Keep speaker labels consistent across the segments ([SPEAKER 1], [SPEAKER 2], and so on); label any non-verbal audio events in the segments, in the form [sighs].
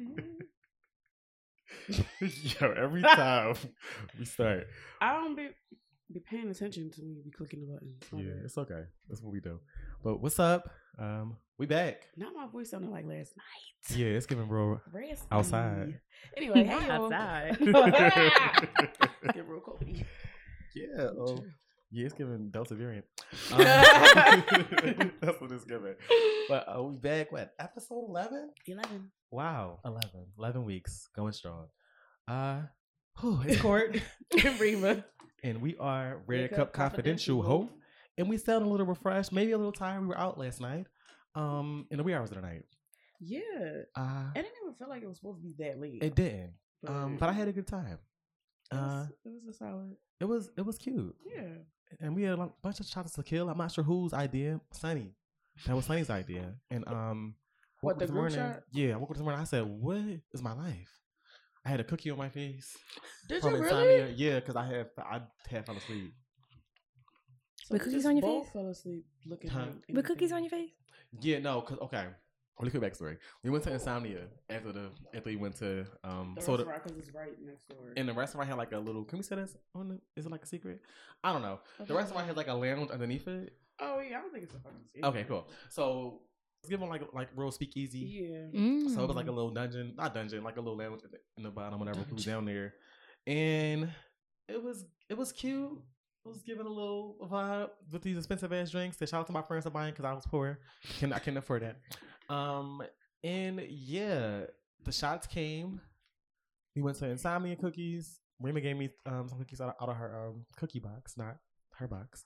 [SPEAKER 1] Mm-hmm.
[SPEAKER 2] [laughs] Yo, every time we start,
[SPEAKER 1] I don't be be paying attention to when you be clicking the buttons. My
[SPEAKER 2] yeah,
[SPEAKER 1] bad.
[SPEAKER 2] it's okay. That's what we do. But what's up? Um, we back.
[SPEAKER 1] Now my voice sounded like last night.
[SPEAKER 2] [laughs] Yeah, it's giving bro.
[SPEAKER 1] Rest
[SPEAKER 2] Outside.
[SPEAKER 1] me. Anyway, hey y'all. [laughs]
[SPEAKER 2] yeah,
[SPEAKER 1] Get
[SPEAKER 2] [laughs]
[SPEAKER 1] real cold.
[SPEAKER 2] oh, yeah, it's giving Delta
[SPEAKER 1] [laughs]
[SPEAKER 2] variant. Um, [laughs] that's what it's giving. But uh, we back. What episode eleven?
[SPEAKER 1] Eleven.
[SPEAKER 2] Wow, 11. 11 weeks going strong. Uh, whew,
[SPEAKER 1] [laughs]
[SPEAKER 2] it's Court,
[SPEAKER 1] Reba.
[SPEAKER 2] and we are Red
[SPEAKER 1] Red
[SPEAKER 2] Cup
[SPEAKER 1] Cup Confidential,
[SPEAKER 2] Confidential Hope, and we sound a little refreshed, maybe a little tired. We were out last night, um, in the wee hours of the night.
[SPEAKER 1] Yeah.
[SPEAKER 2] Uh,
[SPEAKER 1] I didn't even feel like it was supposed to be that late.
[SPEAKER 2] it didn't, um, but I had a good time.
[SPEAKER 1] it
[SPEAKER 2] Uh,
[SPEAKER 1] was, it was a solid.
[SPEAKER 2] it was it was cute,
[SPEAKER 1] Yeah.
[SPEAKER 2] and we had a bunch of shots to kill. I'm not sure whose idea, Sunny. That was Sunny's idea, and um,
[SPEAKER 1] What,
[SPEAKER 2] woke up
[SPEAKER 1] the
[SPEAKER 2] this
[SPEAKER 1] group
[SPEAKER 2] morning-
[SPEAKER 1] shot?
[SPEAKER 2] Yeah, I woke up this morning. I said, "What is my life?" I had a cookie on my face.
[SPEAKER 1] Did
[SPEAKER 2] from
[SPEAKER 1] you
[SPEAKER 2] insomnia.
[SPEAKER 1] really?
[SPEAKER 2] Yeah, because I had I had fallen asleep.
[SPEAKER 1] So
[SPEAKER 3] With
[SPEAKER 1] we
[SPEAKER 3] cookies
[SPEAKER 1] just
[SPEAKER 3] on your
[SPEAKER 1] both
[SPEAKER 3] face?
[SPEAKER 1] fell asleep looking
[SPEAKER 2] Huh?
[SPEAKER 1] like
[SPEAKER 3] With cookies
[SPEAKER 1] anything.
[SPEAKER 3] on your face?
[SPEAKER 2] Yeah, no, cause okay. Let me quick backstory. We went to Insomnia after the after we went to um
[SPEAKER 1] The
[SPEAKER 2] so the,
[SPEAKER 1] restaurant because it's right next door.
[SPEAKER 2] and the restaurant had like a little can we say this on the, is it like a secret? I don't know.
[SPEAKER 1] Okay.
[SPEAKER 2] The restaurant had like a lounge underneath it.
[SPEAKER 1] Oh yeah, I don't think it's a fucking secret.
[SPEAKER 2] Okay, cool. So it's given like like real speakeasy.
[SPEAKER 1] Yeah.
[SPEAKER 3] Mm.
[SPEAKER 2] So it was like a little dungeon, not dungeon, like a little lounge in the, in the bottom, whatever. We was down there, and it was it was cute. It was giving a little vibe with these expensive ass drinks. They shout out to my friends for buying because I was poor. Can I couldn't afford that. Um, and yeah, the shots came. We went to Insomnia Cookies. Rima gave me um, some cookies out of, out of her um, cookie box, not her box.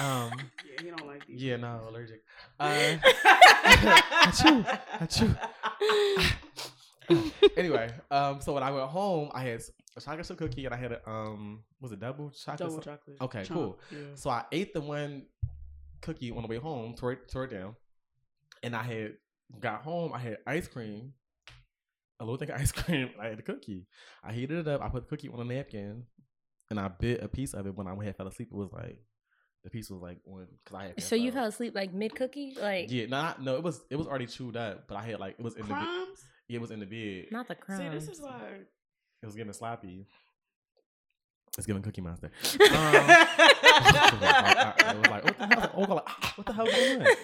[SPEAKER 2] Um,
[SPEAKER 1] Yeah, he don't like these.
[SPEAKER 2] yeah, no, allergic.
[SPEAKER 1] [laughs]
[SPEAKER 2] Uh,
[SPEAKER 1] achoo, [laughs]
[SPEAKER 2] achoo. [laughs] anyway, um, so when I went home, I had a chocolate chip cookie and I had a um, was it double chocolate?
[SPEAKER 1] Double
[SPEAKER 2] chip?
[SPEAKER 1] chocolate.
[SPEAKER 2] Okay, cool. So I ate the one cookie on the way home, tore it, tore it down, and I had got home. I had ice cream, a little thing of [laughs] ice cream, and I had a cookie. I heated it up. I put the cookie on a napkin, and I bit a piece of it. When I had fell asleep, it was like the piece was like one because I had.
[SPEAKER 3] So you fell
[SPEAKER 2] out.
[SPEAKER 3] asleep like mid cookie? Like
[SPEAKER 2] uh, Yeah, not no. It was it was already chewed up, but I had like it was in the bed.
[SPEAKER 1] Crumbs.
[SPEAKER 2] It was in the bed.
[SPEAKER 3] not the
[SPEAKER 1] See,
[SPEAKER 3] crumb.
[SPEAKER 1] this is why.
[SPEAKER 2] It was getting sloppy. It's giving Cookie Monster.
[SPEAKER 1] [laughs]
[SPEAKER 2] Um, [laughs] it Um, was like, what the hell? Oh, like, ah, what the hell going on?
[SPEAKER 3] [laughs]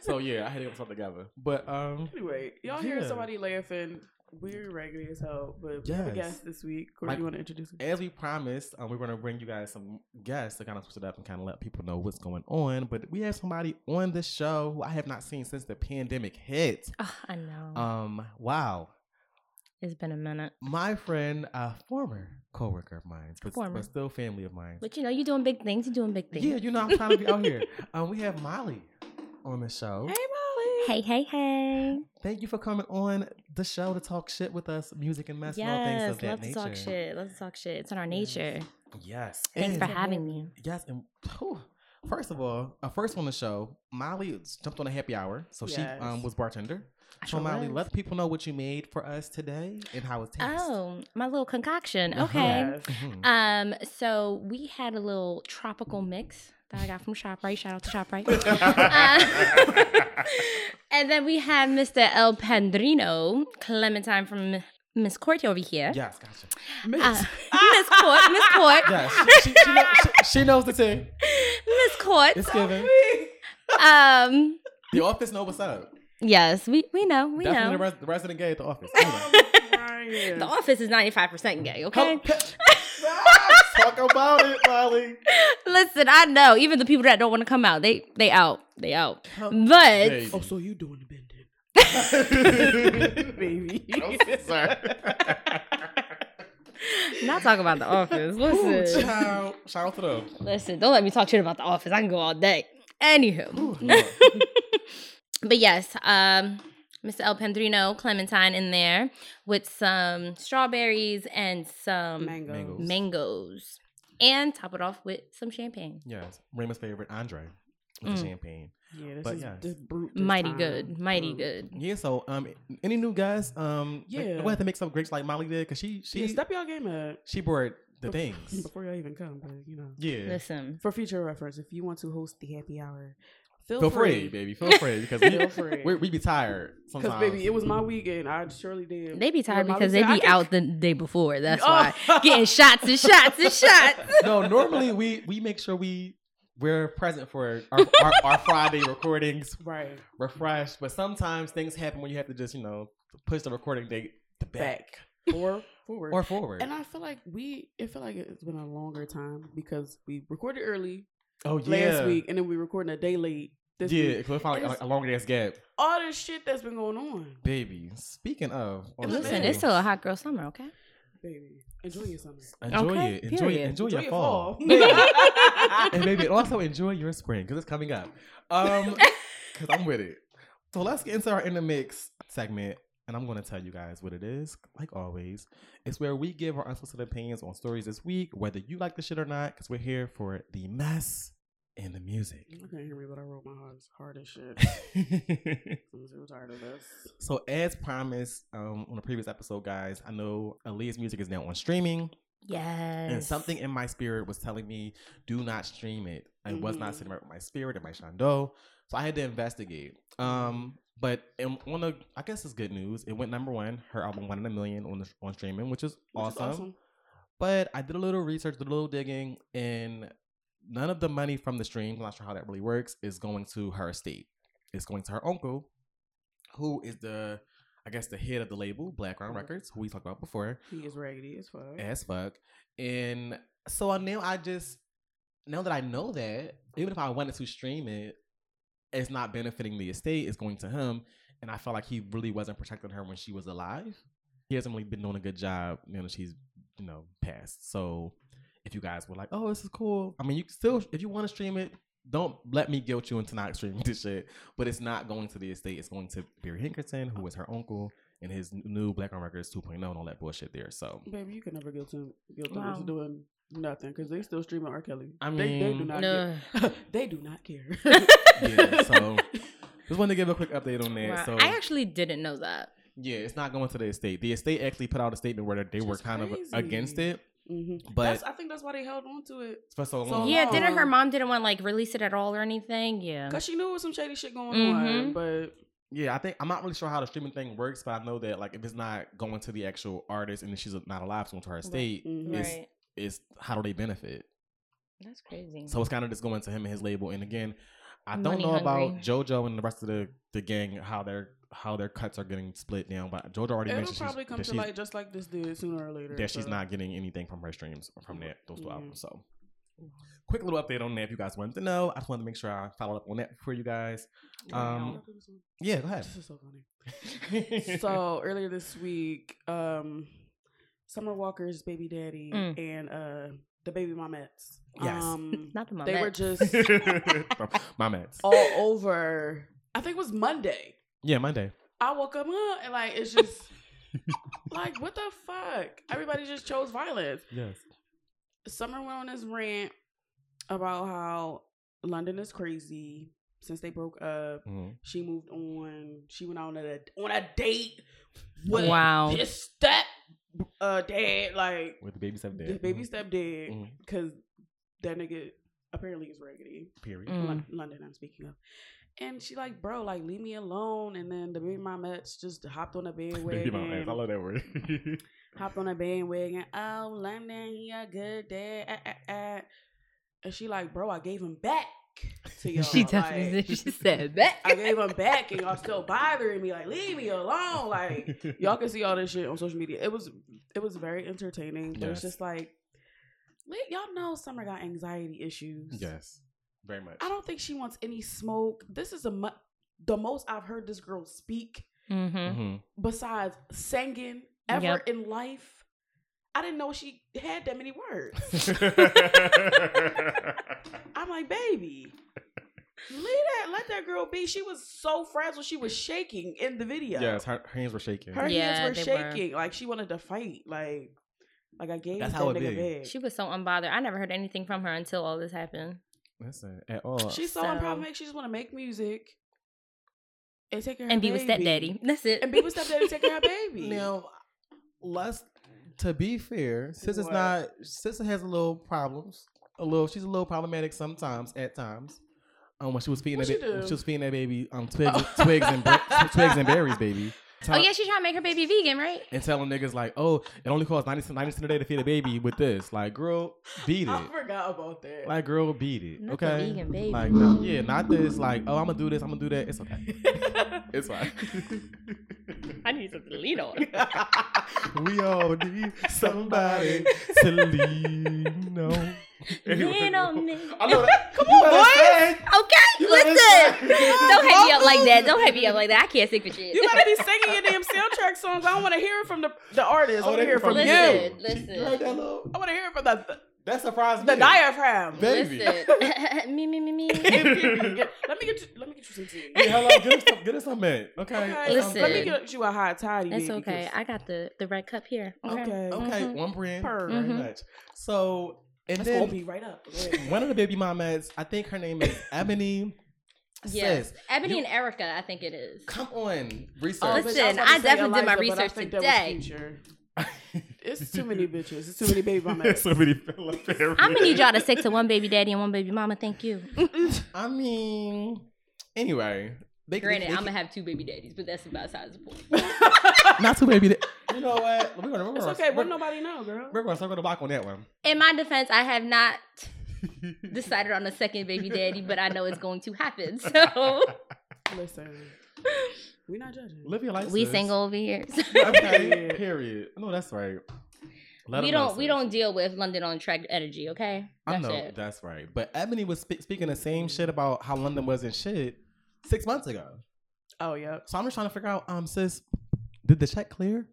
[SPEAKER 2] So yeah, I had to get myself together. But um,
[SPEAKER 1] anyway, y'all hear
[SPEAKER 2] Yeah.
[SPEAKER 1] somebody laughing. We're raggedy as hell, but we have a
[SPEAKER 2] Yes.
[SPEAKER 1] guest this week. Courtney,
[SPEAKER 2] Like-
[SPEAKER 1] you want to introduce her?
[SPEAKER 2] as we promised, um, we're gonna bring you guys some guests to kind of switch it up and kind of let people know what's going on. But we have somebody on the show who I have not seen since the pandemic hit.
[SPEAKER 3] Oh, I know.
[SPEAKER 2] Um, wow,
[SPEAKER 3] it's been a minute.
[SPEAKER 2] my friend, a former coworker of mine, but,
[SPEAKER 3] Former.
[SPEAKER 2] but still family of mine.
[SPEAKER 3] But you know, you're doing big things. You're doing big things.
[SPEAKER 2] Yeah, you know, I'm trying to be out here. Um, we have Molly on the show.
[SPEAKER 1] Molly.
[SPEAKER 3] Hey, hey, hey.
[SPEAKER 2] Thank you for coming on the show to talk shit with us, music and mess, and all things
[SPEAKER 3] yes,
[SPEAKER 2] of that
[SPEAKER 3] love to
[SPEAKER 2] nature.
[SPEAKER 3] talk shit. Love to talk shit. It's in our
[SPEAKER 2] Yes.
[SPEAKER 3] nature.
[SPEAKER 2] Yes.
[SPEAKER 3] Thanks for
[SPEAKER 2] and-
[SPEAKER 3] having me.
[SPEAKER 2] Yes, and whew, first of all, uh, first on the show, Molly jumped on a happy hour, so
[SPEAKER 1] Yes.
[SPEAKER 2] she um, was bartender.
[SPEAKER 3] I
[SPEAKER 2] So
[SPEAKER 3] sure
[SPEAKER 2] Molly,
[SPEAKER 3] was.
[SPEAKER 2] let the people know what you made for us today and how it tastes.
[SPEAKER 3] Oh, my
[SPEAKER 2] [laughs]
[SPEAKER 3] little concoction.
[SPEAKER 2] Uh-huh.
[SPEAKER 3] Okay.
[SPEAKER 1] Yes.
[SPEAKER 2] Mhm.
[SPEAKER 3] Um, so we had a little tropical mix that I got from ShopRite. Shout out to [laughs] ShopRite. Uh, [laughs] and then we had Mr. El Pandrino, Clementine from Miss Court over here.
[SPEAKER 2] yes, gotcha.
[SPEAKER 3] Uh, Miss Court, Miss Court,
[SPEAKER 2] Yes, she, she, she, know, she, she knows the
[SPEAKER 3] [laughs]
[SPEAKER 2] thing.
[SPEAKER 3] Miss Court.
[SPEAKER 2] It's giving.
[SPEAKER 3] Um,
[SPEAKER 2] The office know what's up.
[SPEAKER 3] yes, we, we know, we
[SPEAKER 2] Definitely
[SPEAKER 3] know.
[SPEAKER 2] The, res- the resident gay at the
[SPEAKER 3] [laughs]
[SPEAKER 2] office. You know.
[SPEAKER 1] Ryan.
[SPEAKER 3] The office is 95% gay, okay?
[SPEAKER 2] Come- [laughs] Let's Talk about it, Molly.
[SPEAKER 3] Listen, I know, even the people that don't want to come out, they they out, they out. But
[SPEAKER 1] Oh, so you doing the bending,
[SPEAKER 2] Baby.
[SPEAKER 1] baby?
[SPEAKER 2] Oh, sorry.
[SPEAKER 3] not talking about the office.
[SPEAKER 2] Ooh,
[SPEAKER 3] Listen.
[SPEAKER 2] child. [laughs] Shout out to them.
[SPEAKER 3] Listen, don't let me talk shit about the office. I can go all day. Anywho.
[SPEAKER 2] Ooh, Lord.
[SPEAKER 1] [laughs]
[SPEAKER 3] But yes, um, Mr. El Pendrino, Clementine in there with some strawberries and some
[SPEAKER 1] Mango.
[SPEAKER 2] Mango.
[SPEAKER 3] mangoes. And top it off with some champagne.
[SPEAKER 2] yes, Raymond's favorite, Andre, with the
[SPEAKER 3] Mm.
[SPEAKER 2] champagne.
[SPEAKER 1] Yeah, this
[SPEAKER 2] But
[SPEAKER 1] is
[SPEAKER 2] yes. Mm.
[SPEAKER 1] this brute. this
[SPEAKER 3] Mighty
[SPEAKER 1] time. Mm.
[SPEAKER 3] good. Mighty
[SPEAKER 1] Brute.
[SPEAKER 3] good.
[SPEAKER 2] Yeah. So, um, any new guys? Um,
[SPEAKER 1] Yeah.
[SPEAKER 2] we have to mix up drinks like Molly did because she she
[SPEAKER 1] Yeah, step y'all game up
[SPEAKER 2] she brought the
[SPEAKER 1] Bef-
[SPEAKER 2] things.
[SPEAKER 1] before y'all even come, but you know.
[SPEAKER 2] [laughs] Yeah.
[SPEAKER 3] Listen.
[SPEAKER 1] For future reference, if you want to host the happy hour, Feel,
[SPEAKER 2] Feel free,
[SPEAKER 1] [laughs]
[SPEAKER 2] baby. Feel free because we,
[SPEAKER 1] Feel free.
[SPEAKER 2] we we be tired
[SPEAKER 1] Because
[SPEAKER 2] sometimes.
[SPEAKER 1] baby, it was my weekend. I surely did.
[SPEAKER 3] They be tired
[SPEAKER 1] Molly
[SPEAKER 3] because they
[SPEAKER 1] said,
[SPEAKER 3] be
[SPEAKER 1] "I can-
[SPEAKER 3] out the day before. That's
[SPEAKER 1] Oh.
[SPEAKER 3] why
[SPEAKER 1] [laughs]
[SPEAKER 3] getting shots and shots and shots.
[SPEAKER 2] no, normally we we make sure we we're present for our, our, our Friday
[SPEAKER 1] [laughs]
[SPEAKER 2] recordings,
[SPEAKER 1] right
[SPEAKER 2] refreshed. But sometimes things happen when you have to just you know push the recording date to back,
[SPEAKER 1] back or [laughs] forward.
[SPEAKER 2] or forward.
[SPEAKER 1] and I feel like we. It feel like it's been a longer time because we recorded early
[SPEAKER 2] oh yeah,
[SPEAKER 1] last week, and then we recording a day late this
[SPEAKER 2] yeah,
[SPEAKER 1] week.
[SPEAKER 2] because it's probably
[SPEAKER 1] And
[SPEAKER 2] a,
[SPEAKER 1] it's-
[SPEAKER 2] a long ass gap,
[SPEAKER 1] All this shit that's been going on,
[SPEAKER 2] baby. Speaking of, oh, on
[SPEAKER 1] was
[SPEAKER 3] Listen,
[SPEAKER 2] the-
[SPEAKER 3] it's still a hot girl summer, okay?
[SPEAKER 1] baby. Enjoy your summer.
[SPEAKER 2] enjoy
[SPEAKER 3] Okay,
[SPEAKER 2] it, enjoy
[SPEAKER 3] period.
[SPEAKER 2] it, enjoy,
[SPEAKER 1] Enjoy
[SPEAKER 2] your fall, [laughs]
[SPEAKER 1] [laughs]
[SPEAKER 2] Baby.
[SPEAKER 1] fall.
[SPEAKER 2] and baby, also enjoy your spring because it's coming up. Um, because I'm with it. So let's get into our in the mix segment, and I'm going to tell you guys what it is. Like always, it's where we give our unsolicited opinions on stories this week, whether you like the shit or not, because we're here for the mess and the music.
[SPEAKER 1] [laughs] You can't hear me, but I rolled my heart hard as
[SPEAKER 2] [laughs]
[SPEAKER 1] shit. I'm so tired of this.
[SPEAKER 2] so as promised um, on the previous episode, guys, I know Aaliyah's music is now on streaming.
[SPEAKER 3] Yes.
[SPEAKER 2] And something in my spirit was telling me, do not stream it. I was not
[SPEAKER 1] Mhm.
[SPEAKER 2] sitting right with my spirit and my Shondo. So I had to investigate. Um, but in one of, I guess it's good news. It went number one. Her album One in a Million on the, on streaming, which is,
[SPEAKER 1] Which is
[SPEAKER 2] awesome. But I did a little research, did a little digging, and none of the money from the stream, I'm not sure how that really works, is going to her estate. It's going to her uncle, who is the, I guess, the head of the label, Blackground
[SPEAKER 1] Mhm.
[SPEAKER 2] Records, who we talked about before
[SPEAKER 1] He is raggedy as fuck.
[SPEAKER 2] as fuck. And so I now I just now that I know that, even if I wanted to stream it, it's not benefiting the estate. It's going to him, and I felt like he really wasn't protecting her when she was alive. He hasn't really been doing a good job now that she's you know passed. So if you guys were like, "Oh, this is cool," I mean, you can still if you want to stream it. Don't let me guilt you into not [laughs] streaming this shit. But it's not going to the estate. It's going to Barry Hankerson, who is her uncle, and his new Black on Records 2.0 and all that bullshit there. So
[SPEAKER 1] Baby, you can never guilt them, guilt them
[SPEAKER 3] Wow.
[SPEAKER 1] into doing nothing because they still streaming R. Kelly.
[SPEAKER 2] I
[SPEAKER 1] they, they do
[SPEAKER 2] mean-
[SPEAKER 1] not.
[SPEAKER 2] [laughs]
[SPEAKER 3] Ugh.
[SPEAKER 1] Care. they do not
[SPEAKER 3] [laughs]
[SPEAKER 1] care.
[SPEAKER 2] yeah, so just wanted to give a quick update on that.
[SPEAKER 3] Wow.
[SPEAKER 2] So
[SPEAKER 3] I actually didn't know that.
[SPEAKER 2] yeah, it's not going to the estate. The estate actually put out a statement where they were
[SPEAKER 1] Which is
[SPEAKER 2] kind
[SPEAKER 1] crazy.
[SPEAKER 2] of against it,
[SPEAKER 1] hmm
[SPEAKER 2] but
[SPEAKER 1] that's, I think that's why they held on to it
[SPEAKER 2] for so
[SPEAKER 1] So-
[SPEAKER 2] long,
[SPEAKER 3] yeah,
[SPEAKER 1] long.
[SPEAKER 3] didn't her mom didn't want to like release it at all or anything? Yeah.
[SPEAKER 1] because she knew it was some shady shit going on.
[SPEAKER 3] Mhm.
[SPEAKER 1] But
[SPEAKER 2] yeah, I think I'm not really sure how the streaming thing works, but I know that like if it's not going to the actual artist and if she's not alive, so to her estate,
[SPEAKER 1] Mhm.
[SPEAKER 2] it's is how do they benefit?
[SPEAKER 3] That's crazy.
[SPEAKER 2] So it's kind of just going to him and his label. And again, I don't
[SPEAKER 3] Money
[SPEAKER 2] know about
[SPEAKER 3] hungry.
[SPEAKER 2] JoJo and the rest of the the gang how their how their cuts are getting split down. But JoJo already
[SPEAKER 1] it'll
[SPEAKER 2] mentioned she's-
[SPEAKER 1] probably come
[SPEAKER 2] that
[SPEAKER 1] to
[SPEAKER 2] she's-
[SPEAKER 1] light just like this did sooner or later.
[SPEAKER 2] that she's
[SPEAKER 1] so-
[SPEAKER 2] not getting anything from her streams or from that those two
[SPEAKER 1] Yeah.
[SPEAKER 2] albums. So, quick little update on that if you guys wanted to know. I just wanted to make sure I followed up on that for you guys. Um, Yeah, go ahead.
[SPEAKER 1] this is so funny. so earlier this week, um, Summer Walker's baby daddy
[SPEAKER 3] Mm.
[SPEAKER 1] and uh, the baby momettes.
[SPEAKER 2] Yes.
[SPEAKER 1] Um,
[SPEAKER 3] [laughs] Not the mom.
[SPEAKER 1] they were just
[SPEAKER 2] [laughs]
[SPEAKER 3] [laughs]
[SPEAKER 2] my meds.
[SPEAKER 1] all over. I think it was Monday.
[SPEAKER 2] Yeah, Monday.
[SPEAKER 1] I woke up uh, and like it's just like what the fuck? Everybody just chose violence.
[SPEAKER 2] Yes.
[SPEAKER 1] Summer went on this rant about how London is crazy since they broke up.
[SPEAKER 2] Mhm.
[SPEAKER 1] She moved on. She went on a on a date with
[SPEAKER 3] Wow.
[SPEAKER 1] his step uh, dad, like
[SPEAKER 2] With the baby seven
[SPEAKER 1] his baby stepdad,
[SPEAKER 2] Mhm.
[SPEAKER 1] because that nigga apparently is raggedy.
[SPEAKER 2] Period.
[SPEAKER 3] Mm.
[SPEAKER 1] Lon- London, I'm speaking of. And she like, bro, like leave me alone. And then the baby momettes just hopped on a
[SPEAKER 2] [laughs] [laughs] Baby my
[SPEAKER 1] bandwagon.
[SPEAKER 2] meds. I love that word. [laughs]
[SPEAKER 1] hopped on a bandwagon. Oh, London, he a good dad. ah, ah, ah." And she like, bro, I gave him back to
[SPEAKER 2] [laughs]
[SPEAKER 1] y'all.
[SPEAKER 3] [laughs] she definitely
[SPEAKER 1] Like,
[SPEAKER 3] did. she said that.
[SPEAKER 1] [laughs]
[SPEAKER 3] [laughs]
[SPEAKER 1] I gave him back, and y'all still bothering me. Like, leave me alone. Like, y'all can see all this shit on social media. It was it was very entertaining, but
[SPEAKER 2] Yes.
[SPEAKER 1] it's just like let- y'all know Summer got anxiety issues.
[SPEAKER 2] yes, very much.
[SPEAKER 1] I don't think she wants any smoke. This is a mu- the most I've heard this girl speak
[SPEAKER 2] [laughs]
[SPEAKER 3] mm-hmm.
[SPEAKER 2] Mhm.
[SPEAKER 1] besides singing ever
[SPEAKER 3] Yep.
[SPEAKER 1] in life. I didn't know she had that many words.
[SPEAKER 3] [laughs]
[SPEAKER 1] I'm like, baby, leave that. Let that girl be. She was so frazzled. She was shaking in the video.
[SPEAKER 2] yes, her, her hands were shaking.
[SPEAKER 1] Her
[SPEAKER 3] Yeah,
[SPEAKER 1] hands were
[SPEAKER 3] they were.
[SPEAKER 1] shaking. Like she wanted to fight. Like, like I gave
[SPEAKER 2] That's
[SPEAKER 1] that
[SPEAKER 2] how it
[SPEAKER 1] nigga
[SPEAKER 2] be.
[SPEAKER 1] back.
[SPEAKER 3] She was so unbothered. I never heard anything from her until all this happened.
[SPEAKER 2] Listen, at all.
[SPEAKER 1] She's so
[SPEAKER 3] So-
[SPEAKER 1] unproblematic. She just want to make music and take care of
[SPEAKER 3] And
[SPEAKER 1] her
[SPEAKER 3] be with
[SPEAKER 1] baby.
[SPEAKER 3] stepdaddy. That's it.
[SPEAKER 1] And be with stepdaddy, take care of her baby.
[SPEAKER 2] Now, let's to be fair, sis is
[SPEAKER 1] What?
[SPEAKER 2] not sis has a little problems. A little she's a little problematic sometimes at times. Um, when she was feeding
[SPEAKER 1] What
[SPEAKER 2] that
[SPEAKER 1] she
[SPEAKER 2] ba- when
[SPEAKER 1] do?
[SPEAKER 2] she was feeding that baby
[SPEAKER 1] [laughs]
[SPEAKER 2] um twigs, twigs and bre- twigs and berries, baby.
[SPEAKER 3] [laughs] Oh
[SPEAKER 2] Tell-
[SPEAKER 3] yeah, she's trying to make her baby vegan, right?
[SPEAKER 2] [laughs] And telling niggas like, oh, it only costs 90 cents, 90 cents a day to feed a baby with this. Like, girl,
[SPEAKER 1] [laughs]
[SPEAKER 2] beat
[SPEAKER 1] I
[SPEAKER 2] it.
[SPEAKER 1] forgot about that.
[SPEAKER 2] Like, girl, beat it.
[SPEAKER 3] Not the
[SPEAKER 2] okay.
[SPEAKER 3] vegan baby.
[SPEAKER 2] Like, no- yeah, not this. Like, oh, I'm gonna do this. I'm gonna do that. It's
[SPEAKER 3] [laughs]
[SPEAKER 2] okay. It's fine.
[SPEAKER 3] I need something to lean on.
[SPEAKER 2] [laughs] we all need somebody to lean on.
[SPEAKER 3] Lean on me.
[SPEAKER 2] I know that. Come
[SPEAKER 3] on, boys. [laughs] Okay,
[SPEAKER 2] You better
[SPEAKER 3] listen.
[SPEAKER 2] say-
[SPEAKER 3] [laughs] Don't hit me up like that. Don't hit me up like that. I can't stick with you. [laughs]
[SPEAKER 1] you gotta be singing your damn soundtrack songs. I don't want to hear it from the, the artist. I want to hear it from you.
[SPEAKER 3] from you. Listen,
[SPEAKER 2] You heard that little?
[SPEAKER 1] I want to hear it from the
[SPEAKER 2] That surprised
[SPEAKER 1] the
[SPEAKER 2] me.
[SPEAKER 1] diaphragm.
[SPEAKER 2] That- baby.
[SPEAKER 3] Listen. [laughs] me, me, me, me.
[SPEAKER 1] [laughs] let me get you. Let me get you some tea.
[SPEAKER 2] Yeah, hello, get us some, get us some man. Okay.
[SPEAKER 1] Okay,
[SPEAKER 2] okay.
[SPEAKER 3] Listen.
[SPEAKER 1] let me get you a hot toddy.
[SPEAKER 3] That's
[SPEAKER 1] baby,
[SPEAKER 3] okay.
[SPEAKER 1] 'cause-
[SPEAKER 3] I got the the red cup here. Okay.
[SPEAKER 1] okay.
[SPEAKER 2] Okay,
[SPEAKER 3] Mhm.
[SPEAKER 2] one brand.
[SPEAKER 1] Per.
[SPEAKER 2] Very
[SPEAKER 3] Mhm.
[SPEAKER 2] much. So, and
[SPEAKER 1] That's gonna
[SPEAKER 2] then
[SPEAKER 1] be right up. Go ahead.
[SPEAKER 2] one of the baby mamas, I think her
[SPEAKER 1] [laughs]
[SPEAKER 2] name is Ebony.
[SPEAKER 3] Yes.
[SPEAKER 2] Sis,
[SPEAKER 3] Ebony
[SPEAKER 2] you-
[SPEAKER 3] and Erica, I think it is.
[SPEAKER 2] come on,
[SPEAKER 1] Oh,
[SPEAKER 2] research.
[SPEAKER 1] bitch,
[SPEAKER 3] Listen,
[SPEAKER 1] was about
[SPEAKER 3] I
[SPEAKER 1] to say
[SPEAKER 3] definitely did
[SPEAKER 1] Eliza, but I
[SPEAKER 3] my research
[SPEAKER 1] think that was
[SPEAKER 3] today.
[SPEAKER 1] Future. It's too many bitches. It's too many [laughs]
[SPEAKER 2] [laughs]
[SPEAKER 1] baby mamas.
[SPEAKER 2] so many Philip
[SPEAKER 3] I'm gonna need y'all
[SPEAKER 2] [laughs]
[SPEAKER 3] to stick to one baby daddy and one baby mama. Thank you.
[SPEAKER 2] I mean, anyway, they,
[SPEAKER 3] Granted,
[SPEAKER 2] they,
[SPEAKER 3] I'm
[SPEAKER 2] they,
[SPEAKER 3] gonna have two baby daddies, but that's about size of the
[SPEAKER 2] [laughs]
[SPEAKER 3] point.
[SPEAKER 2] not too baby.
[SPEAKER 3] [laughs]
[SPEAKER 2] You know what? We're gonna, we're
[SPEAKER 1] It's
[SPEAKER 2] gonna,
[SPEAKER 1] okay,
[SPEAKER 2] We're,
[SPEAKER 1] but nobody know, girl.
[SPEAKER 2] we're gonna circle the block on that one.
[SPEAKER 3] In my defense, I have not
[SPEAKER 1] [laughs]
[SPEAKER 3] decided on a second baby daddy, but I know it's going to happen. [laughs] So
[SPEAKER 1] Listen, we not judging.
[SPEAKER 2] Live your life.
[SPEAKER 3] we
[SPEAKER 2] sis. [laughs]
[SPEAKER 3] single over here. [laughs]
[SPEAKER 2] Okay. Period. No, that's right. Let
[SPEAKER 3] we
[SPEAKER 2] 'em know,
[SPEAKER 3] don't we
[SPEAKER 2] sis.
[SPEAKER 3] don't deal with London on track energy, okay?
[SPEAKER 2] I
[SPEAKER 3] That's
[SPEAKER 2] know
[SPEAKER 3] it.
[SPEAKER 2] that's right. But Ebony was spe- speaking the same shit about how London wasn't shit six months ago.
[SPEAKER 1] Oh yeah.
[SPEAKER 2] So I'm just trying to figure out, um, sis, did the check clear?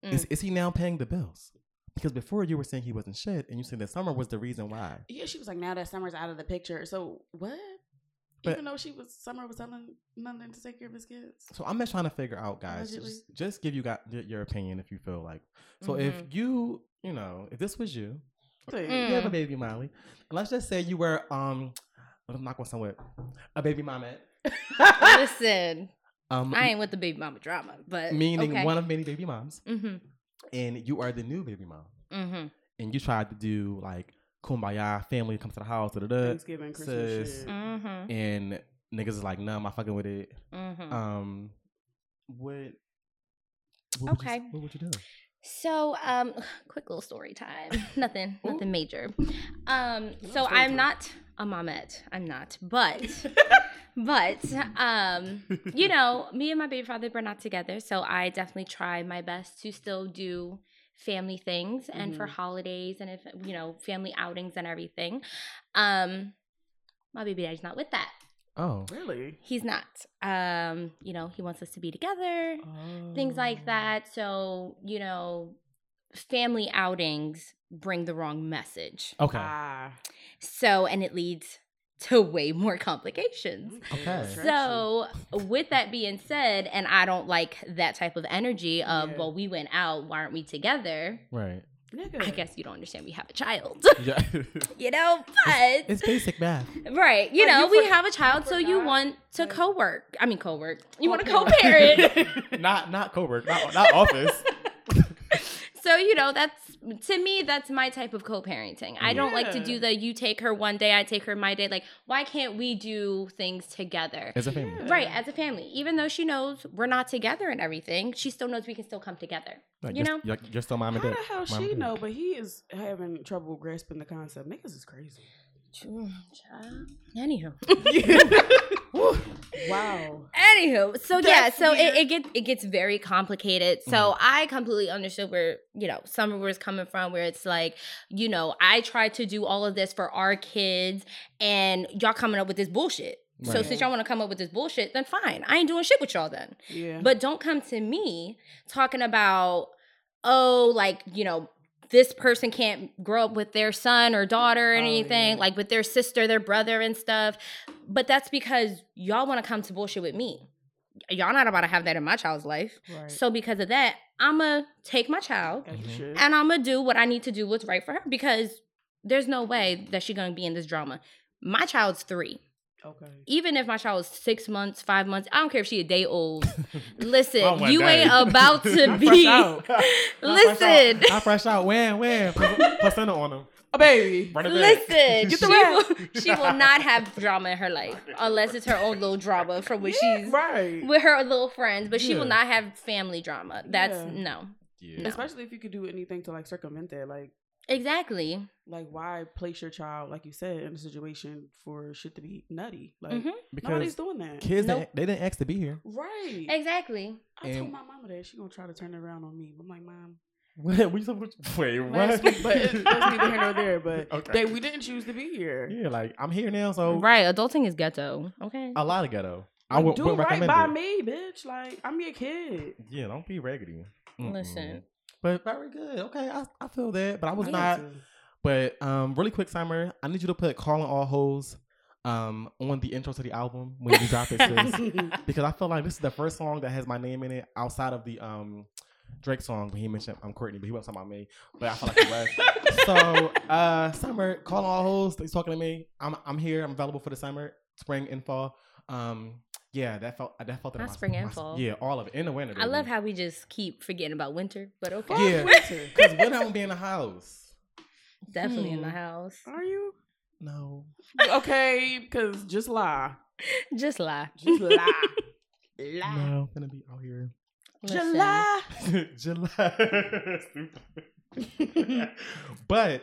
[SPEAKER 2] Is
[SPEAKER 3] Mm.
[SPEAKER 2] is he now paying the bills? Because before you were saying he wasn't shit, and you said that summer was the reason why.
[SPEAKER 1] Yeah, she was like, now that summer's out of the picture. So what?
[SPEAKER 2] But-
[SPEAKER 1] Even though she was summer was telling London to take care of his kids.
[SPEAKER 2] So I'm just trying to figure out, guys.
[SPEAKER 1] Allegedly.
[SPEAKER 2] Just, just give you got your, your opinion if you feel like. So
[SPEAKER 3] Mm-hmm.
[SPEAKER 2] if you, you know, if this was you,
[SPEAKER 1] Dang. [laughs]
[SPEAKER 2] you have a
[SPEAKER 3] Mm.
[SPEAKER 2] baby Molly. and let's just say you were, um, I'm not going somewhere, a baby mama.
[SPEAKER 3] Mm-hmm. Listen,
[SPEAKER 2] Um,
[SPEAKER 3] I ain't with the baby mama drama, but
[SPEAKER 2] meaning
[SPEAKER 3] okay.
[SPEAKER 2] one of many baby moms,
[SPEAKER 3] Mm-hmm.
[SPEAKER 2] and you are the new baby mom,
[SPEAKER 3] Mm-hmm.
[SPEAKER 2] and you tried to do like kumbaya, family comes to the house, da da da,
[SPEAKER 1] Thanksgiving, Christmas
[SPEAKER 2] Uh, sis.
[SPEAKER 1] shit.
[SPEAKER 3] Mm-hmm.
[SPEAKER 2] and niggas is like, nah, I'm not fucking with it.
[SPEAKER 1] Mm.
[SPEAKER 3] Mm-hmm.
[SPEAKER 2] Um, what? what would you s-
[SPEAKER 3] Okay.
[SPEAKER 2] what would you do?
[SPEAKER 3] So, um, [sighs] quick little
[SPEAKER 1] [laughs]
[SPEAKER 3] story time. nothing,
[SPEAKER 2] Ooh.
[SPEAKER 3] nothing major. Um,
[SPEAKER 1] Love
[SPEAKER 3] so
[SPEAKER 1] story
[SPEAKER 3] I'm
[SPEAKER 1] time.
[SPEAKER 3] not a momette. I'm not, but,
[SPEAKER 1] [laughs]
[SPEAKER 3] but, um, you know, me and my baby father were not together. So I definitely try my best to still do family things and for
[SPEAKER 1] Mhm.
[SPEAKER 3] holidays and if you know family outings and everything. Um, my baby daddy's not with that.
[SPEAKER 2] Oh,
[SPEAKER 1] Really?
[SPEAKER 3] He's not. Um, you know, he wants us to be together things
[SPEAKER 1] Mm.
[SPEAKER 3] like that. So, you know, family outings bring the wrong message.
[SPEAKER 2] okay,
[SPEAKER 1] Ah.
[SPEAKER 3] So, and it leads to way more complications.
[SPEAKER 2] Okay.
[SPEAKER 3] So, with that being said, and I don't like that type of energy of,
[SPEAKER 1] Yeah.
[SPEAKER 3] well, we went out, why aren't we together?
[SPEAKER 1] [laughs]
[SPEAKER 2] right?
[SPEAKER 1] Nigga.
[SPEAKER 3] I guess you don't understand we have a
[SPEAKER 1] [laughs]
[SPEAKER 3] child,
[SPEAKER 2] Yeah,
[SPEAKER 3] you know, but
[SPEAKER 2] [laughs] it's basic math.
[SPEAKER 3] right, you
[SPEAKER 1] Like,
[SPEAKER 3] know,
[SPEAKER 1] you
[SPEAKER 3] we
[SPEAKER 1] for-
[SPEAKER 3] have a child,
[SPEAKER 1] you
[SPEAKER 3] so you
[SPEAKER 1] forgot,
[SPEAKER 3] want to
[SPEAKER 1] like-
[SPEAKER 3] co-work. I mean, co-work. You want to
[SPEAKER 1] Co-parent.
[SPEAKER 2] [laughs]
[SPEAKER 3] co-parent.
[SPEAKER 2] not not co-work, not not office.
[SPEAKER 3] So, you know, that's to me, that's my type of co parenting. I don't like to
[SPEAKER 1] Yeah.
[SPEAKER 3] do the you take her one day, I take her my day. Like, why can't we do things together?
[SPEAKER 2] It's a
[SPEAKER 3] [laughs]
[SPEAKER 2] family.
[SPEAKER 1] Yeah.
[SPEAKER 3] Right, as a family. Even though she knows we're not together and everything, she still knows we can still come together.
[SPEAKER 2] Like,
[SPEAKER 3] You
[SPEAKER 2] you're,
[SPEAKER 3] know?
[SPEAKER 2] you're, you're still mom
[SPEAKER 1] How
[SPEAKER 2] and
[SPEAKER 1] the
[SPEAKER 2] dad.
[SPEAKER 1] hell
[SPEAKER 2] Mom and
[SPEAKER 1] she
[SPEAKER 2] dad.
[SPEAKER 1] know? But he is having trouble grasping the concept. Niggas is crazy.
[SPEAKER 3] Anywho.
[SPEAKER 1] Wow.
[SPEAKER 3] Anywho, so yeah,
[SPEAKER 1] That's
[SPEAKER 3] so
[SPEAKER 1] weird. Mm-hmm.
[SPEAKER 3] it, it gets it gets very complicated. So I completely understood where you know summer was coming from, where it's like you know I tried to do all of this for our kids, and y'all coming up with this bullshit. So
[SPEAKER 2] Right.
[SPEAKER 3] since y'all want to come up with this bullshit, then fine, I ain't doing shit with y'all then.
[SPEAKER 1] [laughs] Yeah.
[SPEAKER 3] But don't come to me talking about oh like you know. This person can't grow up with their son or daughter or
[SPEAKER 1] Oh,
[SPEAKER 3] anything,
[SPEAKER 1] yeah.
[SPEAKER 3] like with their sister, their brother, and stuff. But that's because y'all want to come to bullshit with me y'all not about to have that in my child's life.
[SPEAKER 1] right.
[SPEAKER 3] So because of that, I'ma take my child
[SPEAKER 1] As you
[SPEAKER 2] Mhm.
[SPEAKER 1] should.
[SPEAKER 3] and I'ma do what I need to do what's right for her because there's no way that she's gonna be in this drama. My child's three.
[SPEAKER 1] okay.
[SPEAKER 3] Even if my child is six months, five months, I don't care if she a day old.
[SPEAKER 2] Mine
[SPEAKER 3] Listen,
[SPEAKER 2] went
[SPEAKER 3] [laughs] you
[SPEAKER 2] day.
[SPEAKER 3] ain't about to
[SPEAKER 1] Not fresh
[SPEAKER 2] [laughs]
[SPEAKER 3] be.
[SPEAKER 1] out.
[SPEAKER 2] Not fresh out-
[SPEAKER 3] Listen,
[SPEAKER 2] Not fresh out. When when placenta on him.
[SPEAKER 1] a Oh, baby.
[SPEAKER 2] Run it back.
[SPEAKER 3] Listen,
[SPEAKER 2] Get
[SPEAKER 3] she
[SPEAKER 2] the
[SPEAKER 3] will, she will not have drama in her life unless it's her own little drama from which she's
[SPEAKER 1] [laughs] Right.
[SPEAKER 3] with her little friends, but she will
[SPEAKER 2] Yeah.
[SPEAKER 3] not have family drama. That's
[SPEAKER 1] Yeah.
[SPEAKER 3] no.
[SPEAKER 2] [laughs] Yeah.
[SPEAKER 1] Especially if you could do anything to like circumvent that. Like
[SPEAKER 3] Exactly.
[SPEAKER 1] like why place your child, like you said, in a situation for shit to be nutty? Like
[SPEAKER 3] Mhm.
[SPEAKER 1] nobody's
[SPEAKER 2] Because
[SPEAKER 1] doing that.
[SPEAKER 2] kids,
[SPEAKER 3] Nope.
[SPEAKER 2] didn't- they didn't ask to be here.
[SPEAKER 1] Right.
[SPEAKER 3] Exactly.
[SPEAKER 1] I told
[SPEAKER 2] and-
[SPEAKER 1] my mama that she gonna try to turn it around on me. I'm like, mom,
[SPEAKER 2] [laughs] What? We supposed to- Wait,
[SPEAKER 1] last
[SPEAKER 2] what?
[SPEAKER 1] week, but
[SPEAKER 2] [laughs]
[SPEAKER 1] it doesn't even here nor there. But [laughs]
[SPEAKER 2] Okay.
[SPEAKER 1] they we
[SPEAKER 2] [laughs]
[SPEAKER 1] didn't choose to be here.
[SPEAKER 2] yeah, like I'm here now, so Oh.
[SPEAKER 3] Right. Adulting is ghetto. Okay.
[SPEAKER 2] a lot of ghetto. I
[SPEAKER 1] Like,
[SPEAKER 2] would,
[SPEAKER 1] do
[SPEAKER 2] would
[SPEAKER 1] right
[SPEAKER 2] recommend
[SPEAKER 1] by
[SPEAKER 2] it.
[SPEAKER 1] me, bitch. Like I'm your kid.
[SPEAKER 2] Yeah, don't be raggedy. Mm-mm.
[SPEAKER 3] Listen.
[SPEAKER 2] but very good. Okay, I, I feel that, but I was
[SPEAKER 3] Yeah.
[SPEAKER 2] not. But um, really quick, Summer, I need you to put "Calling All Hoes" um on the intro to the album when you drop it,
[SPEAKER 1] [laughs]
[SPEAKER 2] sis. because I feel like this is the first song that has my name in it outside of the um Drake song when he mentioned I'm Courtney, but he wasn't talking about me. But I feel like he was. so uh, summer, calling all hoes. He's talking to me. I'm I'm here. I'm available for the summer, spring and fall. Um, yeah, that felt that felt it in
[SPEAKER 3] Not
[SPEAKER 2] my-
[SPEAKER 3] spring and
[SPEAKER 2] my-
[SPEAKER 3] fall.
[SPEAKER 2] Yeah, all of it in the winter.
[SPEAKER 3] I love
[SPEAKER 2] baby.
[SPEAKER 3] how we just keep forgetting about winter, but okay.
[SPEAKER 1] Fuck
[SPEAKER 3] [laughs]
[SPEAKER 2] Yeah.
[SPEAKER 1] winter.
[SPEAKER 2] [laughs] Cause when I'm gonna be in the house.
[SPEAKER 3] Definitely in the
[SPEAKER 2] Hmm.
[SPEAKER 3] house.
[SPEAKER 1] Are you
[SPEAKER 2] No.
[SPEAKER 1] okay? Because just lie,
[SPEAKER 3] Just lie.
[SPEAKER 1] just lie, lie.
[SPEAKER 2] No, I'm gonna be out here. [laughs]
[SPEAKER 3] Listen.
[SPEAKER 2] July. [laughs] Stupid. but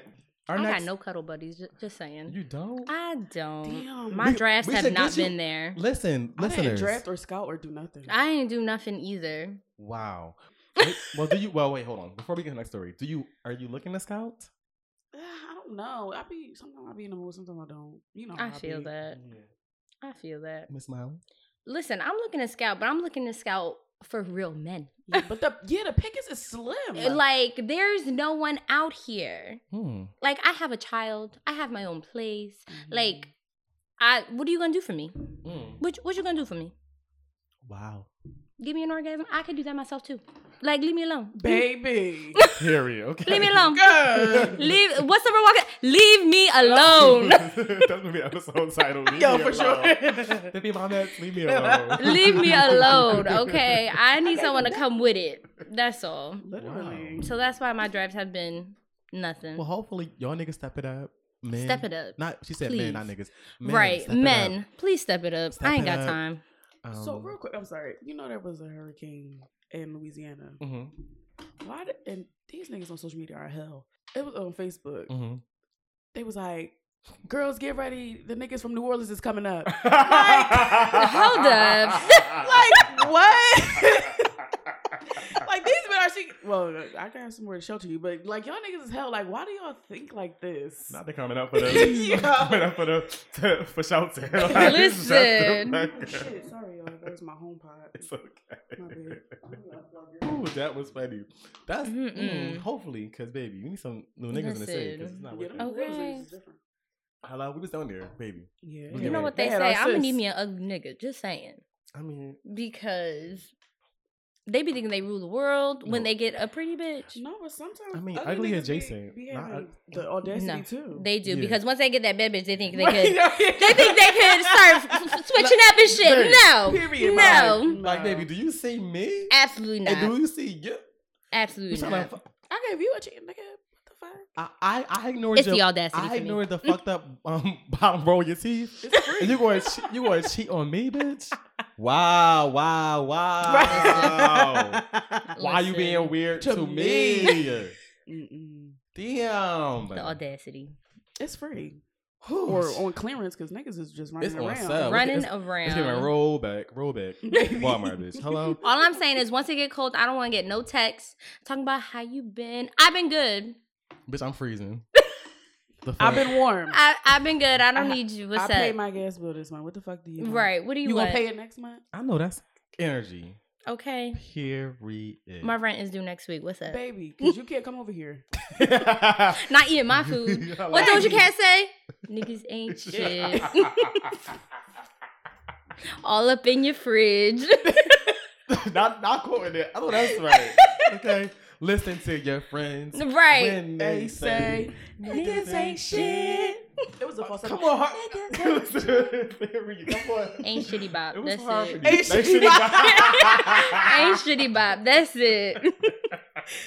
[SPEAKER 2] our
[SPEAKER 3] I
[SPEAKER 2] next
[SPEAKER 3] got no cuddle buddies. Just, just saying.
[SPEAKER 2] You don't?
[SPEAKER 3] I don't.
[SPEAKER 1] Damn,
[SPEAKER 3] My
[SPEAKER 2] We-
[SPEAKER 3] drafts
[SPEAKER 2] we
[SPEAKER 3] have
[SPEAKER 2] should
[SPEAKER 3] not
[SPEAKER 2] get you-
[SPEAKER 3] been there.
[SPEAKER 2] Listen,
[SPEAKER 1] I didn't
[SPEAKER 2] listeners.
[SPEAKER 1] draft or scout or do nothing.
[SPEAKER 3] I ain't do nothing either.
[SPEAKER 2] Wow. Wait, well, do you? Well, wait, hold on. Before we get to the next story, do you? Are you looking to scout?
[SPEAKER 1] Uh, [sighs] I don't know. I be sometimes I be in the mood, sometimes I don't. You know,
[SPEAKER 3] I
[SPEAKER 1] how
[SPEAKER 3] feel
[SPEAKER 1] be.
[SPEAKER 3] that. I feel that.
[SPEAKER 2] Miss Miley.
[SPEAKER 3] Listen, I'm looking to scout, but I'm looking to scout for real men. Eh,
[SPEAKER 1] Yeah, but the yeah, the pickings is slim.
[SPEAKER 3] Like, there's no one out here.
[SPEAKER 2] Hmm.
[SPEAKER 3] Like, I have a child. I have my own place.
[SPEAKER 1] Mhm.
[SPEAKER 3] Like, I. What are you gonna do for me?
[SPEAKER 2] Mm.
[SPEAKER 3] What What you gonna do for me?
[SPEAKER 2] Wow.
[SPEAKER 3] Give me an orgasm. I could do that myself too. Like, leave me alone.
[SPEAKER 1] Mm-hmm. baby,
[SPEAKER 3] [laughs]
[SPEAKER 2] Period. Okay.
[SPEAKER 3] Leave me
[SPEAKER 2] [laughs]
[SPEAKER 3] alone.
[SPEAKER 1] girl.
[SPEAKER 3] leave. What's the walking? Leave me
[SPEAKER 2] [laughs]
[SPEAKER 3] alone.
[SPEAKER 2] That's gonna be episode title. Leave
[SPEAKER 1] Yo,
[SPEAKER 2] me
[SPEAKER 1] for
[SPEAKER 2] alone. [laughs]
[SPEAKER 1] [laughs] sure.
[SPEAKER 2] That'd be my next. [laughs] Leave me alone.
[SPEAKER 3] Leave me alone, okay? I need someone to come with it. That's all.
[SPEAKER 1] Literally.
[SPEAKER 3] So that's why my drives have been nothing.
[SPEAKER 2] Well, hopefully y'all niggas step it up. Men.
[SPEAKER 3] step it up.
[SPEAKER 2] Not. She said men, not niggas. Men,
[SPEAKER 3] right.
[SPEAKER 2] step it up.
[SPEAKER 3] Men, please step it up.
[SPEAKER 2] Step
[SPEAKER 3] I ain't
[SPEAKER 2] it
[SPEAKER 3] got
[SPEAKER 2] up.
[SPEAKER 3] time.
[SPEAKER 2] Um,
[SPEAKER 1] So
[SPEAKER 2] [laughs]
[SPEAKER 1] real quick, I'm sorry. You know there was a hurricane in Louisiana.
[SPEAKER 2] mhm,
[SPEAKER 3] Mm.
[SPEAKER 1] Why? Did, and these niggas on social media are hell. It was on Facebook.
[SPEAKER 3] Mm.
[SPEAKER 2] mhm.
[SPEAKER 1] They was like, "Girls, get ready. The niggas from New Orleans is coming
[SPEAKER 3] [laughs]
[SPEAKER 1] up." [laughs]
[SPEAKER 3] hold
[SPEAKER 2] [laughs]
[SPEAKER 3] up.
[SPEAKER 1] like what? like these men are. She- well, I got some more to show to you, but like y'all niggas is hell. Like, why do y'all think like this?
[SPEAKER 2] Not they coming up for
[SPEAKER 3] [laughs]
[SPEAKER 2] the
[SPEAKER 1] Yeah.
[SPEAKER 2] coming up for the [laughs] for shelter.
[SPEAKER 3] Listen.
[SPEAKER 1] Oh, shit, sorry, y'all. That was my home pod.
[SPEAKER 2] [laughs] It's okay.
[SPEAKER 1] My bad. I'm gonna unplug it.
[SPEAKER 2] Ooh, that was funny. That's mm,
[SPEAKER 3] Mm-mm.
[SPEAKER 2] hopefully because baby, you need some new niggas in the city because
[SPEAKER 3] Listen.
[SPEAKER 2] it's not
[SPEAKER 1] Yeah,
[SPEAKER 2] working.
[SPEAKER 1] them girls
[SPEAKER 3] Okay.
[SPEAKER 1] is different.
[SPEAKER 2] Hello, we was down there, baby.
[SPEAKER 1] Yeah.
[SPEAKER 2] You
[SPEAKER 3] You know
[SPEAKER 2] Yeah.
[SPEAKER 3] what they
[SPEAKER 1] had
[SPEAKER 3] say?
[SPEAKER 1] our
[SPEAKER 3] I'm gonna
[SPEAKER 1] sis.
[SPEAKER 3] need me an ugly nigga. Just saying,
[SPEAKER 2] I mean,
[SPEAKER 3] because they be thinking they rule the world when
[SPEAKER 2] No.
[SPEAKER 3] they get a pretty bitch.
[SPEAKER 1] No, but sometimes
[SPEAKER 2] I mean,
[SPEAKER 1] other
[SPEAKER 2] ugly
[SPEAKER 1] niggas
[SPEAKER 2] adjacent,
[SPEAKER 1] Be, be
[SPEAKER 2] not
[SPEAKER 1] having
[SPEAKER 2] ug-
[SPEAKER 1] the audacity
[SPEAKER 3] No,
[SPEAKER 1] too.
[SPEAKER 3] [laughs] They do
[SPEAKER 2] Yeah.
[SPEAKER 3] because once they get that bad bitch, they think they
[SPEAKER 2] [laughs]
[SPEAKER 1] Right,
[SPEAKER 3] could.
[SPEAKER 1] yeah, yeah.
[SPEAKER 3] They think they could start f- [laughs] f- switching up and shit.
[SPEAKER 2] Period.
[SPEAKER 3] No,
[SPEAKER 1] Period.
[SPEAKER 3] no,
[SPEAKER 1] Mike.
[SPEAKER 2] like,
[SPEAKER 1] Nah.
[SPEAKER 2] baby, do you see me?
[SPEAKER 3] absolutely
[SPEAKER 2] And
[SPEAKER 3] not.
[SPEAKER 2] do you see you? You
[SPEAKER 3] Absolutely
[SPEAKER 2] tryna
[SPEAKER 3] not.
[SPEAKER 2] fu-
[SPEAKER 1] I gave you a chicken, nigga. What the fuck?
[SPEAKER 2] I, I, I ignored
[SPEAKER 3] It's
[SPEAKER 2] your-
[SPEAKER 3] the audacity.
[SPEAKER 2] I
[SPEAKER 3] for me.
[SPEAKER 2] ignored
[SPEAKER 3] [laughs]
[SPEAKER 2] the fucked up um, [laughs] bottom row of your teeth.
[SPEAKER 1] It's free.
[SPEAKER 2] And you
[SPEAKER 1] [laughs]
[SPEAKER 2] going [laughs] to you going to cheat on me,
[SPEAKER 3] [laughs]
[SPEAKER 2] bitch? Wow, wow, wow.
[SPEAKER 3] [laughs]
[SPEAKER 2] Why you being
[SPEAKER 3] Listen.
[SPEAKER 2] weird to,
[SPEAKER 1] To
[SPEAKER 2] me?
[SPEAKER 3] [laughs]
[SPEAKER 1] Mm-mm.
[SPEAKER 2] Damn.
[SPEAKER 3] The audacity.
[SPEAKER 1] It's free
[SPEAKER 2] Whew.
[SPEAKER 1] or on clearance because niggas is just running
[SPEAKER 2] It's on
[SPEAKER 1] around.
[SPEAKER 2] sale. Look at
[SPEAKER 3] Running
[SPEAKER 2] this- It's
[SPEAKER 3] around.
[SPEAKER 2] giving uh, roll back, roll
[SPEAKER 3] [laughs]
[SPEAKER 2] back. Walmart, bitch. Hello.
[SPEAKER 3] All I'm saying is once it get cold, I don't want to get no texts talking about how you been. I've been good.
[SPEAKER 2] Bitch, I'm
[SPEAKER 3] [laughs]
[SPEAKER 2] freezing. The fuck?
[SPEAKER 1] I've been warm. I,
[SPEAKER 3] I, I've been good. I don't
[SPEAKER 1] I-
[SPEAKER 3] need you. What's
[SPEAKER 1] paid
[SPEAKER 3] up?
[SPEAKER 1] my gas bill this month. What the fuck do you? want?
[SPEAKER 3] right. What do you,
[SPEAKER 1] You
[SPEAKER 3] want?
[SPEAKER 1] gonna pay it next month?
[SPEAKER 2] I know that's energy.
[SPEAKER 3] okay.
[SPEAKER 2] [laughs] Period. [laughs]
[SPEAKER 3] My rent is due next week. What's up?
[SPEAKER 1] Baby, because you can't come over here.
[SPEAKER 3] Not eating
[SPEAKER 2] [laughs]
[SPEAKER 3] my food. what don't you can't say? Niggas ain't shit. [laughs] All up in your fridge.
[SPEAKER 2] [laughs] not not quoting it. I know that's
[SPEAKER 3] [laughs]
[SPEAKER 2] right. Okay. Listen to your friends. [laughs]
[SPEAKER 3] right.
[SPEAKER 2] When they say
[SPEAKER 3] Niggas ain't shit.
[SPEAKER 1] It was a false.
[SPEAKER 2] Come on.
[SPEAKER 1] [laughs]
[SPEAKER 2] [laughs] Period. Come on. [laughs]
[SPEAKER 3] Ain't shitty bop.
[SPEAKER 2] It was
[SPEAKER 3] That's
[SPEAKER 2] hard for
[SPEAKER 3] it. [laughs]
[SPEAKER 2] you.
[SPEAKER 1] Ain't
[SPEAKER 2] Ain't
[SPEAKER 1] shitty
[SPEAKER 2] shitty [laughs]
[SPEAKER 3] ain't shitty bop. That's it.
[SPEAKER 2] Yo.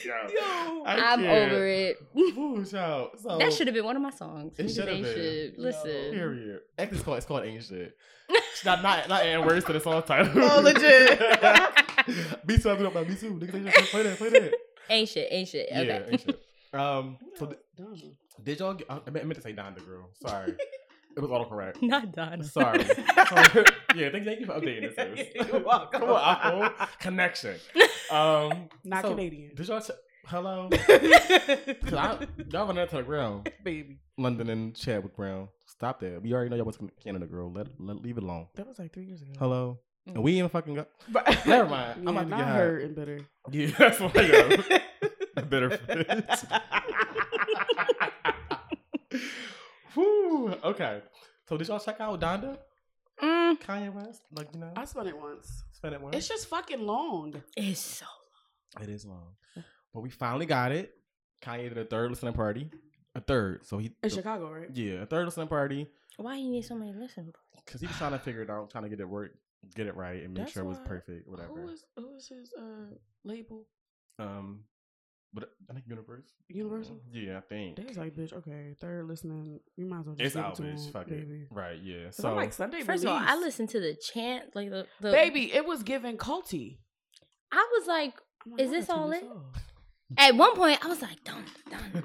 [SPEAKER 2] Yo, I
[SPEAKER 3] I'm
[SPEAKER 2] can't.
[SPEAKER 3] over it.
[SPEAKER 2] Ooh, child. So,
[SPEAKER 3] That should have been one of my songs.
[SPEAKER 2] It should have
[SPEAKER 3] They
[SPEAKER 2] been.
[SPEAKER 3] should. Listen.
[SPEAKER 2] Period. Act is called it's called ain't shit.
[SPEAKER 3] [laughs]
[SPEAKER 2] Should not not not add words to the song title.
[SPEAKER 1] Oh, legit.
[SPEAKER 2] [laughs] me too. I blew up my me too. Nigga, they just play that. Play
[SPEAKER 3] [laughs]
[SPEAKER 2] that.
[SPEAKER 3] ain't shit. Ain't shit. Okay.
[SPEAKER 2] Yeah, ain't shit. Um. So th-
[SPEAKER 1] Dumb.
[SPEAKER 2] did y'all? Get, I meant I meant to say Don DeGruy.
[SPEAKER 3] [laughs]
[SPEAKER 2] Sorry, it was autocorrect.
[SPEAKER 3] [laughs] Not done. [laughs]
[SPEAKER 2] Sorry. Sorry. [laughs] yeah, thank, thank you for updating this.
[SPEAKER 1] You're [laughs]
[SPEAKER 2] [laughs]
[SPEAKER 1] welcome.
[SPEAKER 2] Come on, Apple. Connection.
[SPEAKER 3] [laughs]
[SPEAKER 2] Um,
[SPEAKER 1] Not
[SPEAKER 2] so,
[SPEAKER 1] Canadian. [laughs]
[SPEAKER 2] Did y'all? T-
[SPEAKER 3] [laughs]
[SPEAKER 2] Hello. 'Cause I, y'all run that to the ground.
[SPEAKER 1] Baby.
[SPEAKER 2] London and Chadwick Brown. Stop that. We already know y'all was from Canada, girl. Let, let leave it alone.
[SPEAKER 1] That was like three years ago.
[SPEAKER 2] Hello.
[SPEAKER 3] Mm.
[SPEAKER 2] And we ain't fucking go.
[SPEAKER 1] But-
[SPEAKER 2] Mm-hmm. [laughs] Never
[SPEAKER 1] [laughs]
[SPEAKER 2] mind.
[SPEAKER 1] Yeah,
[SPEAKER 2] I'm about to
[SPEAKER 1] not
[SPEAKER 2] get high.
[SPEAKER 1] hurt and bitter.
[SPEAKER 2] Yeah, that's why yo. [laughs] Bitter fit. Whew. Okay. So did y'all check out Donda?
[SPEAKER 3] Mm,
[SPEAKER 2] Kanye West? Like you know,
[SPEAKER 1] [laughs] I spun it once.
[SPEAKER 2] spend it once.
[SPEAKER 1] It's just fucking long.
[SPEAKER 3] it's so.
[SPEAKER 2] It is long. But we finally got it. Kanye did a third listening party. A third. So he
[SPEAKER 1] In Chicago, right?
[SPEAKER 2] Yeah, a third listening party.
[SPEAKER 3] Why you need so many listen?
[SPEAKER 2] Cause he was trying to figure it out, trying to get it work, get it right and make
[SPEAKER 1] That's
[SPEAKER 2] sure it was
[SPEAKER 1] why-
[SPEAKER 2] perfect, whatever.
[SPEAKER 1] Who is who is his uh label?
[SPEAKER 2] um but I think Universe.
[SPEAKER 1] Universal?
[SPEAKER 2] Yeah, I think.
[SPEAKER 1] They was like, bitch, okay, third listening. You might as well just
[SPEAKER 2] It's
[SPEAKER 1] give it
[SPEAKER 2] out,
[SPEAKER 1] to
[SPEAKER 2] bitch.
[SPEAKER 1] him,
[SPEAKER 2] Fuck
[SPEAKER 1] baby.
[SPEAKER 2] it. Right, yeah.
[SPEAKER 1] 'Cause I'm
[SPEAKER 2] So
[SPEAKER 1] like Sunday.
[SPEAKER 3] First of all, I
[SPEAKER 1] release.
[SPEAKER 3] listened to the chant, like the, the
[SPEAKER 1] Baby, it was given culty.
[SPEAKER 3] I was like,
[SPEAKER 1] I'm like,
[SPEAKER 3] Is
[SPEAKER 1] I gotta
[SPEAKER 3] this
[SPEAKER 1] turn
[SPEAKER 3] all it?
[SPEAKER 1] off.
[SPEAKER 3] at one point, I was like, done,
[SPEAKER 1] [laughs]
[SPEAKER 3] done. like, [laughs]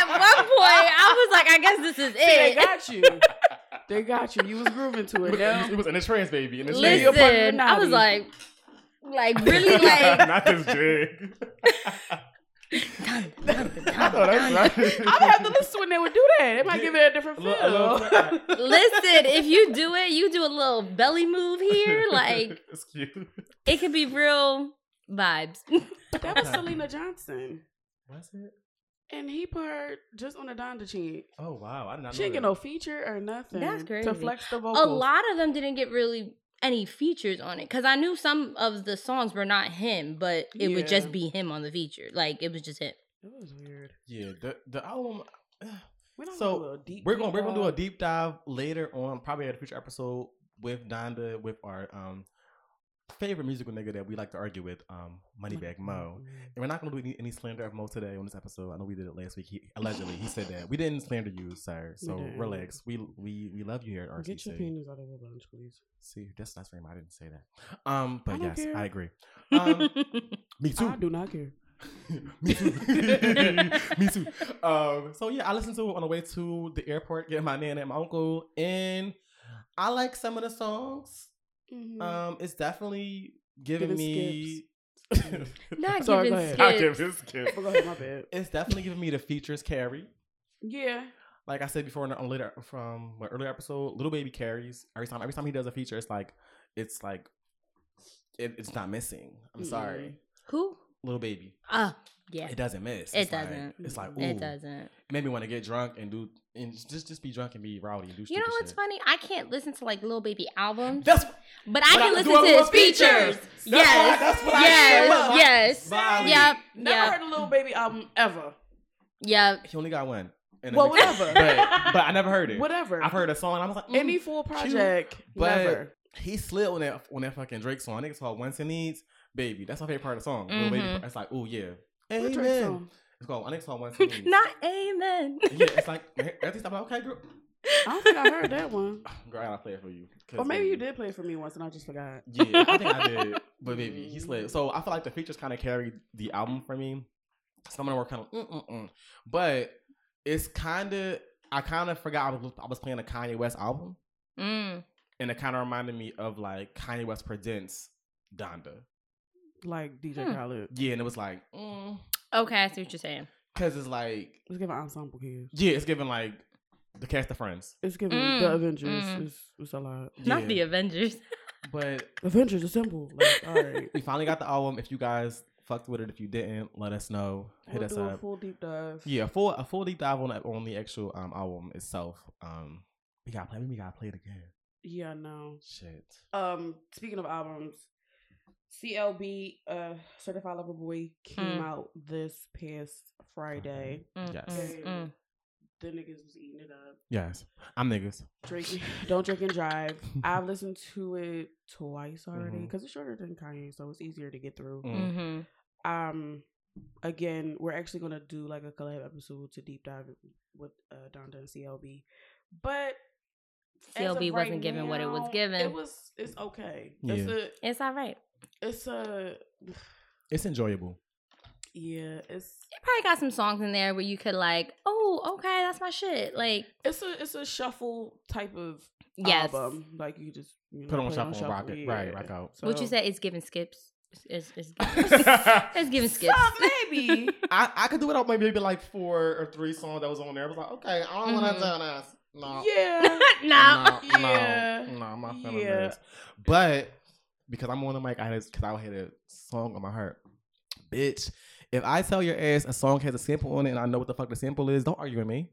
[SPEAKER 3] at one point, I was like, I guess this is
[SPEAKER 1] See, they
[SPEAKER 3] it.
[SPEAKER 1] got
[SPEAKER 2] [laughs]
[SPEAKER 1] you. they got you. You was grooving to it.
[SPEAKER 2] Eh. But
[SPEAKER 1] Now.
[SPEAKER 2] [laughs] it was in a trance, baby. In a
[SPEAKER 1] Listen, your
[SPEAKER 2] [laughs]
[SPEAKER 1] partner
[SPEAKER 2] trance.
[SPEAKER 3] Listen, I was
[SPEAKER 1] naughty.
[SPEAKER 3] like, like really,
[SPEAKER 1] [laughs]
[SPEAKER 3] like
[SPEAKER 2] not this jig. [laughs]
[SPEAKER 3] done,
[SPEAKER 1] [laughs]
[SPEAKER 3] done,
[SPEAKER 2] I
[SPEAKER 3] done,
[SPEAKER 2] know
[SPEAKER 3] done.
[SPEAKER 2] Oh, that's right.
[SPEAKER 1] I would have to listen when they would do that. They might give it a different
[SPEAKER 2] A
[SPEAKER 1] feel.
[SPEAKER 2] little- a little-
[SPEAKER 1] [laughs]
[SPEAKER 3] Listen, if you do it, you do a little belly
[SPEAKER 1] [laughs]
[SPEAKER 3] move here.
[SPEAKER 2] [laughs]
[SPEAKER 3] Like
[SPEAKER 2] it's cute.
[SPEAKER 3] it could be real vibes.
[SPEAKER 1] that
[SPEAKER 2] [laughs]
[SPEAKER 1] was Selena Johnson,
[SPEAKER 2] Was it?
[SPEAKER 1] and he put her just on the Donda chin.
[SPEAKER 2] Oh wow, I did not
[SPEAKER 1] She didn't get
[SPEAKER 2] know.
[SPEAKER 1] no feature or nothing.
[SPEAKER 3] That's
[SPEAKER 1] To
[SPEAKER 3] crazy.
[SPEAKER 1] flex the vocals.
[SPEAKER 3] A lot of them didn't get really any features on it because I knew some of the songs were not him, but it would
[SPEAKER 1] Yeah.
[SPEAKER 3] just be him on the feature. Like it was just him.
[SPEAKER 1] It was weird.
[SPEAKER 2] Yeah, the the album.
[SPEAKER 1] We don't
[SPEAKER 2] So,
[SPEAKER 1] do a deep.
[SPEAKER 2] We're gonna we're gonna do a
[SPEAKER 1] dive.
[SPEAKER 2] deep dive later on, probably at a future episode with Donda with our um favorite musical nigga that we like to argue with, um Moneybag
[SPEAKER 1] Mm-hmm.
[SPEAKER 2] Mo. And we're not gonna do any, any slander of Mo today on this episode. I know we did it last week. He, allegedly, he said that we didn't slander you, sir.
[SPEAKER 1] We
[SPEAKER 2] So
[SPEAKER 1] didn't.
[SPEAKER 2] relax. We we we love you here at RCC.
[SPEAKER 1] Get your opinions out of the bunch, please.
[SPEAKER 2] See, that's not very I didn't say that. Um, but
[SPEAKER 1] I don't
[SPEAKER 2] yes,
[SPEAKER 1] care.
[SPEAKER 2] I agree.
[SPEAKER 1] [laughs]
[SPEAKER 2] Um, me
[SPEAKER 1] I
[SPEAKER 2] too.
[SPEAKER 1] do not care.
[SPEAKER 2] me too. [laughs] me too. Um, so yeah, I listened to it on the way to the airport, getting my nana and my uncle, and I like some of the songs.
[SPEAKER 3] Mm.
[SPEAKER 1] Mhm. [laughs]
[SPEAKER 2] Um, it's definitely giving
[SPEAKER 1] Giving
[SPEAKER 2] me.
[SPEAKER 3] [laughs] Not
[SPEAKER 1] Sorry, go
[SPEAKER 3] giving
[SPEAKER 1] ahead.
[SPEAKER 3] skips.
[SPEAKER 2] Not giving skips.
[SPEAKER 1] But go ahead, my bad.
[SPEAKER 2] [laughs] It's definitely giving me the features carry.
[SPEAKER 1] Yeah.
[SPEAKER 2] Like I said before in the, on later from my earlier episode, Little Baby carries every time. Every time he does a feature, it's like it's like it, it's not missing. I'm sorry,
[SPEAKER 3] [laughs] Who?
[SPEAKER 2] Little Baby.
[SPEAKER 3] Ah, yeah.
[SPEAKER 2] It doesn't miss.
[SPEAKER 3] It
[SPEAKER 2] It's like-
[SPEAKER 3] doesn't.
[SPEAKER 2] it's like ooh,
[SPEAKER 3] It doesn't.
[SPEAKER 2] it made me want to get drunk and do and just just be drunk and be rowdy and do
[SPEAKER 3] You know
[SPEAKER 2] stupid
[SPEAKER 3] what's
[SPEAKER 2] shit.
[SPEAKER 3] funny? I can't listen to like Lil Baby albums,
[SPEAKER 2] That's
[SPEAKER 3] but
[SPEAKER 2] but
[SPEAKER 3] I can
[SPEAKER 2] I
[SPEAKER 3] listen
[SPEAKER 2] do it
[SPEAKER 3] to
[SPEAKER 2] with
[SPEAKER 3] his
[SPEAKER 2] features.
[SPEAKER 3] features.
[SPEAKER 2] That's what I-
[SPEAKER 3] yes.
[SPEAKER 2] that's what I said.
[SPEAKER 3] yes. yes.
[SPEAKER 2] Violet.
[SPEAKER 3] Yep.
[SPEAKER 1] Never
[SPEAKER 3] Yep.
[SPEAKER 1] heard a little baby album ever.
[SPEAKER 3] Yep.
[SPEAKER 2] he only got one. And it
[SPEAKER 1] Well,
[SPEAKER 2] makes-
[SPEAKER 1] whatever. [laughs]
[SPEAKER 2] but, but I never heard it.
[SPEAKER 1] Whatever.
[SPEAKER 2] I've heard a song and I was like, mm.
[SPEAKER 1] any full project.
[SPEAKER 2] but-
[SPEAKER 1] never.
[SPEAKER 2] he slid on that on that fucking Drake song. I think it's called Once and Needs, baby. That's my favorite part of the song. Lil Baby,
[SPEAKER 3] Mhm.
[SPEAKER 2] part. it's like, oh yeah,
[SPEAKER 1] What Drake
[SPEAKER 2] amen.
[SPEAKER 1] song?
[SPEAKER 2] It's called I think it's called
[SPEAKER 3] [laughs]
[SPEAKER 2] Once and Needs.
[SPEAKER 3] Not amen. [laughs]
[SPEAKER 2] yeah, it's like everything's like okay, girl. [sighs]
[SPEAKER 1] I don't think I heard that one.
[SPEAKER 2] Girl, [laughs] I gotta play it for you. 'Cause,
[SPEAKER 1] Or maybe you
[SPEAKER 2] baby,
[SPEAKER 1] did play it for me once and I just forgot.
[SPEAKER 2] Yeah, I
[SPEAKER 1] [laughs]
[SPEAKER 2] think I did. But baby,
[SPEAKER 1] Mm.
[SPEAKER 2] he slid. So I feel like the features kind of carried the album for me. Some of them were kind of, mm-mm-mm. but it's kind of. I kind of forgot I was, I was playing a Kanye West album,
[SPEAKER 3] Mm.
[SPEAKER 2] and it kind of reminded me of like Kanye West presents Donda.
[SPEAKER 1] Like DJ
[SPEAKER 3] Hmm.
[SPEAKER 1] Khaled.
[SPEAKER 2] Yeah, and it was like, mm,
[SPEAKER 3] Okay, I see what you're saying.
[SPEAKER 2] cause it's like,
[SPEAKER 1] Let's give an ensemble kids.
[SPEAKER 2] yeah, it's giving like the cast of Friends.
[SPEAKER 1] It's giving
[SPEAKER 3] Mm,
[SPEAKER 1] the Avengers.
[SPEAKER 3] mm.
[SPEAKER 1] It's, it's a lot.
[SPEAKER 2] Yeah.
[SPEAKER 3] Not the Avengers.
[SPEAKER 2] But
[SPEAKER 1] Avengers Assemble. Like, all right.
[SPEAKER 2] we finally got the album. If you guys fucked with it, if you didn't, let us know. [laughs] Hit
[SPEAKER 1] we'll
[SPEAKER 2] us
[SPEAKER 1] do
[SPEAKER 2] up.
[SPEAKER 1] a full deep dive.
[SPEAKER 2] Yeah, a full a full deep dive on the, on the actual um album itself. Um, we gotta play. We gotta play it again.
[SPEAKER 1] Yeah, no.
[SPEAKER 2] Shit.
[SPEAKER 1] Um, speaking of albums, CLB, uh, Certified Lover Boy came
[SPEAKER 3] Mm.
[SPEAKER 1] out this past Friday.
[SPEAKER 3] Mm,
[SPEAKER 2] Yes.
[SPEAKER 3] mm, mm.
[SPEAKER 1] The niggas was eating it up.
[SPEAKER 2] Yes, I'm niggas.
[SPEAKER 1] Drake, [laughs] don't drink and drive.
[SPEAKER 2] [laughs]
[SPEAKER 1] I've listened to it twice already
[SPEAKER 2] Mhm.
[SPEAKER 1] because it's shorter than Kanye, so it's easier to get through.
[SPEAKER 2] Mm.
[SPEAKER 3] Mhm.
[SPEAKER 1] um again we're actually gonna do like a collab episode to deep dive with uh Donda and CLB, but as of
[SPEAKER 3] CLB
[SPEAKER 1] right
[SPEAKER 3] wasn't given what it was
[SPEAKER 1] now,
[SPEAKER 3] given.
[SPEAKER 1] It was it's okay. It's
[SPEAKER 2] Yeah.
[SPEAKER 1] a
[SPEAKER 3] it's all right.
[SPEAKER 1] it's a
[SPEAKER 2] It's
[SPEAKER 1] [laughs]
[SPEAKER 2] enjoyable.
[SPEAKER 1] yeah it's
[SPEAKER 3] It probably got some songs in there where you could like, oh, okay, that's my shit. Like,
[SPEAKER 1] it's a it's a shuffle type of
[SPEAKER 3] yes.
[SPEAKER 1] album. Like you just you know,
[SPEAKER 2] Put on
[SPEAKER 1] play
[SPEAKER 2] shuffle and rock it. Right, rock out.
[SPEAKER 1] So-
[SPEAKER 3] What you say? It's giving skips. It's, it's, it's,
[SPEAKER 2] I,
[SPEAKER 3] it's giving skips. [laughs]
[SPEAKER 1] So maybe
[SPEAKER 2] I could do it out maybe, maybe like four or three songs that was on there. I was like, okay, I don't want to do this. No.
[SPEAKER 1] Mm-hmm. yeah.
[SPEAKER 3] no.
[SPEAKER 2] No,
[SPEAKER 1] [laughs] Yeah.
[SPEAKER 2] no, no, I'm not feeling
[SPEAKER 1] Yeah.
[SPEAKER 2] this. But because I'm on the mic, I because I had a song on my heart. Bitch, if I tell your ass a song has a sample on it and I know what the fuck the sample is, don't argue with me.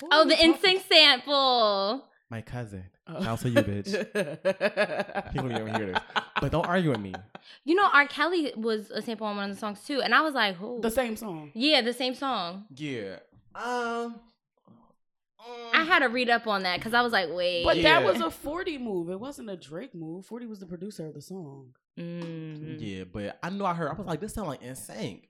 [SPEAKER 1] Who
[SPEAKER 3] [laughs] Oh,
[SPEAKER 1] are
[SPEAKER 3] the
[SPEAKER 1] we talking-
[SPEAKER 3] instinct sample.
[SPEAKER 2] My cousin.
[SPEAKER 1] Oh.
[SPEAKER 2] I'll
[SPEAKER 1] [laughs]
[SPEAKER 2] tell you, bitch.
[SPEAKER 1] bitch.
[SPEAKER 2] He won't even hear this. But don't argue with me.
[SPEAKER 3] You know, R. Kelly was a sample on one of the songs too, and I was like, "Who?"
[SPEAKER 1] [laughs] The same song.
[SPEAKER 3] yeah, the same song.
[SPEAKER 2] Yeah. Um. mm.
[SPEAKER 3] I had to read up on that because I was like, "Wait."
[SPEAKER 1] But
[SPEAKER 2] Yeah.
[SPEAKER 1] that was a 40 move. It wasn't a Drake move. 40 was the producer of the song.
[SPEAKER 3] Mhm.
[SPEAKER 2] Yeah, but I know I heard. I was like, this sound like NSYNC.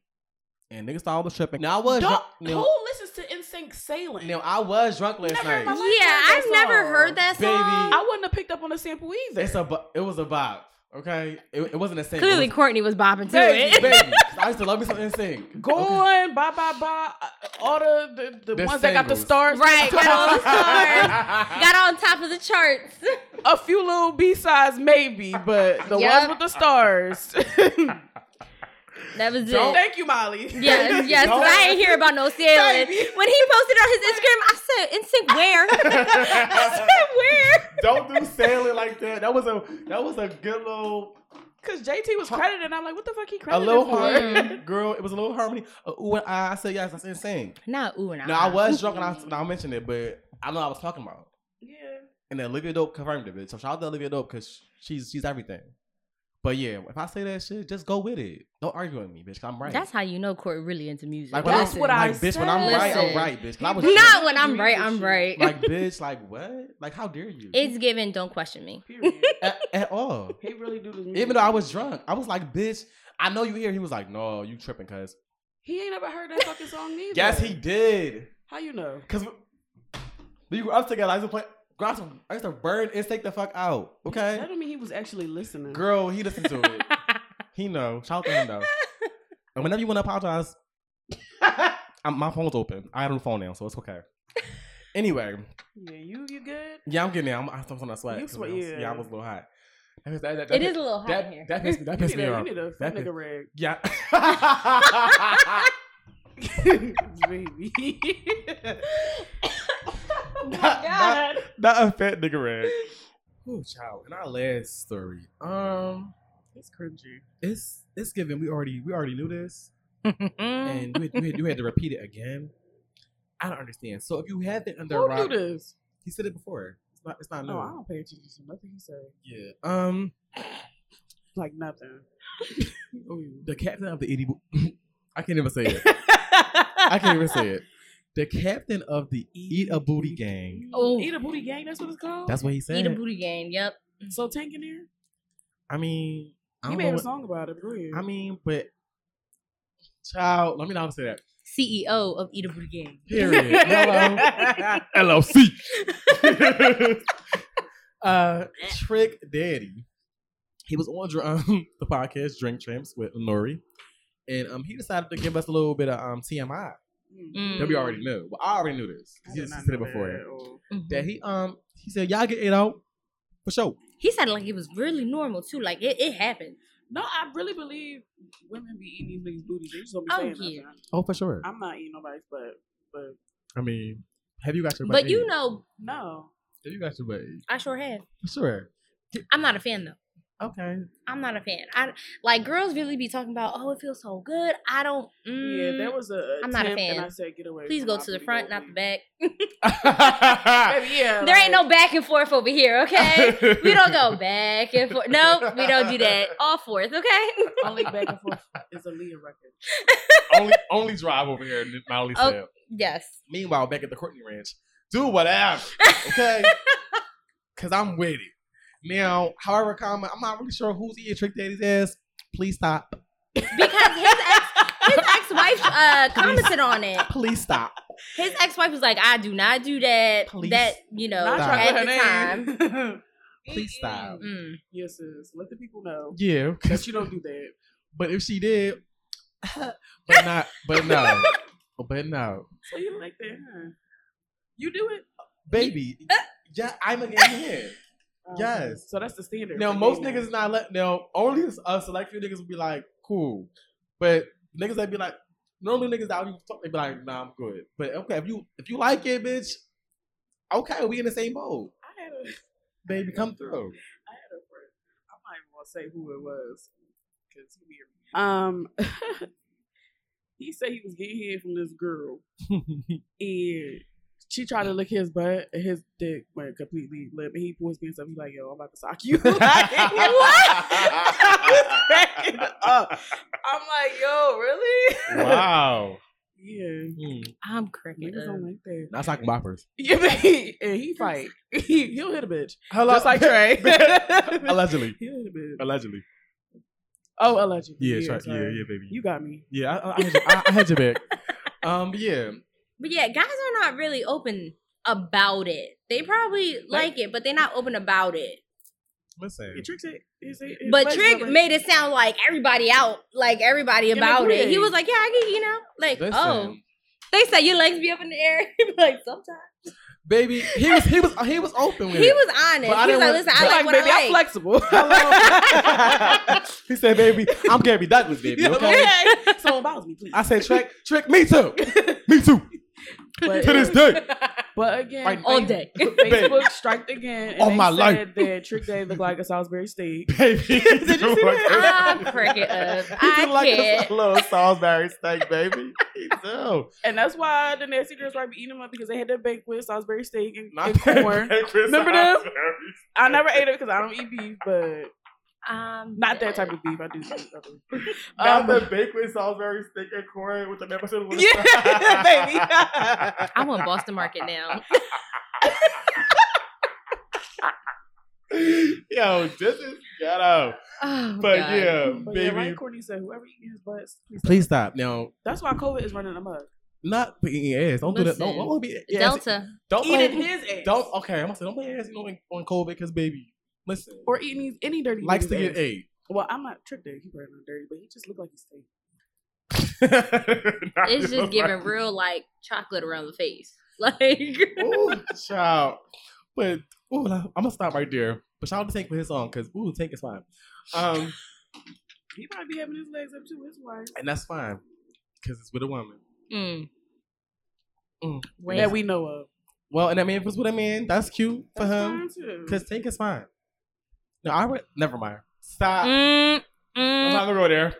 [SPEAKER 2] And niggas thought I was tripping. Now I was
[SPEAKER 1] Don't,
[SPEAKER 2] drunk. Now,
[SPEAKER 1] who listens to NSYNC Sailing?
[SPEAKER 2] now I was drunk last
[SPEAKER 1] Never in my
[SPEAKER 2] night.
[SPEAKER 1] life.
[SPEAKER 3] Yeah,
[SPEAKER 1] heard that
[SPEAKER 3] I've never
[SPEAKER 1] song.
[SPEAKER 3] heard that
[SPEAKER 2] Baby.
[SPEAKER 3] song.
[SPEAKER 1] I wouldn't have picked up on a sample either.
[SPEAKER 2] It's a. bu- It was a vibe. Okay. It, it wasn't a single.
[SPEAKER 3] Clearly,
[SPEAKER 2] it
[SPEAKER 3] Courtney was bopping
[SPEAKER 2] was,
[SPEAKER 3] to
[SPEAKER 2] baby,
[SPEAKER 3] it. [laughs]
[SPEAKER 2] baby. I used to love me some [laughs] NSYNC.
[SPEAKER 1] Go
[SPEAKER 2] Okay.
[SPEAKER 1] on, bye bye bye. Uh, All the the, the,
[SPEAKER 2] The
[SPEAKER 1] ones that got the
[SPEAKER 2] singles.
[SPEAKER 1] stars,
[SPEAKER 3] Right, got
[SPEAKER 1] [laughs]
[SPEAKER 3] all the stars. Got on top of the charts. [laughs]
[SPEAKER 1] a few little B sides maybe, but the
[SPEAKER 3] Yep.
[SPEAKER 1] ones with the stars. [laughs]
[SPEAKER 3] That was
[SPEAKER 2] [laughs]
[SPEAKER 1] Don't
[SPEAKER 3] it.
[SPEAKER 1] thank you, Molly.
[SPEAKER 3] Yes, yes. 'cause I ain't hear about no sailing. When he posted on his Instagram, I said, "Instinct where?" [laughs] I said, "Where?"
[SPEAKER 2] Don't do sailing like that. That was a. That was a good little.
[SPEAKER 1] Because JT was credited, and I'm like, what the fuck he
[SPEAKER 2] A
[SPEAKER 1] credited
[SPEAKER 2] little
[SPEAKER 1] for?
[SPEAKER 2] harmony, [laughs] girl. It was a little harmony. A ooh and ah. I said yes. That's insane.
[SPEAKER 3] Not ooh and
[SPEAKER 2] No, I was drunk and I, and I mentioned it, but I know what I was talking about.
[SPEAKER 1] [laughs] Yeah.
[SPEAKER 2] And then Olivia Dope confirmed it. bitch. So shout out to Olivia Dope because she's she's everything. But yeah, if I say that shit, just go with it. Don't argue with me, bitch. 'cause I'm right.
[SPEAKER 3] That's how you know Court really into music.
[SPEAKER 2] like,
[SPEAKER 1] That's
[SPEAKER 2] I'm,
[SPEAKER 1] what I
[SPEAKER 2] like, bitch. When I'm right,
[SPEAKER 3] said.
[SPEAKER 2] I'm right, bitch. 'Cause I was drunk.
[SPEAKER 3] Not when I'm right, I'm right.
[SPEAKER 2] like, bitch. Like what? Like how dare you?
[SPEAKER 3] [laughs] it's given, don't question me.
[SPEAKER 1] Period.
[SPEAKER 2] at, at all.
[SPEAKER 1] he really do this.
[SPEAKER 2] Even though I was drunk, I was like, bitch. I know you here. He was like, no, you tripping, cuz.
[SPEAKER 1] he ain't ever heard that fucking
[SPEAKER 2] [laughs]
[SPEAKER 1] song neither.
[SPEAKER 2] Yes, he did.
[SPEAKER 1] How you know?
[SPEAKER 2] Cause we grew up together. I used to play. I used to, I used to burn and take the fuck out.
[SPEAKER 1] That
[SPEAKER 2] Okay,
[SPEAKER 1] don't mean he was actually listening. [laughs]
[SPEAKER 2] girl, he listened to [laughs] it. He know. Shout out to him though. And whenever you want to apologize, I'm, my phone's open. I have a phone now, so it's okay. Anyway,
[SPEAKER 1] Yeah, you you good?
[SPEAKER 2] yeah, I'm getting there. I'm, I'm starting to sweat.
[SPEAKER 1] You
[SPEAKER 2] 'cause
[SPEAKER 1] sweat,
[SPEAKER 2] I was-
[SPEAKER 1] yeah.
[SPEAKER 2] yeah, I was a little hot. That, that, that,
[SPEAKER 3] It is a little hot
[SPEAKER 2] that,
[SPEAKER 3] in here.
[SPEAKER 2] That pissed me, that
[SPEAKER 1] You
[SPEAKER 2] pissed
[SPEAKER 1] need,
[SPEAKER 2] [laughs] me
[SPEAKER 1] a,
[SPEAKER 2] um,
[SPEAKER 1] you
[SPEAKER 2] off.
[SPEAKER 1] need a
[SPEAKER 2] That
[SPEAKER 1] nigga
[SPEAKER 2] pissed-
[SPEAKER 1] rig,
[SPEAKER 2] [laughs] Yeah. [laughs]
[SPEAKER 1] [laughs] baby. oh my
[SPEAKER 2] Not-
[SPEAKER 1] god.
[SPEAKER 2] Not a fat nigga rag. [laughs] Ooh, child. And our last story. Um,
[SPEAKER 1] It's cringy.
[SPEAKER 2] it's it's given. We already we already knew this.
[SPEAKER 3] [laughs] and
[SPEAKER 2] and you had, you, had, you had to repeat it again. I don't understand. So if you have been under a
[SPEAKER 1] Who
[SPEAKER 2] rock,
[SPEAKER 1] knew this?
[SPEAKER 2] he said it before. It's not. It's not new.
[SPEAKER 1] No, I don't pay attention to nothing he said.
[SPEAKER 2] yeah. Um,
[SPEAKER 1] Like [laughs] nothing. [laughs]
[SPEAKER 2] the captain of the Edie. Bo- [laughs] I can't even say it. I can't even say
[SPEAKER 1] [laughs]
[SPEAKER 2] it. The captain of the Eat a Booty Gang.
[SPEAKER 3] Oh.
[SPEAKER 1] Eat a booty gang. That's what it's called.
[SPEAKER 2] That's what he
[SPEAKER 3] Eat
[SPEAKER 2] said.
[SPEAKER 3] a booty game. Yep.
[SPEAKER 1] so Tank in there.
[SPEAKER 2] I mean, I
[SPEAKER 1] He
[SPEAKER 2] don't
[SPEAKER 1] made
[SPEAKER 2] know.
[SPEAKER 1] a
[SPEAKER 2] What,
[SPEAKER 1] song about it. Go ahead.
[SPEAKER 2] I mean, but child, let me not say that.
[SPEAKER 1] [laughs]
[SPEAKER 3] CEO E of Eat a Booty Game.
[SPEAKER 2] Period. Hello.
[SPEAKER 1] [laughs]
[SPEAKER 2] LLC. [laughs] uh, Trick Daddy. He was on dr- [laughs] um, the podcast Drink Champs with Nori, and um, he decided to give us a little bit of um, TMI
[SPEAKER 1] Mm.
[SPEAKER 2] that we already knew. Well, I already knew this.
[SPEAKER 1] I
[SPEAKER 2] He
[SPEAKER 1] did
[SPEAKER 2] just
[SPEAKER 1] not
[SPEAKER 2] said it
[SPEAKER 1] know
[SPEAKER 2] before.
[SPEAKER 1] that. Oh.
[SPEAKER 3] Mm-hmm.
[SPEAKER 2] That he um he said y'all get it out for sure.
[SPEAKER 3] He said like it was really normal too. Like it, it happened.
[SPEAKER 1] No, I really believe women be eating these niggas' booties. They just don't be
[SPEAKER 3] Oh,
[SPEAKER 1] saying
[SPEAKER 3] yeah.
[SPEAKER 1] nothing.
[SPEAKER 2] Oh, for sure.
[SPEAKER 1] I'm not eating nobody's butt, but
[SPEAKER 2] I mean, have you got your butt?
[SPEAKER 3] But you
[SPEAKER 2] ate?
[SPEAKER 3] know,
[SPEAKER 1] no.
[SPEAKER 2] have you got your butt? ate?
[SPEAKER 3] I sure have.
[SPEAKER 2] For sure.
[SPEAKER 3] I'm not a fan though.
[SPEAKER 2] [laughs] Okay.
[SPEAKER 3] I'm not a fan. I like girls really be talking about, oh, it feels so good. I don't. Mm,
[SPEAKER 1] Yeah, there was a. a
[SPEAKER 3] I'm not a
[SPEAKER 1] temp,
[SPEAKER 3] fan.
[SPEAKER 1] And I said, get away.
[SPEAKER 3] please
[SPEAKER 1] from
[SPEAKER 3] go
[SPEAKER 1] my
[SPEAKER 3] to the
[SPEAKER 1] booty
[SPEAKER 3] front,
[SPEAKER 1] hole,
[SPEAKER 3] not the
[SPEAKER 1] please."
[SPEAKER 3] back.
[SPEAKER 1] Baby, yeah.
[SPEAKER 3] There
[SPEAKER 1] like-
[SPEAKER 3] ain't no back and forth over
[SPEAKER 1] [laughs]
[SPEAKER 3] here, okay? We don't go back and forth. Nope, we don't do that. All fourth, okay?
[SPEAKER 1] Only back and forth is a Leah
[SPEAKER 3] [laughs]
[SPEAKER 1] record.
[SPEAKER 2] [laughs] only only drive over here, not only
[SPEAKER 3] Oh.
[SPEAKER 2] sale.
[SPEAKER 3] Yes.
[SPEAKER 2] Meanwhile, back at the Courtney Ranch, do
[SPEAKER 3] [laughs]
[SPEAKER 2] whatever, okay? Cause I'm with it. Now, however, comment, I'm not really sure who's eating Trick Daddy's ass. Please stop.
[SPEAKER 3] Because his
[SPEAKER 1] [laughs]
[SPEAKER 3] uh, commented on it.
[SPEAKER 2] Please stop.
[SPEAKER 3] His ex-wife was like, "I do not do that."
[SPEAKER 2] Please
[SPEAKER 3] that you know,
[SPEAKER 2] Not
[SPEAKER 1] trying
[SPEAKER 3] at
[SPEAKER 1] to
[SPEAKER 3] the time.
[SPEAKER 1] put her [laughs] name.
[SPEAKER 2] Please stop.
[SPEAKER 3] Mm.
[SPEAKER 1] Yes, sis. Let the people
[SPEAKER 2] [laughs]
[SPEAKER 1] know
[SPEAKER 2] Yeah,
[SPEAKER 1] that you don't do that.
[SPEAKER 2] but if
[SPEAKER 1] [laughs]
[SPEAKER 2] she did, but not, but no, but no,
[SPEAKER 1] So you like that, huh? You do it.
[SPEAKER 2] baby. Yeah, I'm a gay man.
[SPEAKER 1] Um,
[SPEAKER 2] Yes.
[SPEAKER 1] So that's the standard.
[SPEAKER 2] Now
[SPEAKER 1] for
[SPEAKER 2] most
[SPEAKER 1] gay men.
[SPEAKER 2] niggas not let. Now only a select few niggas will be like, cool, but niggas that be like, normally niggas that you talk, they be like, nah, I'm good. But okay, if you if you like it, bitch, okay, we in the same boat,
[SPEAKER 1] I had a,
[SPEAKER 2] baby,
[SPEAKER 1] [laughs]
[SPEAKER 2] come through.
[SPEAKER 1] I had a friend. I'm not even gonna say who it was because he weird. Um,
[SPEAKER 2] [laughs]
[SPEAKER 1] he said he was getting head from this girl, and she tried to lick his butt, and his dick went completely limp. And he pulled his pants up. He's like, "Yo, I'm about to sock you." [laughs] Like,
[SPEAKER 2] [laughs]
[SPEAKER 1] I was cracking up. I'm like, "Yo, really?"
[SPEAKER 2] wow,
[SPEAKER 1] [laughs] Yeah,
[SPEAKER 2] mm,
[SPEAKER 3] I'm cracking
[SPEAKER 1] niggas don't
[SPEAKER 3] up.
[SPEAKER 1] like that.
[SPEAKER 2] that's like boppers.
[SPEAKER 1] Yeah, but he, and he fight. [laughs] He, he'll hit a bitch.
[SPEAKER 2] Hello, [laughs]
[SPEAKER 1] Just like Trey.
[SPEAKER 2] allegedly,
[SPEAKER 1] [laughs] he'll hit a bitch.
[SPEAKER 2] allegedly.
[SPEAKER 1] Oh, allegedly.
[SPEAKER 2] Yeah, yeah, yeah,
[SPEAKER 1] sorry.
[SPEAKER 2] yeah, baby.
[SPEAKER 1] You got me.
[SPEAKER 2] yeah, I, I, I, had your, I, I had your
[SPEAKER 1] [laughs]
[SPEAKER 2] back. Um, yeah,
[SPEAKER 3] But yeah, guys are not really open about it. They probably like it, but they're not open about it.
[SPEAKER 2] listen,
[SPEAKER 1] Trick said, he said-
[SPEAKER 3] But
[SPEAKER 1] his
[SPEAKER 3] Trick
[SPEAKER 1] butt-
[SPEAKER 3] made it sound like everybody out, like everybody
[SPEAKER 1] In
[SPEAKER 3] about it. He
[SPEAKER 1] agreement.
[SPEAKER 3] was like, "Yeah, I get, you know, like
[SPEAKER 2] listen.
[SPEAKER 3] oh, they say your legs be up in the air." [laughs] He was like, "Sometimes."
[SPEAKER 2] baby, he was he was he was open with
[SPEAKER 3] He
[SPEAKER 2] it. [laughs]
[SPEAKER 3] was honest. He
[SPEAKER 2] But I
[SPEAKER 3] was
[SPEAKER 2] didn't
[SPEAKER 3] like,
[SPEAKER 2] want-
[SPEAKER 3] "Listen, I like what
[SPEAKER 1] baby,
[SPEAKER 3] I
[SPEAKER 1] I'm
[SPEAKER 3] [laughs]
[SPEAKER 1] flexible.
[SPEAKER 2] [laughs]
[SPEAKER 3] like."
[SPEAKER 2] Hello.
[SPEAKER 1] [laughs]
[SPEAKER 2] he said, "Baby, I'm Gabby Douglas, baby." Okay.
[SPEAKER 1] Okay. [laughs] Someone bothers me, please.
[SPEAKER 2] I said, "Trick, trick,
[SPEAKER 1] [laughs]
[SPEAKER 2] me too, me too."
[SPEAKER 1] but,
[SPEAKER 2] [laughs] To
[SPEAKER 1] [laughs]
[SPEAKER 2] this day,
[SPEAKER 1] but again,
[SPEAKER 2] Like,
[SPEAKER 3] All day.
[SPEAKER 1] Facebook striked again. And
[SPEAKER 2] All
[SPEAKER 1] they
[SPEAKER 2] my
[SPEAKER 1] said
[SPEAKER 2] life.
[SPEAKER 1] that Trick Day looked like a Salisbury steak.
[SPEAKER 2] baby.
[SPEAKER 1] Did you see
[SPEAKER 2] [laughs]
[SPEAKER 1] that?
[SPEAKER 3] I'm cracking up.
[SPEAKER 2] He
[SPEAKER 3] I
[SPEAKER 2] do like
[SPEAKER 3] can't.
[SPEAKER 2] a little Salisbury steak, baby.
[SPEAKER 1] [laughs]
[SPEAKER 2] He do.
[SPEAKER 1] And that's why the nasty girls probably be eating them up because they had that banquet, Salisbury steak, and,
[SPEAKER 2] Not
[SPEAKER 1] and corn. Remember them?
[SPEAKER 2] Salisbury.
[SPEAKER 1] I never ate it because I don't eat beef, but
[SPEAKER 3] Um,
[SPEAKER 1] not that type of beef. I do. eat other-
[SPEAKER 2] [laughs] Not
[SPEAKER 1] Um,
[SPEAKER 2] the bacon Salisbury steak and corn with the membership.
[SPEAKER 1] [laughs]
[SPEAKER 2] list.
[SPEAKER 1] Yeah, baby.
[SPEAKER 2] [laughs]
[SPEAKER 3] I'm on Boston Market now.
[SPEAKER 2] [laughs] Yo, this is ghetto.
[SPEAKER 3] Oh,
[SPEAKER 2] But
[SPEAKER 3] God.
[SPEAKER 1] But
[SPEAKER 2] yeah,
[SPEAKER 1] yeah,
[SPEAKER 2] baby.
[SPEAKER 1] right, Courtney said, whoever eating his butts, please.
[SPEAKER 2] Please stop. Now,
[SPEAKER 1] That's why COVID is running amok.
[SPEAKER 2] not being your ass. Don't do that. Don't,
[SPEAKER 3] Listen,
[SPEAKER 2] don't be yes.
[SPEAKER 3] [laughs] Delta.
[SPEAKER 2] Don't play,
[SPEAKER 1] Eating his ass.
[SPEAKER 2] Don't okay. I'm gonna say don't play ass you know, on- on COVID because baby, listen,
[SPEAKER 1] or eating these, any dirty.
[SPEAKER 2] likes to
[SPEAKER 1] nigga's
[SPEAKER 2] get
[SPEAKER 1] ass.
[SPEAKER 2] ate.
[SPEAKER 1] Well, I'm not tricked there. He probably not dirty, but he just looked like he's safe.
[SPEAKER 3] [laughs] It's
[SPEAKER 2] [laughs]
[SPEAKER 3] just giving real like chocolate around the face. [laughs] Like
[SPEAKER 2] Ooh, child. But ooh, I'm gonna stop right there. But shout out to Tank for his song because ooh, Tank is fine, um,
[SPEAKER 1] He might be having his legs up too. His wife
[SPEAKER 2] and that's fine because it's with a woman.
[SPEAKER 3] mm.
[SPEAKER 2] Mm.
[SPEAKER 3] Wait.
[SPEAKER 1] that we know of.
[SPEAKER 2] Well, and I mean, if it's with a man, that's cute for
[SPEAKER 1] That's fine,
[SPEAKER 2] him
[SPEAKER 1] too.
[SPEAKER 2] because Tank is fine. No, I would. Never mind. Stop.
[SPEAKER 3] Mm,
[SPEAKER 2] Uh, I'm
[SPEAKER 3] mm.
[SPEAKER 2] not gonna go there.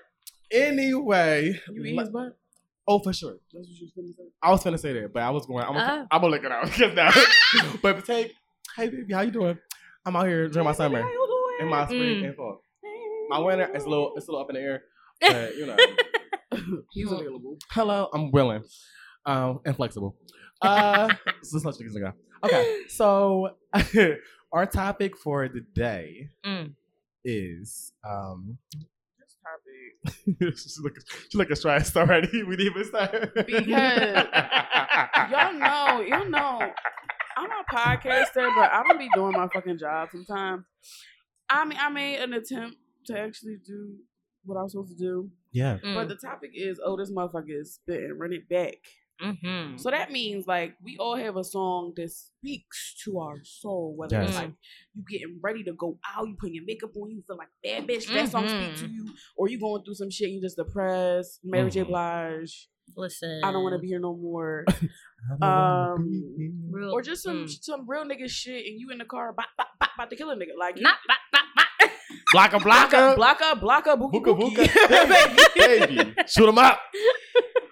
[SPEAKER 2] Anyway,
[SPEAKER 1] you eat his butt.
[SPEAKER 2] oh for sure.
[SPEAKER 1] That's what you was gonna say.
[SPEAKER 2] I was gonna say that, but I was going. I'm gonna,
[SPEAKER 3] Oh.
[SPEAKER 2] I'm gonna look it out because now. [laughs] but take, hey baby, how you doing? I'm out here during my summer and my spring
[SPEAKER 3] Mm.
[SPEAKER 2] and fall. My winter is a little, it's a little up in the air,
[SPEAKER 3] Mm.
[SPEAKER 2] but you know. [laughs]
[SPEAKER 1] He's
[SPEAKER 3] Well,
[SPEAKER 1] available.
[SPEAKER 2] Hello, I'm willing, um, and flexible.
[SPEAKER 1] [laughs]
[SPEAKER 2] Uh, so let's let you go. Okay, so [laughs] our topic for the day
[SPEAKER 3] Mm.
[SPEAKER 2] is um.
[SPEAKER 1] This topic.
[SPEAKER 2] [laughs] she's like, she's like a [laughs] stressed already. We didn't even start
[SPEAKER 1] Because y'all know, y'all know, I'm a podcaster, but I don't be doing my fucking job sometimes. I mean, I made an attempt to actually do what I was supposed to do,
[SPEAKER 2] [laughs] yeah,
[SPEAKER 3] mm,
[SPEAKER 1] but the topic is, oh, this motherfucker is spitting, run it back.
[SPEAKER 3] Mhm.
[SPEAKER 1] So that means like we all have a song that speaks to our soul, whether it's
[SPEAKER 2] Yes.
[SPEAKER 1] like you getting ready to go out, you putting your makeup on, you feel like bad bitch, that song speaks to
[SPEAKER 2] Mm-hmm.
[SPEAKER 3] Mhm.
[SPEAKER 1] you, or you going through some shit, you just depressed, Mary J.
[SPEAKER 2] Mhm.
[SPEAKER 1] Blige,
[SPEAKER 3] Listen,
[SPEAKER 1] I don't want to be here no more.
[SPEAKER 2] um,
[SPEAKER 3] real,
[SPEAKER 1] or just some
[SPEAKER 3] mm.
[SPEAKER 1] some real nigga shit, and you in the car, bop, bop, bop, about to kill a nigga. Like you
[SPEAKER 3] not bop, bop, bop.
[SPEAKER 2] block a
[SPEAKER 1] block
[SPEAKER 2] blocker.
[SPEAKER 1] up, block up, block up, bookie,
[SPEAKER 2] Booka
[SPEAKER 1] bookie.
[SPEAKER 2] booka, [laughs] baby, baby. shoot him up.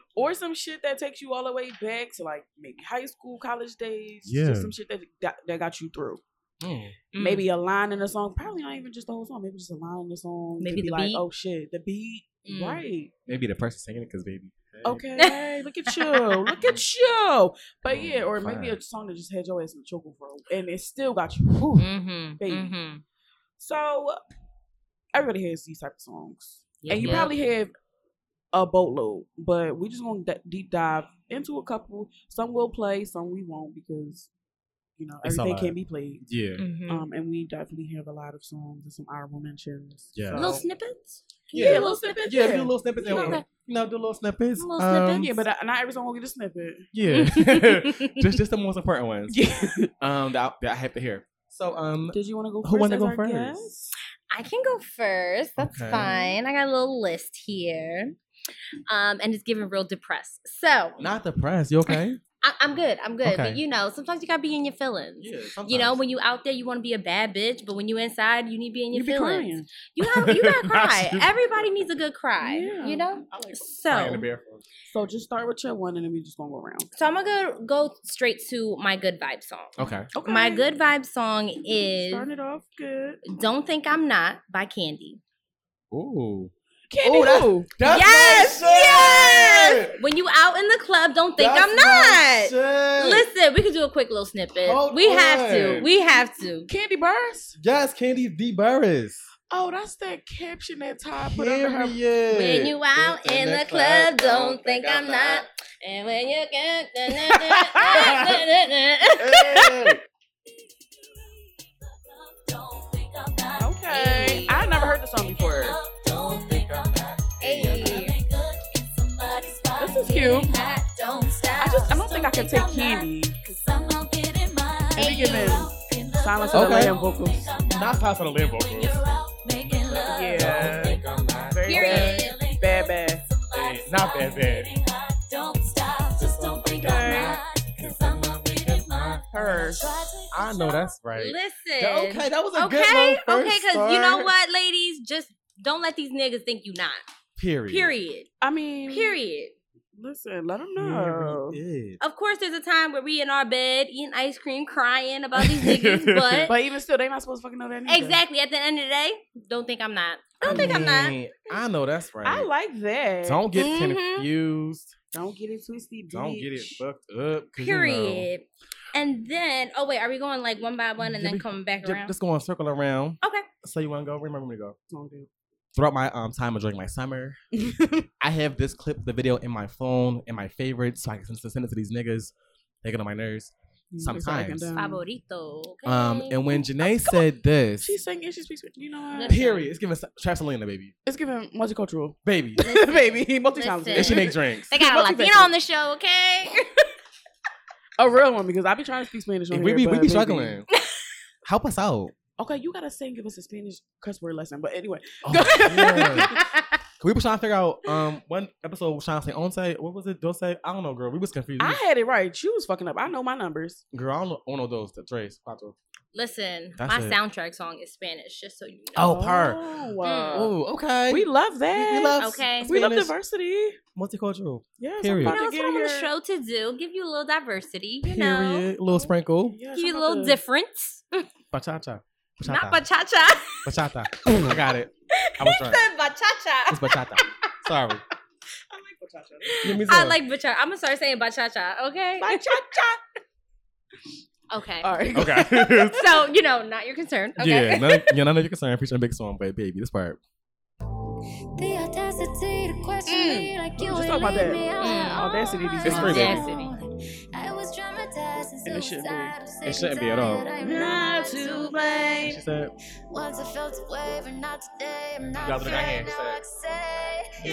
[SPEAKER 1] [laughs] or some shit that takes you all the way back to like maybe high school, college days.
[SPEAKER 2] Yeah.
[SPEAKER 1] just some shit that that, that got you through.
[SPEAKER 3] Mm.
[SPEAKER 1] Maybe a line in the song, probably not even just the whole song. Maybe just a line in the song. Could
[SPEAKER 3] Maybe
[SPEAKER 1] be
[SPEAKER 3] the
[SPEAKER 1] like,
[SPEAKER 3] beat.
[SPEAKER 1] oh shit, the beat.
[SPEAKER 3] Mm.
[SPEAKER 1] Right.
[SPEAKER 2] Maybe the person singing it because baby.
[SPEAKER 1] Okay. hey, look at you. Look at you. But yeah, or maybe
[SPEAKER 2] Fine.
[SPEAKER 1] a song that just had your ass in the chokehold for, a- and it still got you.
[SPEAKER 3] Mhm,
[SPEAKER 1] Baby.
[SPEAKER 3] mhm.
[SPEAKER 1] So everybody has these type of songs,
[SPEAKER 3] Yep,
[SPEAKER 1] and you
[SPEAKER 3] yep.
[SPEAKER 1] probably have a boatload, but we just gonna d- deep dive into a couple. Some will play, some we won't because you know
[SPEAKER 4] It's a
[SPEAKER 1] everything
[SPEAKER 4] lot.
[SPEAKER 1] can be played.
[SPEAKER 4] Yeah.
[SPEAKER 3] Mhm.
[SPEAKER 1] Um, and we definitely have a lot of songs and some honorable mentions.
[SPEAKER 4] Yeah.
[SPEAKER 3] little snippets.
[SPEAKER 2] Yeah.
[SPEAKER 1] little [laughs] snippets.
[SPEAKER 2] Yeah, do little snippets. and-
[SPEAKER 3] Okay.
[SPEAKER 2] You know, do little snippets.
[SPEAKER 3] Little snippet.
[SPEAKER 2] Um,
[SPEAKER 1] Yeah, but uh, not every song will get a snippet.
[SPEAKER 3] [laughs]
[SPEAKER 2] yeah, [laughs] just just the most important ones.
[SPEAKER 1] Yeah.
[SPEAKER 2] Um, that, I- that I have to hear. So um,
[SPEAKER 1] [laughs] Did you want to go?
[SPEAKER 2] Who
[SPEAKER 1] want
[SPEAKER 2] wanna
[SPEAKER 1] to
[SPEAKER 2] go first?
[SPEAKER 3] I can go first. That's
[SPEAKER 2] Okay.
[SPEAKER 3] fine. I got a little list here. Um, and it's giving real depressed. So I-
[SPEAKER 2] not the press. You
[SPEAKER 3] [laughs]
[SPEAKER 2] okay?
[SPEAKER 3] I'm good. I'm good.
[SPEAKER 2] Okay.
[SPEAKER 3] But you know, sometimes you gotta be in your feelings.
[SPEAKER 2] yeah.
[SPEAKER 3] You know, when you out there, you want to be a bad bitch, but when you inside, you need to be in your
[SPEAKER 1] You be
[SPEAKER 3] feelings.
[SPEAKER 1] crying.
[SPEAKER 3] You gotta, you gotta
[SPEAKER 4] Not
[SPEAKER 3] cry.
[SPEAKER 4] you.
[SPEAKER 3] Everybody needs a good cry.
[SPEAKER 1] Yeah.
[SPEAKER 3] You know.
[SPEAKER 2] I like
[SPEAKER 3] So,
[SPEAKER 1] So just start with your one, and then we just gonna go around.
[SPEAKER 3] so I'm gonna go, go straight to my good vibe song.
[SPEAKER 2] okay.
[SPEAKER 1] Okay.
[SPEAKER 3] My good vibe song is
[SPEAKER 1] Start it off good.
[SPEAKER 3] "Don't Think I'm Not" by Candy.
[SPEAKER 2] Ooh.
[SPEAKER 1] Candy
[SPEAKER 2] Ooh, that's-
[SPEAKER 1] who?
[SPEAKER 3] yes,
[SPEAKER 2] my shit!
[SPEAKER 3] yes. When you out in the club, don't think
[SPEAKER 2] That's
[SPEAKER 3] I'm
[SPEAKER 2] my
[SPEAKER 3] not.
[SPEAKER 2] shit!
[SPEAKER 3] Listen, we could do a quick little snippet.
[SPEAKER 2] Hold
[SPEAKER 3] we have to.
[SPEAKER 2] on.
[SPEAKER 3] We have to.
[SPEAKER 1] Candy Burst.
[SPEAKER 2] Yes, Candy D. Burris.
[SPEAKER 1] Oh, that's that caption that Todd put under her.
[SPEAKER 2] Period.
[SPEAKER 3] When you out in the club, don't think I'm not. And when you get [laughs]
[SPEAKER 1] Okay,
[SPEAKER 2] Hey!
[SPEAKER 1] I never heard the song before.
[SPEAKER 3] Hey.
[SPEAKER 1] This is cute. I
[SPEAKER 5] I
[SPEAKER 1] just I don't think I could take Candy.
[SPEAKER 5] Hey,
[SPEAKER 1] Speaking of Silence of the
[SPEAKER 2] Okay.
[SPEAKER 1] Lamb vocals.
[SPEAKER 2] Not passing the limb vocals.
[SPEAKER 1] Yeah. Very bad.
[SPEAKER 3] Period.
[SPEAKER 1] Bad, bad.
[SPEAKER 2] Hey, not that bad.
[SPEAKER 1] Okay. Her.
[SPEAKER 2] I know that's right. That-
[SPEAKER 3] Listen.
[SPEAKER 2] Okay, that was a good
[SPEAKER 3] Okay.
[SPEAKER 2] little first
[SPEAKER 3] Okay. Because you know
[SPEAKER 2] start.
[SPEAKER 3] what, ladies, just don't let these niggas think you not.
[SPEAKER 2] Period.
[SPEAKER 3] Period.
[SPEAKER 1] I mean,
[SPEAKER 3] Period.
[SPEAKER 1] Listen, let them know.
[SPEAKER 2] Period.
[SPEAKER 3] Of course, there's a time where we in our bed eating ice cream, crying about these
[SPEAKER 2] [laughs]
[SPEAKER 3] niggas, but,
[SPEAKER 1] But even still, they not supposed to fucking know that. neither.
[SPEAKER 3] exactly at the end of the day, don't think I'm not. Don't think I'm not.
[SPEAKER 2] Man, I know that's right.
[SPEAKER 1] I like that.
[SPEAKER 2] Don't get
[SPEAKER 3] Mhm.
[SPEAKER 2] confused.
[SPEAKER 1] Don't get it twisted. Bitch.
[SPEAKER 2] Don't get it fucked up. 'cause you know.
[SPEAKER 3] Period. And then, oh wait, are we going like one by one and
[SPEAKER 2] Yeah,
[SPEAKER 3] then
[SPEAKER 2] we-
[SPEAKER 3] coming back
[SPEAKER 2] Ju-
[SPEAKER 3] around?
[SPEAKER 2] Just go on circle around.
[SPEAKER 3] Okay.
[SPEAKER 2] So you want to go? Remember me to go.
[SPEAKER 1] Don't
[SPEAKER 2] [laughs]
[SPEAKER 1] do.
[SPEAKER 2] Throughout my um time during my summer,
[SPEAKER 1] [laughs]
[SPEAKER 2] I have this clip, the video in my phone, in my favorites, so I can send it to these niggas. They get on my nerves.
[SPEAKER 1] You know, it's like
[SPEAKER 2] Sometimes.
[SPEAKER 1] and,
[SPEAKER 3] oh
[SPEAKER 1] um,
[SPEAKER 3] Favorito. Okay.
[SPEAKER 2] Mm. Um, and when Janae said this,
[SPEAKER 1] She's singing. She speaks. You know what?
[SPEAKER 2] [laughs]
[SPEAKER 3] Listen.
[SPEAKER 2] period, it's giving s- Trap Selena, baby,
[SPEAKER 1] It's giving multicultural. [laughs]
[SPEAKER 2] baby, [laughs]
[SPEAKER 3] Listen,
[SPEAKER 1] Baby, multi talented.
[SPEAKER 2] and she makes drinks. [laughs]
[SPEAKER 3] they got a
[SPEAKER 1] Multifaceted.
[SPEAKER 3] Latino on the show, okay?
[SPEAKER 1] a real one because I be trying to speak Spanish on
[SPEAKER 2] we
[SPEAKER 1] here,
[SPEAKER 2] be
[SPEAKER 1] but
[SPEAKER 2] we be
[SPEAKER 1] baby.
[SPEAKER 2] struggling. Help us out.
[SPEAKER 1] Okay, you gotta sing. Give us a Spanish cuss word lesson. But anyway,
[SPEAKER 2] Oh, yeah. [laughs] We were trying to figure out um one episode was trying to say on say what was it? Don't say I don't know, girl. We was confused. We
[SPEAKER 1] I
[SPEAKER 2] was-
[SPEAKER 1] had it right. She was fucking up. I know my numbers.
[SPEAKER 2] girl, I don't know, I don't know those. The Trace, Pato.
[SPEAKER 3] [laughs] Listen,
[SPEAKER 2] That's
[SPEAKER 3] my
[SPEAKER 2] it.
[SPEAKER 3] soundtrack song is Spanish, just so you know.
[SPEAKER 2] Oh, par.
[SPEAKER 3] Mm.
[SPEAKER 1] Oh, uh,
[SPEAKER 2] Oh, okay.
[SPEAKER 1] we love that.
[SPEAKER 2] We- we love
[SPEAKER 3] Okay.
[SPEAKER 1] We love
[SPEAKER 2] Spanish,
[SPEAKER 1] diversity.
[SPEAKER 2] multicultural.
[SPEAKER 1] Yes,
[SPEAKER 2] Period.
[SPEAKER 1] I'm about
[SPEAKER 3] You know,
[SPEAKER 1] to
[SPEAKER 3] that's
[SPEAKER 1] get
[SPEAKER 3] what I want the
[SPEAKER 1] here.
[SPEAKER 3] show to do. Give you a little diversity, you
[SPEAKER 2] Period.
[SPEAKER 3] know.
[SPEAKER 2] Little sprinkle.
[SPEAKER 1] Yes,
[SPEAKER 3] Give
[SPEAKER 1] I'm
[SPEAKER 3] you a
[SPEAKER 1] about
[SPEAKER 3] little
[SPEAKER 1] to-
[SPEAKER 3] difference.
[SPEAKER 2] Bachata.
[SPEAKER 3] Not
[SPEAKER 2] Bachata.
[SPEAKER 3] bachata.
[SPEAKER 2] [laughs] Bachata. I got it. I was right.
[SPEAKER 3] Said bachata.
[SPEAKER 2] It's bachata.
[SPEAKER 1] I
[SPEAKER 2] Sorry.
[SPEAKER 1] like bachata.
[SPEAKER 2] Give me
[SPEAKER 3] I
[SPEAKER 2] some.
[SPEAKER 3] like bachata. I'm gonna start saying bachata, okay? [laughs]
[SPEAKER 1] Bachata.
[SPEAKER 3] Okay.
[SPEAKER 1] All right. [laughs]
[SPEAKER 2] [laughs] Okay.
[SPEAKER 3] So, you know, not your concern. Okay.
[SPEAKER 2] Yeah, none, yeah, none of your concern. Featuring Big Song, but baby, this part.
[SPEAKER 5] The audacity to question me like you
[SPEAKER 1] Just
[SPEAKER 5] would
[SPEAKER 1] talk about
[SPEAKER 5] leave
[SPEAKER 1] that.
[SPEAKER 5] me out
[SPEAKER 3] Mm.
[SPEAKER 1] Audacity these
[SPEAKER 2] It's pretty
[SPEAKER 3] big.
[SPEAKER 5] I was dramatized
[SPEAKER 2] And it
[SPEAKER 5] and
[SPEAKER 2] shouldn't be.
[SPEAKER 5] suicidal,
[SPEAKER 2] It
[SPEAKER 5] sick and
[SPEAKER 2] shouldn't be at all.
[SPEAKER 5] tired, I'm not to blame.
[SPEAKER 2] She said,
[SPEAKER 5] Once I felt a wave, and not today. I'm
[SPEAKER 2] You
[SPEAKER 5] not
[SPEAKER 2] got what I got
[SPEAKER 5] afraid,
[SPEAKER 2] here,
[SPEAKER 5] now
[SPEAKER 2] so-
[SPEAKER 5] I can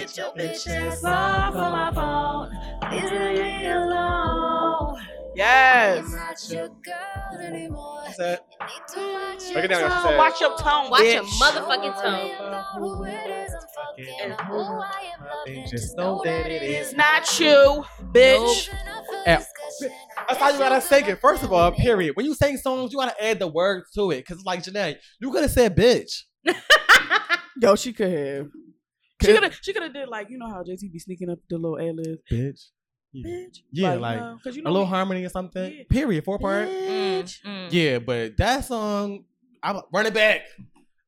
[SPEAKER 5] say, Get your bitch ass
[SPEAKER 1] off of my
[SPEAKER 5] phone. Please leave me alone. I'm
[SPEAKER 1] Yes.
[SPEAKER 5] not your girl anymore.
[SPEAKER 2] she said,
[SPEAKER 5] You need to watch
[SPEAKER 2] Break it
[SPEAKER 5] your
[SPEAKER 2] down, she
[SPEAKER 5] tone.
[SPEAKER 2] said-
[SPEAKER 1] Watch your tone.
[SPEAKER 3] Watch
[SPEAKER 1] bitch.
[SPEAKER 3] your motherfucking tone.
[SPEAKER 5] Who it is I'm fucking,
[SPEAKER 2] Yeah.
[SPEAKER 5] who I am loving.
[SPEAKER 2] Just know that it is
[SPEAKER 1] It's not you, bitch.
[SPEAKER 2] Eh, That's how you gotta sing it. First of all, period. When you sing songs, you gotta add the word to it. Cause like Janae, you could have said bitch.
[SPEAKER 1] Yo, she could have. She could have. She could have did like you know how JT be sneaking up the little a lib,
[SPEAKER 2] Bitch. Yeah,
[SPEAKER 1] bitch.
[SPEAKER 2] Yeah, like,
[SPEAKER 1] you know, 'cause you
[SPEAKER 2] a
[SPEAKER 1] know
[SPEAKER 2] little
[SPEAKER 1] me,
[SPEAKER 2] harmony or something.
[SPEAKER 1] Yeah. Mm.
[SPEAKER 2] Period. Four part.
[SPEAKER 1] bitch.
[SPEAKER 3] Mm, mm.
[SPEAKER 2] Yeah, but that song, I'm running back.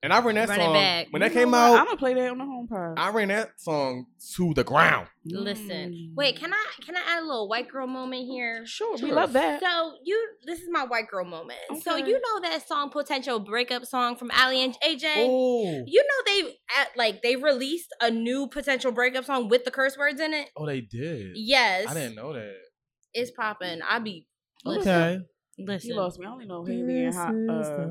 [SPEAKER 2] And I ran that
[SPEAKER 3] Run it
[SPEAKER 2] song
[SPEAKER 3] back.
[SPEAKER 2] when that
[SPEAKER 1] You know
[SPEAKER 2] came
[SPEAKER 1] what?
[SPEAKER 2] out.
[SPEAKER 1] I'm gonna play that on the home pod.
[SPEAKER 2] I ran that song to the ground.
[SPEAKER 3] Listen,
[SPEAKER 1] Mm.
[SPEAKER 3] wait. Can I can I add a little white girl moment here?
[SPEAKER 1] Sure, we
[SPEAKER 2] Sure.
[SPEAKER 1] love that.
[SPEAKER 3] So you, this is my white girl moment. So
[SPEAKER 1] Okay.
[SPEAKER 3] you know that song, potential breakup song from Ali and AJ.
[SPEAKER 2] Oh,
[SPEAKER 3] You know they at, like they released a new potential breakup song with the curse words in it.
[SPEAKER 2] oh, they did.
[SPEAKER 3] Yes,
[SPEAKER 2] I didn't know that.
[SPEAKER 3] it's popping. I be listen,
[SPEAKER 2] Okay.
[SPEAKER 3] listen.
[SPEAKER 1] you lost me. I only know Haley and Hot. Uh,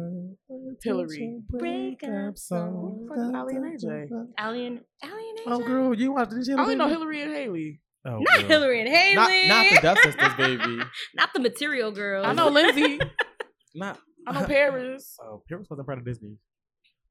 [SPEAKER 1] Hillary.
[SPEAKER 3] Breakup song.
[SPEAKER 1] Who the fuck is Ali and AJ?
[SPEAKER 3] Ali and Ali and AJ.
[SPEAKER 2] Oh, girl, you watched this shit?
[SPEAKER 1] I only know Hillary and Haley.
[SPEAKER 2] Oh,
[SPEAKER 3] Not
[SPEAKER 2] girl.
[SPEAKER 3] Hillary and Haley.
[SPEAKER 2] Not, not
[SPEAKER 3] [laughs]
[SPEAKER 2] the Dust Sisters, [laughs] baby.
[SPEAKER 3] Not the material girls.
[SPEAKER 1] I know Lindsay.
[SPEAKER 2] Not.
[SPEAKER 1] I
[SPEAKER 3] [laughs]
[SPEAKER 1] know Paris.
[SPEAKER 2] Oh, Paris wasn't part of Disney.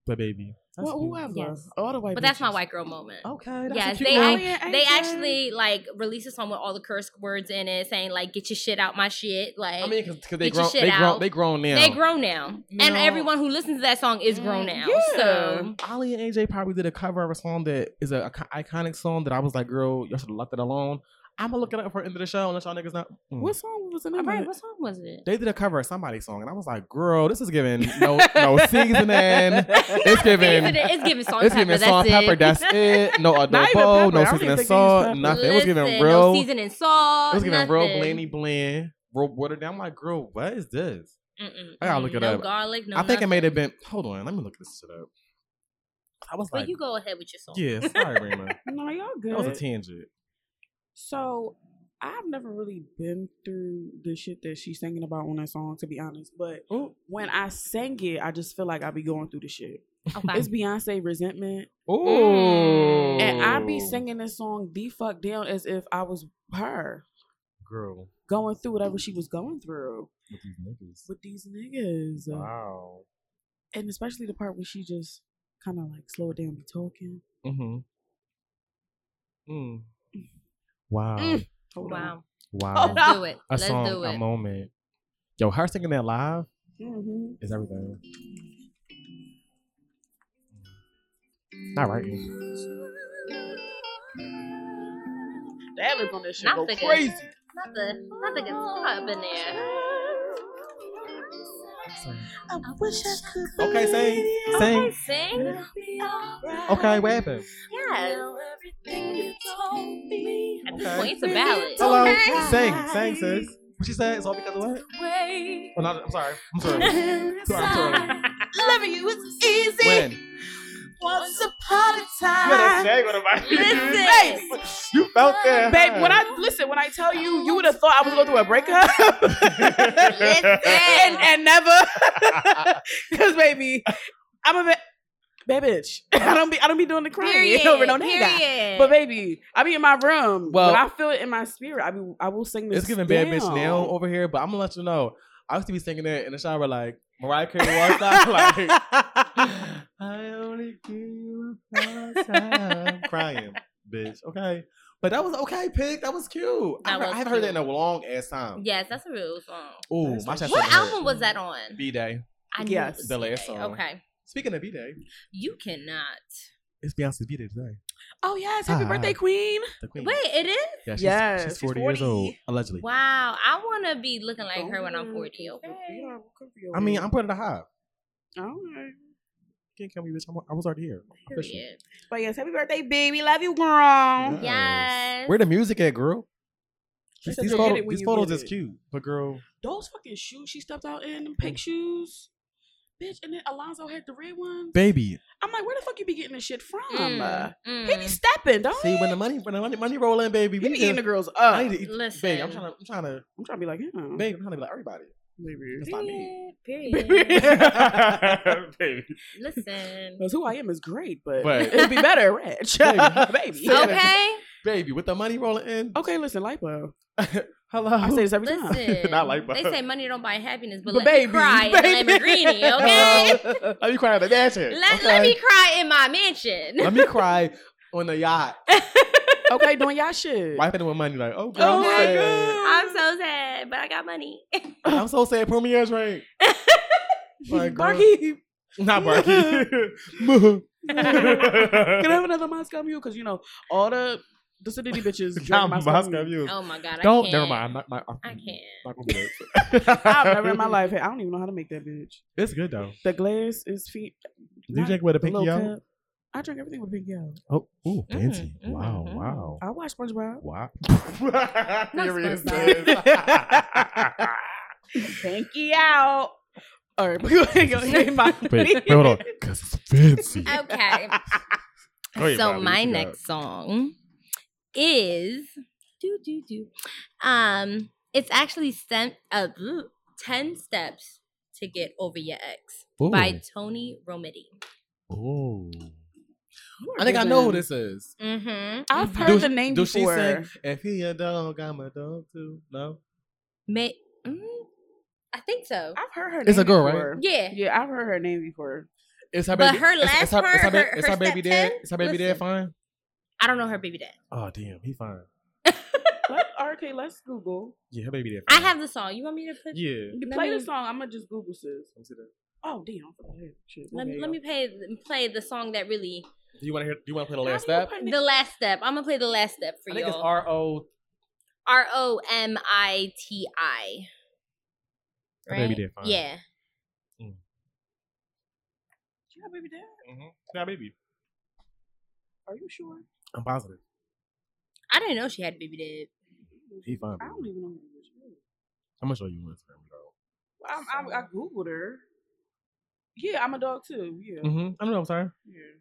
[SPEAKER 2] But, baby. that's
[SPEAKER 1] Well,
[SPEAKER 2] you.
[SPEAKER 1] whoever.
[SPEAKER 3] Yes.
[SPEAKER 1] All the white
[SPEAKER 3] But that's my
[SPEAKER 1] bitches.
[SPEAKER 3] white girl moment.
[SPEAKER 1] Oh,
[SPEAKER 2] Okay. That's
[SPEAKER 3] Yes,
[SPEAKER 2] a cute
[SPEAKER 3] they
[SPEAKER 2] little-
[SPEAKER 3] act-
[SPEAKER 1] and
[SPEAKER 3] they
[SPEAKER 1] AJ.
[SPEAKER 3] actually like released a song with all the curse words in it, saying like "Get your shit out my shit." Like
[SPEAKER 2] I mean, because they
[SPEAKER 3] Get your
[SPEAKER 2] grown,
[SPEAKER 3] shit
[SPEAKER 2] they
[SPEAKER 3] out.
[SPEAKER 2] grown, they grown now.
[SPEAKER 3] they grown now, and
[SPEAKER 2] No.
[SPEAKER 3] everyone who listens to that song is grown
[SPEAKER 1] Mm,
[SPEAKER 3] now.
[SPEAKER 1] yeah.
[SPEAKER 3] So
[SPEAKER 2] Ali and AJ probably did a cover of a song that is an iconic song that I was like, girl, you should have left it alone. I'm gonna look it up for the end of the show unless y'all niggas not. Mm.
[SPEAKER 1] What song was in
[SPEAKER 3] all
[SPEAKER 1] that? [laughs]
[SPEAKER 3] right, what song was it?
[SPEAKER 2] they did a cover of somebody's song, and I was like, girl, this is giving no
[SPEAKER 1] [laughs]
[SPEAKER 2] no seasoning. It's giving.
[SPEAKER 3] Season it- it's giving salt.
[SPEAKER 2] It's
[SPEAKER 3] and pepper,
[SPEAKER 2] giving salt,
[SPEAKER 3] that's
[SPEAKER 2] pepper.
[SPEAKER 3] it.
[SPEAKER 2] That's it.
[SPEAKER 1] [laughs]
[SPEAKER 2] No
[SPEAKER 1] Not even
[SPEAKER 2] adobo,
[SPEAKER 1] pepper. I
[SPEAKER 2] no
[SPEAKER 1] don't even
[SPEAKER 2] seasoning
[SPEAKER 1] think they use
[SPEAKER 2] salt,
[SPEAKER 1] pepper.
[SPEAKER 2] nothing. It was giving
[SPEAKER 3] Listen,
[SPEAKER 2] real.
[SPEAKER 3] no season and salt.
[SPEAKER 2] it was giving real
[SPEAKER 3] nothing.
[SPEAKER 2] blandy blend, real watered down. I'm like, girl, what is this?
[SPEAKER 3] Mm-mm,
[SPEAKER 2] I gotta
[SPEAKER 3] mm,
[SPEAKER 2] look it
[SPEAKER 3] no
[SPEAKER 2] up.
[SPEAKER 3] garlic. No
[SPEAKER 2] I think it
[SPEAKER 3] nothing.
[SPEAKER 2] may have been. Hold on, let me look this shit up. I was
[SPEAKER 3] But
[SPEAKER 2] like,
[SPEAKER 3] you go ahead with your song.
[SPEAKER 1] [laughs]
[SPEAKER 2] yeah, sorry, Raymond.
[SPEAKER 1] [laughs] No, y'all good.
[SPEAKER 2] That was a tangent.
[SPEAKER 1] So I've never really been through the shit that she's singing about on that song, to be honest. But
[SPEAKER 2] Ooh,
[SPEAKER 1] when I sang it, I just feel like I be going through the shit.
[SPEAKER 3] Okay.
[SPEAKER 1] It's Beyonce resentment,
[SPEAKER 2] ooh,
[SPEAKER 1] Mm, and I
[SPEAKER 2] Oh.
[SPEAKER 1] be singing this song "The Fuck Down" as if I was her
[SPEAKER 2] girl
[SPEAKER 1] going through whatever she was going through
[SPEAKER 2] with these niggas.
[SPEAKER 1] with these niggas,
[SPEAKER 2] Wow.
[SPEAKER 1] and especially the part where she just kind of like slow it down, be talking.
[SPEAKER 2] Mm-hmm. Mm. Wow.
[SPEAKER 3] Mm.
[SPEAKER 1] Hold on.
[SPEAKER 3] wow.
[SPEAKER 2] Wow.
[SPEAKER 3] Let's do it.
[SPEAKER 2] A
[SPEAKER 3] Let's
[SPEAKER 2] song,
[SPEAKER 3] do
[SPEAKER 2] a
[SPEAKER 3] it.
[SPEAKER 2] moment. Yo, her singing that live
[SPEAKER 1] Mhm.
[SPEAKER 2] is everything. Not right. here.
[SPEAKER 1] The ad-lib on that shit
[SPEAKER 3] Not
[SPEAKER 1] go
[SPEAKER 3] the good.
[SPEAKER 1] crazy.
[SPEAKER 3] Not the not the guitar up in there.
[SPEAKER 1] I wish I could.
[SPEAKER 2] Okay, sing, sing.
[SPEAKER 3] Sing.
[SPEAKER 2] Okay, what happened?
[SPEAKER 3] Yes. At this
[SPEAKER 2] Okay.
[SPEAKER 3] point, it's a ballad.
[SPEAKER 2] Hello,
[SPEAKER 3] Okay.
[SPEAKER 2] sing, sing, sis. What she said? It's all because of what? Oh, no, I'm sorry. I'm sorry. sorry, I'm sorry.
[SPEAKER 4] Loving you is easy.
[SPEAKER 2] When?
[SPEAKER 4] Once upon a time.
[SPEAKER 3] Listen.
[SPEAKER 2] [laughs] You felt that.
[SPEAKER 1] Babe, when
[SPEAKER 2] [laughs]
[SPEAKER 1] I [laughs] listen, when I tell you, you would have thought I was going through a breakup [laughs] and, and [laughs] never, because baby, I'm a bad bitch. [laughs] I don't be I don't be doing the crying [laughs]
[SPEAKER 2] [laughs]
[SPEAKER 3] Period.
[SPEAKER 1] over no nigga.
[SPEAKER 3] Period.
[SPEAKER 1] But baby, I be in my room.
[SPEAKER 2] Well-
[SPEAKER 1] Well, I feel it in my spirit. I be I will sing this.
[SPEAKER 2] it's giving bad bitch
[SPEAKER 1] down.
[SPEAKER 2] now over here, but I'm gonna let you know. I used to be singing that in the shower like Mariah Carey walked
[SPEAKER 3] [laughs]
[SPEAKER 2] out like I only give you one
[SPEAKER 3] [laughs]
[SPEAKER 2] time. crying, bitch. Okay. But that was okay, pig. That was cute. I,
[SPEAKER 3] That
[SPEAKER 2] heard- I
[SPEAKER 3] was
[SPEAKER 2] haven't heard that in
[SPEAKER 3] cute.
[SPEAKER 2] a long ass time.
[SPEAKER 3] yes, that's a real song.
[SPEAKER 2] Ooh, my chest.
[SPEAKER 3] What album was that on?
[SPEAKER 2] B Day.
[SPEAKER 3] I knew
[SPEAKER 1] Yes.
[SPEAKER 3] it.
[SPEAKER 2] The last song.
[SPEAKER 3] Okay.
[SPEAKER 2] Speaking of B Day,
[SPEAKER 3] You cannot.
[SPEAKER 2] it's Beyonce's B Day today.
[SPEAKER 1] Oh yes, happy
[SPEAKER 2] Ah.
[SPEAKER 1] birthday, Queen.
[SPEAKER 2] The queen.
[SPEAKER 3] Wait, it is?
[SPEAKER 2] Yeah, she's,
[SPEAKER 1] Yes,
[SPEAKER 2] she's
[SPEAKER 1] she's
[SPEAKER 2] 40, years
[SPEAKER 1] 40.
[SPEAKER 2] old, allegedly.
[SPEAKER 3] Wow. I want to be looking like her when I'm 40. Okay.
[SPEAKER 2] I mean, I'm putting it high.
[SPEAKER 1] Alright.
[SPEAKER 2] Can't kill me, bitch. I'm, I was already here. Official.
[SPEAKER 3] Period.
[SPEAKER 1] But yes, happy birthday, baby. Love you, girl.
[SPEAKER 3] Yes.
[SPEAKER 2] Where the music at, girl?
[SPEAKER 1] She
[SPEAKER 2] These,
[SPEAKER 1] said
[SPEAKER 2] these
[SPEAKER 1] you'll get
[SPEAKER 2] photo-
[SPEAKER 1] it when
[SPEAKER 2] these
[SPEAKER 1] you
[SPEAKER 2] photos
[SPEAKER 1] get
[SPEAKER 2] is
[SPEAKER 1] it.
[SPEAKER 2] cute, but girl,
[SPEAKER 1] Those fucking shoes she stepped out in, them pink shoes. Bitch, and then Alonzo had the red ones.
[SPEAKER 2] baby.
[SPEAKER 1] I'm like, where the fuck you be getting this shit from? Uh, He
[SPEAKER 3] Mm,
[SPEAKER 1] be
[SPEAKER 3] mm.
[SPEAKER 1] stepping, don't
[SPEAKER 2] See
[SPEAKER 1] he?
[SPEAKER 2] when the money when the money money roll in, baby.
[SPEAKER 1] he
[SPEAKER 2] We
[SPEAKER 1] be
[SPEAKER 2] need
[SPEAKER 1] eating
[SPEAKER 2] to,
[SPEAKER 1] the girls
[SPEAKER 2] I
[SPEAKER 1] up.
[SPEAKER 2] need to eat.
[SPEAKER 3] Listen.
[SPEAKER 2] Babe, I'm trying to. I'm trying to.
[SPEAKER 1] I'm trying to be like, hmm. yeah,
[SPEAKER 2] Babe, I'm trying to be like everybody.
[SPEAKER 1] maybe.
[SPEAKER 2] That's not
[SPEAKER 3] [laughs]
[SPEAKER 2] me. [laughs]
[SPEAKER 3] Period. Period.
[SPEAKER 2] baby.
[SPEAKER 1] [laughs]
[SPEAKER 3] Listen.
[SPEAKER 1] Because who I am is great, but,
[SPEAKER 2] But-
[SPEAKER 1] it'd be better rich.
[SPEAKER 2] [laughs]
[SPEAKER 1] [laughs]
[SPEAKER 2] Baby.
[SPEAKER 1] baby.
[SPEAKER 2] Yeah.
[SPEAKER 3] Okay.
[SPEAKER 2] [laughs] baby, with the money rolling in.
[SPEAKER 1] Okay, listen, lipo.
[SPEAKER 2] Hello.
[SPEAKER 1] Oh, I say this every time.
[SPEAKER 3] Listen.
[SPEAKER 2] Not like
[SPEAKER 3] They
[SPEAKER 2] that.
[SPEAKER 3] say money don't buy happiness, but,
[SPEAKER 1] But
[SPEAKER 3] let
[SPEAKER 1] baby,
[SPEAKER 3] me cry in a
[SPEAKER 1] baby.
[SPEAKER 2] [laughs]
[SPEAKER 1] [laughs]
[SPEAKER 3] Lamborghini, okay?
[SPEAKER 2] Let me cry at the mansion.
[SPEAKER 3] Let,
[SPEAKER 2] Oh, okay?
[SPEAKER 3] let me [laughs] cry in my mansion.
[SPEAKER 2] Let me cry on the yacht,
[SPEAKER 1] okay, doing y'all shit.
[SPEAKER 2] wiping it with money. Like, oh, girl,
[SPEAKER 1] Oh
[SPEAKER 2] I'm
[SPEAKER 1] my
[SPEAKER 2] sad.
[SPEAKER 3] [laughs] I'm so sad, but I got money.
[SPEAKER 2] I'm so sad. Pour me your
[SPEAKER 3] [laughs]
[SPEAKER 2] drink. Like, girl.
[SPEAKER 1] Barkeep,
[SPEAKER 2] Not Barky. [laughs]
[SPEAKER 1] can I have another Moscow Mule? Because you know all the the city
[SPEAKER 2] [laughs]
[SPEAKER 1] bitches drink
[SPEAKER 2] Not
[SPEAKER 1] Moscow,
[SPEAKER 2] Moscow
[SPEAKER 1] Mule.
[SPEAKER 2] Mule.
[SPEAKER 3] Oh my god, I
[SPEAKER 2] Don't.
[SPEAKER 3] can't.
[SPEAKER 2] Never mind. I'm not, not, I'm
[SPEAKER 3] I can't.
[SPEAKER 2] Not gonna do
[SPEAKER 1] [laughs]
[SPEAKER 2] it.
[SPEAKER 6] [laughs]
[SPEAKER 2] [laughs]
[SPEAKER 1] I've never in my life. I don't even know how to make that bitch.
[SPEAKER 2] It's good though.
[SPEAKER 1] The glass is feet.
[SPEAKER 6] Do you drink with a pinky
[SPEAKER 1] Little
[SPEAKER 6] out?
[SPEAKER 1] cup. I drink everything with a pinky out.
[SPEAKER 6] Oh, ooh,
[SPEAKER 3] Mm-hmm,
[SPEAKER 2] Mm,
[SPEAKER 6] fancy.
[SPEAKER 2] mm,
[SPEAKER 6] wow,
[SPEAKER 2] mm.
[SPEAKER 6] wow.
[SPEAKER 1] I watch SpongeBob. [laughs]
[SPEAKER 6] Wow.
[SPEAKER 3] Furious [laughs]
[SPEAKER 1] Pinky out. All right, [laughs] but go ahead. Go
[SPEAKER 3] [laughs]
[SPEAKER 1] ahead. My
[SPEAKER 6] wait, wait, hold on. Because it's fancy.
[SPEAKER 3] Okay.
[SPEAKER 6] Go ahead, Bobby,
[SPEAKER 3] so
[SPEAKER 6] what
[SPEAKER 3] my
[SPEAKER 6] you got?
[SPEAKER 3] next song is do do do. Um, it's actually sent uh, bleh, ten steps to get over your ex
[SPEAKER 6] Ooh.
[SPEAKER 3] by Tony Romiti.
[SPEAKER 6] Ooh.
[SPEAKER 2] I think I know who this is.
[SPEAKER 3] Mm-hmm.
[SPEAKER 1] I've heard the name
[SPEAKER 2] do
[SPEAKER 1] before.
[SPEAKER 2] she sing, if he a dog, I'm a dog too? No?
[SPEAKER 3] Ma- mm, I think so.
[SPEAKER 1] I've heard her. Name
[SPEAKER 2] It's a girl, right?
[SPEAKER 1] before.
[SPEAKER 3] Yeah.
[SPEAKER 1] Yeah, I've heard her name before.
[SPEAKER 2] It's her
[SPEAKER 3] But
[SPEAKER 2] baby.
[SPEAKER 3] her
[SPEAKER 2] it's-
[SPEAKER 3] last
[SPEAKER 2] it's her, it's her,
[SPEAKER 3] part,
[SPEAKER 2] ba-
[SPEAKER 3] her-
[SPEAKER 2] it's
[SPEAKER 3] her
[SPEAKER 2] her baby
[SPEAKER 3] step
[SPEAKER 2] dad.
[SPEAKER 3] 10?
[SPEAKER 2] Is her baby dad
[SPEAKER 3] Listen.
[SPEAKER 2] fine?
[SPEAKER 3] I don't know her baby dad.
[SPEAKER 2] Oh damn, he fine.
[SPEAKER 1] Let, okay, let's Google.
[SPEAKER 2] Yeah, her baby dad.
[SPEAKER 3] I
[SPEAKER 2] Fine.
[SPEAKER 3] have the song. You want me to put?
[SPEAKER 2] Yeah.
[SPEAKER 1] You
[SPEAKER 3] Let
[SPEAKER 1] play the
[SPEAKER 3] me-
[SPEAKER 1] song. I'm gonna just Google sis.
[SPEAKER 2] Let me see that.
[SPEAKER 1] Oh damn! I forgot her. Shit, my
[SPEAKER 3] Let,
[SPEAKER 1] bad,
[SPEAKER 3] let
[SPEAKER 1] y'all.
[SPEAKER 3] me play play the song that really
[SPEAKER 2] Do you want to hear? Do you want to play the
[SPEAKER 1] How
[SPEAKER 2] last
[SPEAKER 1] do you
[SPEAKER 2] step?
[SPEAKER 1] play
[SPEAKER 3] the last step. I'm gonna play the last step for
[SPEAKER 2] I think it's
[SPEAKER 3] y'all.
[SPEAKER 2] R O.
[SPEAKER 3] R O M I T I.
[SPEAKER 2] Her baby dad fine.
[SPEAKER 3] Yeah.
[SPEAKER 1] She got baby dad.
[SPEAKER 2] Mm-hmm. Nah, baby.
[SPEAKER 1] Are you sure?
[SPEAKER 2] I'm positive.
[SPEAKER 3] I didn't know she had baby dad.
[SPEAKER 2] He fine.
[SPEAKER 1] I
[SPEAKER 2] baby.
[SPEAKER 1] don't even know who this is.
[SPEAKER 2] I'm gonna show you on Instagram. Though.
[SPEAKER 1] Well, I'm, I'm, I googled her. Yeah, I'm a dog too. Yeah,
[SPEAKER 2] Mm-hmm. I don't know. I'm sorry.
[SPEAKER 1] yeah.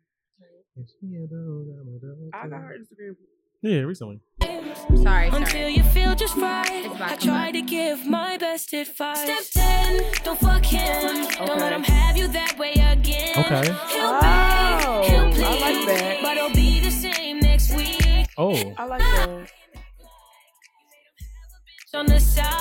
[SPEAKER 2] If he a dog, I'm a dog
[SPEAKER 1] I got her
[SPEAKER 2] too.
[SPEAKER 1] Instagram.
[SPEAKER 2] Yeah, recently.
[SPEAKER 3] Sorry,
[SPEAKER 7] Until
[SPEAKER 3] sorry.
[SPEAKER 7] you feel just right.
[SPEAKER 3] It's about
[SPEAKER 7] I
[SPEAKER 3] to
[SPEAKER 7] try
[SPEAKER 3] come
[SPEAKER 7] to give my best advice. Step 10, don't fuck him. Don't let him have you that way again.
[SPEAKER 6] Okay.
[SPEAKER 7] He'll
[SPEAKER 1] Oh,
[SPEAKER 7] beg, he'll
[SPEAKER 1] I
[SPEAKER 7] plead,
[SPEAKER 1] like that.
[SPEAKER 7] But it'll be the same next week.
[SPEAKER 6] Oh.
[SPEAKER 1] I like that.
[SPEAKER 7] On the side.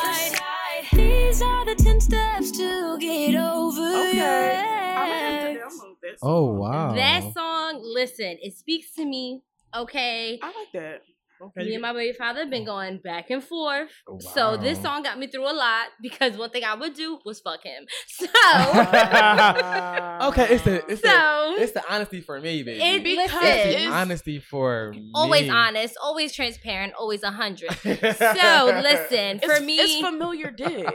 [SPEAKER 7] These are the 10 steps to get over
[SPEAKER 1] Okay. I'm gonna have
[SPEAKER 7] your
[SPEAKER 1] to
[SPEAKER 7] ex.
[SPEAKER 1] download this.
[SPEAKER 6] Oh, wow.
[SPEAKER 3] That song, listen, it speaks to me. Okay.
[SPEAKER 1] I like that.
[SPEAKER 2] Okay.
[SPEAKER 3] Me and my baby father have been going back and forth.
[SPEAKER 6] Oh,
[SPEAKER 3] So this
[SPEAKER 6] wow.
[SPEAKER 3] song got me through a lot because one thing I would do was fuck him. [laughs]
[SPEAKER 1] [laughs]
[SPEAKER 3] So
[SPEAKER 1] Wow.
[SPEAKER 2] [laughs]
[SPEAKER 1] [laughs]
[SPEAKER 2] okay, it's the it's the
[SPEAKER 3] so
[SPEAKER 2] it's the honesty for me, baby.
[SPEAKER 3] it
[SPEAKER 2] it's the
[SPEAKER 3] listen,
[SPEAKER 2] honesty for
[SPEAKER 3] always
[SPEAKER 2] me.
[SPEAKER 3] honest, always transparent, always a
[SPEAKER 2] [laughs]
[SPEAKER 3] hundred. So listen, for
[SPEAKER 1] It's-
[SPEAKER 3] me
[SPEAKER 1] it's familiar dick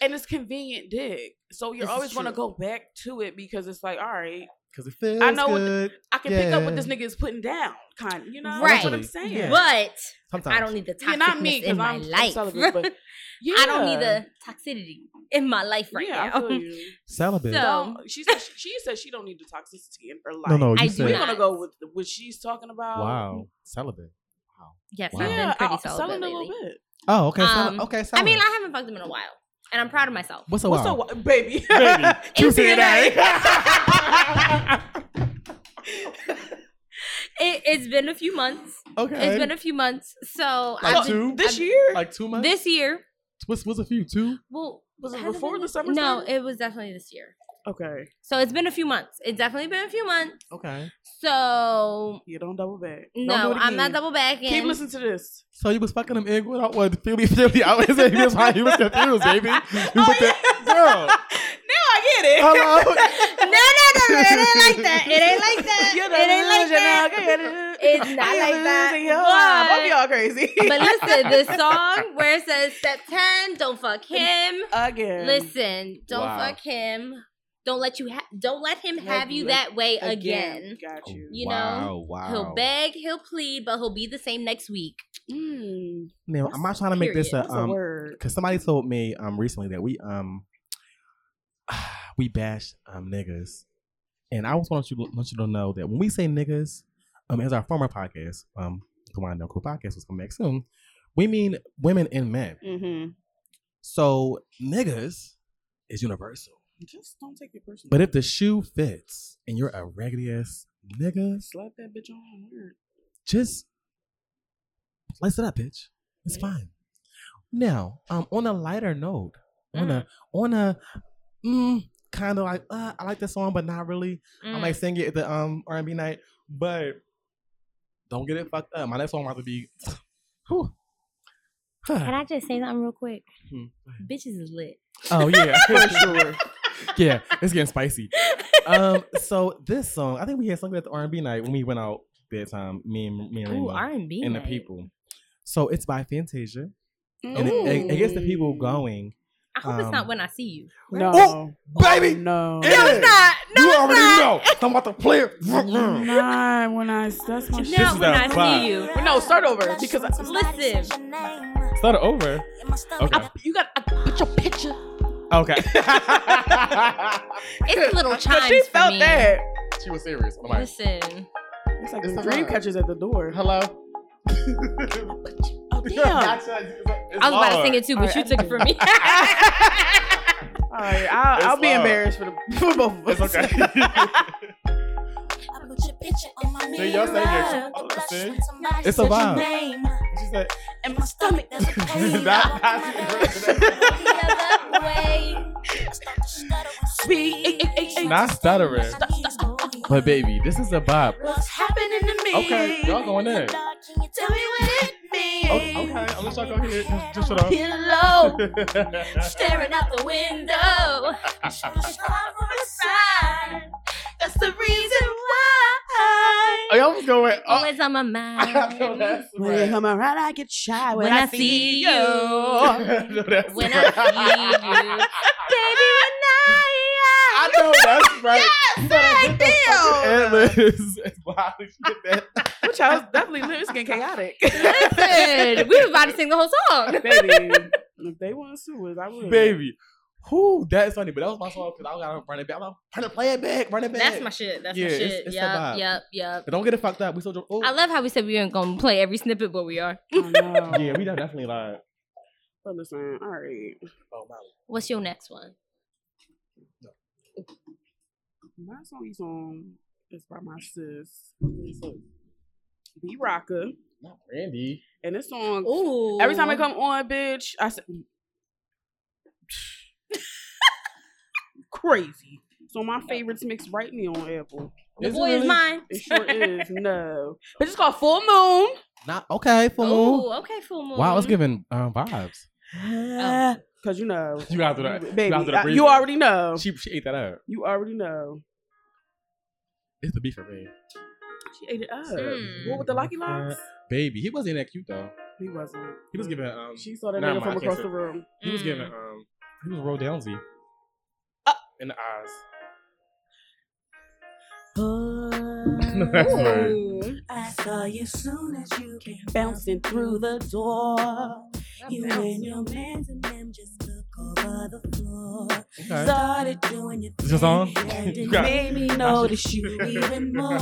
[SPEAKER 1] and it's convenient dick. So you're
[SPEAKER 2] This is
[SPEAKER 1] always gonna
[SPEAKER 2] true.
[SPEAKER 1] go back to it because it's like, all right,
[SPEAKER 2] because it feels
[SPEAKER 1] I know what
[SPEAKER 2] good.
[SPEAKER 1] I can pick up what
[SPEAKER 2] Yeah.
[SPEAKER 1] this nigga is putting down. Kind, of, you know,
[SPEAKER 3] Right.
[SPEAKER 1] That's what I'm saying.
[SPEAKER 2] Yeah.
[SPEAKER 3] but
[SPEAKER 2] Sometimes
[SPEAKER 3] I don't need the toxicness
[SPEAKER 1] Yeah, not me because
[SPEAKER 3] in my
[SPEAKER 1] I'm, I'm
[SPEAKER 3] life.
[SPEAKER 1] celibate, but yeah.
[SPEAKER 3] [laughs] I don't need the toxicity in my life right
[SPEAKER 1] yeah, I
[SPEAKER 3] now.
[SPEAKER 1] feel [laughs] you.
[SPEAKER 6] celibate.
[SPEAKER 3] So-
[SPEAKER 1] Don't- she said she, she said she don't need the toxicity in her life.
[SPEAKER 6] no, no, you
[SPEAKER 3] I do
[SPEAKER 6] said.
[SPEAKER 1] We're
[SPEAKER 3] not.
[SPEAKER 1] gonna go with the- what she's talking about.
[SPEAKER 6] Wow, celibate.
[SPEAKER 3] [laughs] Yes,
[SPEAKER 6] Wow.
[SPEAKER 3] I've
[SPEAKER 1] Yeah,
[SPEAKER 3] been pretty
[SPEAKER 1] I'll-
[SPEAKER 3] celibate
[SPEAKER 1] selling a
[SPEAKER 3] lately.
[SPEAKER 1] little bit.
[SPEAKER 6] Oh, okay. celi-
[SPEAKER 3] Um,
[SPEAKER 6] okay,
[SPEAKER 3] I
[SPEAKER 6] celibate.
[SPEAKER 3] mean, I haven't fucked him in a while, and I'm proud of myself.
[SPEAKER 6] what's a
[SPEAKER 1] What's
[SPEAKER 6] wow?
[SPEAKER 1] up, [laughs] baby?
[SPEAKER 6] [laughs] Baby,
[SPEAKER 3] It's
[SPEAKER 6] Tuesday
[SPEAKER 3] been
[SPEAKER 6] night.
[SPEAKER 3] [laughs] It, it's been a few months.
[SPEAKER 2] okay.
[SPEAKER 3] It's been a few months. So
[SPEAKER 2] Like
[SPEAKER 3] I've been-
[SPEAKER 2] two?
[SPEAKER 1] this year?
[SPEAKER 2] like two months.
[SPEAKER 3] this year.
[SPEAKER 2] What's was a few two?
[SPEAKER 3] Well,
[SPEAKER 1] Was it
[SPEAKER 3] has
[SPEAKER 1] before
[SPEAKER 3] been
[SPEAKER 1] the
[SPEAKER 3] this-
[SPEAKER 1] summer
[SPEAKER 3] No,
[SPEAKER 1] started?
[SPEAKER 3] it was definitely this year.
[SPEAKER 1] okay,
[SPEAKER 3] So it's been a few months. It's definitely been a few months.
[SPEAKER 2] Okay.
[SPEAKER 3] So
[SPEAKER 1] you don't double back. Don't
[SPEAKER 3] no,
[SPEAKER 1] do it
[SPEAKER 3] I'm not
[SPEAKER 1] again.
[SPEAKER 3] double backing.
[SPEAKER 1] Keep listening to this.
[SPEAKER 2] So you was fucking them egg without what? Feel me, feel me. I was saying that's why you was confused,
[SPEAKER 3] [laughs]
[SPEAKER 2] baby. You
[SPEAKER 3] Oh,
[SPEAKER 2] put that- girl.
[SPEAKER 1] [laughs] Now I get it.
[SPEAKER 6] Oh.
[SPEAKER 2] Hello.
[SPEAKER 3] No, no, no, no, it ain't like that. It ain't like that.
[SPEAKER 1] [laughs] You
[SPEAKER 3] it ain't
[SPEAKER 1] don't
[SPEAKER 3] like
[SPEAKER 1] lose your
[SPEAKER 3] that.
[SPEAKER 1] nugget.
[SPEAKER 3] It's
[SPEAKER 1] [laughs]
[SPEAKER 3] not like
[SPEAKER 1] You
[SPEAKER 3] that,
[SPEAKER 1] losing your mind.
[SPEAKER 3] but-
[SPEAKER 1] Both of y'all crazy.
[SPEAKER 3] But listen, the song where it says step 10, don't fuck him.
[SPEAKER 1] [laughs] Again.
[SPEAKER 3] Listen, don't
[SPEAKER 2] Wow.
[SPEAKER 3] fuck him. Don't let you ha- don't let him
[SPEAKER 1] Let
[SPEAKER 3] have you
[SPEAKER 1] you-
[SPEAKER 3] that way again.
[SPEAKER 1] Got you.
[SPEAKER 3] [laughs] You
[SPEAKER 6] wow, wow.
[SPEAKER 3] He'll beg, he'll plead, but he'll be the same next week.
[SPEAKER 1] Mm,
[SPEAKER 6] Now, I'm not trying to make this
[SPEAKER 3] Period.
[SPEAKER 6] a
[SPEAKER 1] that's a
[SPEAKER 6] um
[SPEAKER 1] word.
[SPEAKER 6] because somebody told me um recently that we um
[SPEAKER 2] [sighs] we bash um niggas. And I was want you want you to know that when we say niggas, um, as our former podcast, um, the Wine No Cool podcast was coming back soon, we mean women and men.
[SPEAKER 1] Mm-hmm.
[SPEAKER 2] So niggas is universal.
[SPEAKER 1] Just don't take it personal.
[SPEAKER 2] But if the shoe fits and you're a raggedy ass nigga,
[SPEAKER 1] slap that bitch on weird.
[SPEAKER 2] just lace it up, bitch. It's fine. Now, um, on a lighter note, on a on a mm, kind of like uh, I like this song, but not really. I
[SPEAKER 1] Mm.
[SPEAKER 2] might sing it at the um R and B night, but don't get it fucked up. My next song about to be. [sighs] Whew. [sighs]
[SPEAKER 3] Can I just say something real quick?
[SPEAKER 2] Hmm.
[SPEAKER 3] Bitches is lit.
[SPEAKER 2] Oh yeah,
[SPEAKER 1] [laughs] For sure.
[SPEAKER 2] yeah, it's getting spicy.
[SPEAKER 1] [laughs]
[SPEAKER 2] Um, so this song, I think we had something at the R and B night when we went out that time. Me and me and,
[SPEAKER 3] Ooh,
[SPEAKER 2] Remo
[SPEAKER 3] R and B.
[SPEAKER 2] and the people. So it's by Fantasia, and it, it, it gets the people going.
[SPEAKER 3] I hope it's not
[SPEAKER 6] Um,
[SPEAKER 3] when I see you.
[SPEAKER 1] No.
[SPEAKER 6] Oh, baby.
[SPEAKER 1] Oh, No.
[SPEAKER 6] Yeah.
[SPEAKER 3] No, it's [laughs] not. No,
[SPEAKER 6] you
[SPEAKER 3] it's
[SPEAKER 6] already
[SPEAKER 1] [laughs]
[SPEAKER 3] not.
[SPEAKER 6] know. I'm about to play it. Mm.
[SPEAKER 1] Nah, when I that's my shit.
[SPEAKER 3] Not
[SPEAKER 2] is
[SPEAKER 3] when
[SPEAKER 2] not
[SPEAKER 3] I
[SPEAKER 2] fine.
[SPEAKER 3] see you.
[SPEAKER 1] Well, no, start over because I,
[SPEAKER 3] Listen.
[SPEAKER 2] Start it over. Okay.
[SPEAKER 1] you got I put your picture.
[SPEAKER 2] Okay. [laughs]
[SPEAKER 3] It's little chimes
[SPEAKER 1] she
[SPEAKER 3] for
[SPEAKER 1] felt
[SPEAKER 3] me.
[SPEAKER 1] that.
[SPEAKER 2] she was serious. I'm like,
[SPEAKER 3] Listen.
[SPEAKER 1] It's like the dream catchers at the door. [laughs]
[SPEAKER 2] hello. [laughs]
[SPEAKER 1] Oh damn!
[SPEAKER 3] I was about to sing it too, but
[SPEAKER 1] Alright,
[SPEAKER 3] you
[SPEAKER 1] I
[SPEAKER 3] took it
[SPEAKER 1] did.
[SPEAKER 2] [laughs]
[SPEAKER 3] from me.
[SPEAKER 1] All right, I'll, I'll
[SPEAKER 2] It's
[SPEAKER 1] be
[SPEAKER 2] loud.
[SPEAKER 1] embarrassed for the [laughs] for both of us.
[SPEAKER 2] It's okay. See, y'all say it. Oh, see? It's a vibe. She said,
[SPEAKER 4] And my stomach
[SPEAKER 2] [laughs]
[SPEAKER 4] doesn't pain.
[SPEAKER 2] That-
[SPEAKER 4] Sweet.
[SPEAKER 2] not stuttering. But baby, this is a vibe.
[SPEAKER 4] What's happening to me?
[SPEAKER 2] Okay, y'all going in.
[SPEAKER 4] Can you tell me what it means?
[SPEAKER 2] O- okay, unless y'all go here, just, just shut up.
[SPEAKER 4] Pillow, staring out the
[SPEAKER 3] Window.
[SPEAKER 2] Oh.
[SPEAKER 4] star from a sign. That's the reason why.
[SPEAKER 2] Oh, y'all was going.
[SPEAKER 6] [laughs]
[SPEAKER 2] Oh,
[SPEAKER 3] Always
[SPEAKER 2] [laughs]
[SPEAKER 3] on my mind.
[SPEAKER 2] that's
[SPEAKER 1] When you
[SPEAKER 2] right.
[SPEAKER 1] come around, I get shy when,
[SPEAKER 3] When
[SPEAKER 1] I,
[SPEAKER 3] I see you.
[SPEAKER 2] [laughs] No, that's
[SPEAKER 3] When I
[SPEAKER 2] right.
[SPEAKER 3] see you. Baby, when I
[SPEAKER 2] I know
[SPEAKER 3] [laughs]
[SPEAKER 2] that's right.
[SPEAKER 1] Damn.
[SPEAKER 2] [laughs] Atlas. Wow, did you
[SPEAKER 3] [laughs]
[SPEAKER 2] get that?
[SPEAKER 1] Which I was definitely lyrics and
[SPEAKER 2] [laughs]
[SPEAKER 1] chaotic.
[SPEAKER 3] Listen, we were about to sing the whole song.
[SPEAKER 1] Baby, if they want to sue us, I would.
[SPEAKER 2] Baby. Whew, that is funny, but that was my song because I gotta run it back. I'm like, run it, play it back, run it back.
[SPEAKER 3] That's my shit. That's
[SPEAKER 2] Yeah,
[SPEAKER 3] my
[SPEAKER 2] it's-
[SPEAKER 3] shit.
[SPEAKER 2] it's the
[SPEAKER 3] yep,
[SPEAKER 2] vibe.
[SPEAKER 3] yep, yep.
[SPEAKER 2] But don't get it fucked up. We still. Oh.
[SPEAKER 3] I love how we said we ain't gonna play every snippet, but we are.
[SPEAKER 1] I know.
[SPEAKER 2] [laughs] Yeah, we done definitely lied.
[SPEAKER 1] But listen, all right.
[SPEAKER 2] Oh, my.
[SPEAKER 3] What's your next one?
[SPEAKER 1] My song song is by my sis, B Rocker,
[SPEAKER 2] Not Randy.
[SPEAKER 1] and this song.
[SPEAKER 3] Ooh.
[SPEAKER 1] Every time I come on, bitch, I say [laughs] crazy. So my favorites mix right now on Apple.
[SPEAKER 3] the
[SPEAKER 2] it
[SPEAKER 3] boy is
[SPEAKER 2] really?
[SPEAKER 3] mine.
[SPEAKER 1] It sure [laughs] is no, but it's called Full Moon.
[SPEAKER 2] Not okay. Full moon.
[SPEAKER 3] Ooh, okay, full moon.
[SPEAKER 2] Wow, it's giving um, vibes.
[SPEAKER 3] Oh.
[SPEAKER 1] Cause you know,
[SPEAKER 2] You gotta do that. You
[SPEAKER 1] baby,
[SPEAKER 2] gotta
[SPEAKER 3] uh,
[SPEAKER 2] do the
[SPEAKER 1] I-
[SPEAKER 2] breathing.
[SPEAKER 1] you already know.
[SPEAKER 2] She, she ate that up.
[SPEAKER 1] You already know.
[SPEAKER 2] It's the beef for me.
[SPEAKER 1] She ate it up.
[SPEAKER 3] Mm.
[SPEAKER 1] What with the Lucky Locks?
[SPEAKER 2] Baby, he wasn't that cute though.
[SPEAKER 1] He wasn't.
[SPEAKER 2] He was giving um.
[SPEAKER 1] She saw that
[SPEAKER 2] Never
[SPEAKER 1] nigga
[SPEAKER 2] mind, I
[SPEAKER 1] from
[SPEAKER 2] can't
[SPEAKER 1] across
[SPEAKER 2] say-
[SPEAKER 1] the room.
[SPEAKER 2] He was
[SPEAKER 3] Mm.
[SPEAKER 2] giving um. He was Roll Downsy. in the eyes. [laughs] That's right.
[SPEAKER 3] Ooh.
[SPEAKER 4] [laughs] I saw you soon as you came
[SPEAKER 1] Bouncing through the door.
[SPEAKER 4] You and your mans and them just took over the floor.
[SPEAKER 2] Okay.
[SPEAKER 4] Started doing your
[SPEAKER 2] Is this on? [laughs]
[SPEAKER 4] And
[SPEAKER 2] You
[SPEAKER 4] it
[SPEAKER 2] got-
[SPEAKER 4] made me notice you
[SPEAKER 2] [laughs]
[SPEAKER 4] even more.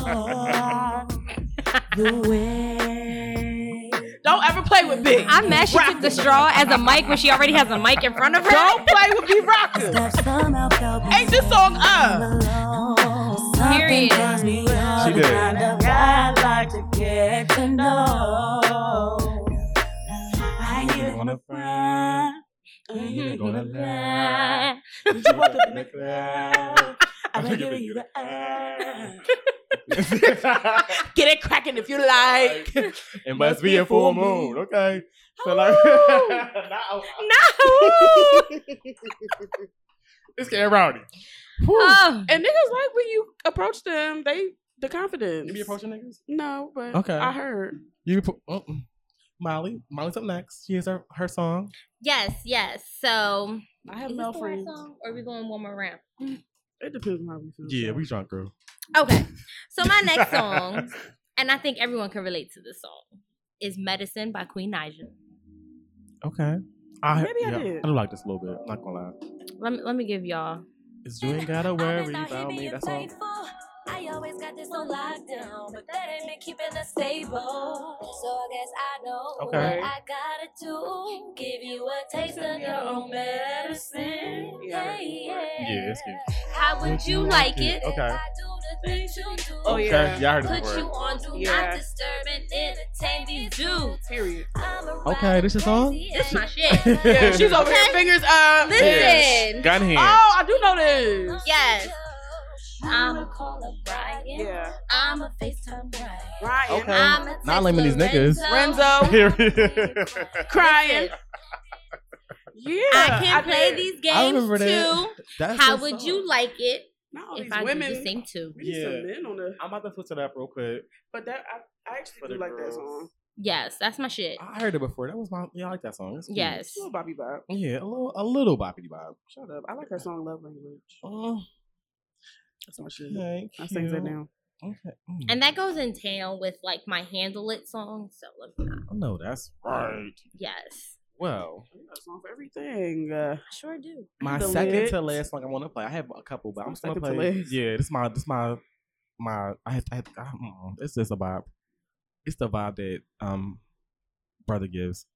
[SPEAKER 4] The way.
[SPEAKER 1] Don't ever play with Big.
[SPEAKER 3] I'm mad she took the straw as a mic when she already has a mic in front of her.
[SPEAKER 1] Don't play with B Rocker.
[SPEAKER 4] That somehow felt me
[SPEAKER 1] Ain't this song uh? up?
[SPEAKER 4] alone.
[SPEAKER 3] Period.
[SPEAKER 4] Something turns me on.
[SPEAKER 2] She
[SPEAKER 4] the
[SPEAKER 2] did.
[SPEAKER 4] Kind of guy I'd like to get to know. I hear it on the front. I hear it on the back. Did you walk up in the crowd? I've been giving you the [laughs] eye.
[SPEAKER 1] Get it cracking if you
[SPEAKER 2] [laughs]
[SPEAKER 1] like. [laughs]
[SPEAKER 2] It must be a full moon. Okay. So like, [laughs]
[SPEAKER 3] No.
[SPEAKER 2] it's getting rowdy.
[SPEAKER 3] Oh.
[SPEAKER 1] Uh, And niggas like when you approach them, they the confidence.
[SPEAKER 2] You be approaching niggas?
[SPEAKER 1] No, but
[SPEAKER 2] Okay.
[SPEAKER 1] I heard.
[SPEAKER 2] You be pro- oh, mm. Molly. Molly's up next. She has her, her song.
[SPEAKER 3] Yes, yes. So,
[SPEAKER 1] I have
[SPEAKER 3] is this
[SPEAKER 1] male
[SPEAKER 3] the last
[SPEAKER 1] friends.
[SPEAKER 3] song, or are we going one more round?
[SPEAKER 1] It depends on how we feel.
[SPEAKER 2] Yeah, we drunk, girl.
[SPEAKER 3] Okay. So my
[SPEAKER 2] [laughs]
[SPEAKER 3] next song, and I think everyone can relate to this song, is "Medicine" by Queen Naija.
[SPEAKER 2] Okay. I,
[SPEAKER 1] Maybe I did.
[SPEAKER 2] I do like this a little bit. I'm not gonna lie.
[SPEAKER 3] Let me let me give y'all.
[SPEAKER 2] It's you ain't gotta worry about me. That's all.
[SPEAKER 7] I always got this on lockdown, but that ain't been keeping us stable. So I guess I know
[SPEAKER 2] Okay.
[SPEAKER 7] what I gotta do. Give you a taste of your own medicine.
[SPEAKER 1] Yeah.
[SPEAKER 7] Hey, yeah.
[SPEAKER 2] Yeah, it's good.
[SPEAKER 7] How would you like it?
[SPEAKER 2] Okay.
[SPEAKER 7] if I do the things you do.
[SPEAKER 1] Oh, yeah.
[SPEAKER 2] Okay, y'all heard it
[SPEAKER 7] Put
[SPEAKER 1] [laughs]
[SPEAKER 7] you
[SPEAKER 2] before.
[SPEAKER 7] on do
[SPEAKER 1] Yeah.
[SPEAKER 7] not disturb and entertain these dudes.
[SPEAKER 2] [laughs]
[SPEAKER 1] Period.
[SPEAKER 7] I'm a
[SPEAKER 2] Okay, this your song?
[SPEAKER 3] This my shit.
[SPEAKER 1] Yeah, she's [laughs] over here fingers up.
[SPEAKER 3] Listen. Oh,
[SPEAKER 2] Gun
[SPEAKER 1] Oh,
[SPEAKER 2] hand.
[SPEAKER 1] I do know this.
[SPEAKER 3] Yes.
[SPEAKER 7] I'm a call up Brian.
[SPEAKER 1] Yeah.
[SPEAKER 7] I'm a FaceTime Brian.
[SPEAKER 1] Ryan.
[SPEAKER 2] Okay.
[SPEAKER 7] I'm a
[SPEAKER 2] Not laming these niggas.
[SPEAKER 1] Renzo
[SPEAKER 2] Period.
[SPEAKER 3] [laughs]
[SPEAKER 1] crying.
[SPEAKER 3] Listen,
[SPEAKER 1] Yeah.
[SPEAKER 3] I can't play
[SPEAKER 1] heard.
[SPEAKER 3] these
[SPEAKER 2] I
[SPEAKER 3] games
[SPEAKER 2] remember that.
[SPEAKER 3] too.
[SPEAKER 2] That's
[SPEAKER 3] How
[SPEAKER 2] the
[SPEAKER 3] would
[SPEAKER 2] song.
[SPEAKER 3] you like it
[SPEAKER 1] Not all
[SPEAKER 3] if
[SPEAKER 1] these
[SPEAKER 3] I
[SPEAKER 1] women.
[SPEAKER 3] do the same too?
[SPEAKER 1] We need
[SPEAKER 2] Yeah.
[SPEAKER 1] some men on the.
[SPEAKER 2] I'm about to switch it up real quick.
[SPEAKER 1] But that I, I actually
[SPEAKER 2] For
[SPEAKER 1] do
[SPEAKER 2] the
[SPEAKER 1] like that
[SPEAKER 2] girls.
[SPEAKER 1] song.
[SPEAKER 3] Yes, that's my shit.
[SPEAKER 2] I heard it before. That was my yeah, I like that song. It's cute.
[SPEAKER 3] Yes.
[SPEAKER 1] Little Bobby Bob.
[SPEAKER 2] Yeah, a little a little boppity bob.
[SPEAKER 1] Shut up. I like her song Love Language.
[SPEAKER 2] Oh,
[SPEAKER 1] That's my shit.
[SPEAKER 2] thank
[SPEAKER 1] I sing that
[SPEAKER 2] you.
[SPEAKER 1] now.
[SPEAKER 2] Okay. Mm.
[SPEAKER 3] And that goes in town with like my handle it song. So let's not.
[SPEAKER 2] Mm, I know that's right.
[SPEAKER 3] Yes.
[SPEAKER 2] Well,
[SPEAKER 1] You got a song for everything. Uh,
[SPEAKER 3] I sure do.
[SPEAKER 2] my
[SPEAKER 1] The
[SPEAKER 2] second to
[SPEAKER 1] Lids.
[SPEAKER 2] last song I want to play. I have a couple, but I'm just gonna
[SPEAKER 1] Second to
[SPEAKER 2] play.
[SPEAKER 1] Lids.
[SPEAKER 2] Yeah, this my this my my. I have I, have, I mm, It's just a vibe. It's the vibe that um brother gives.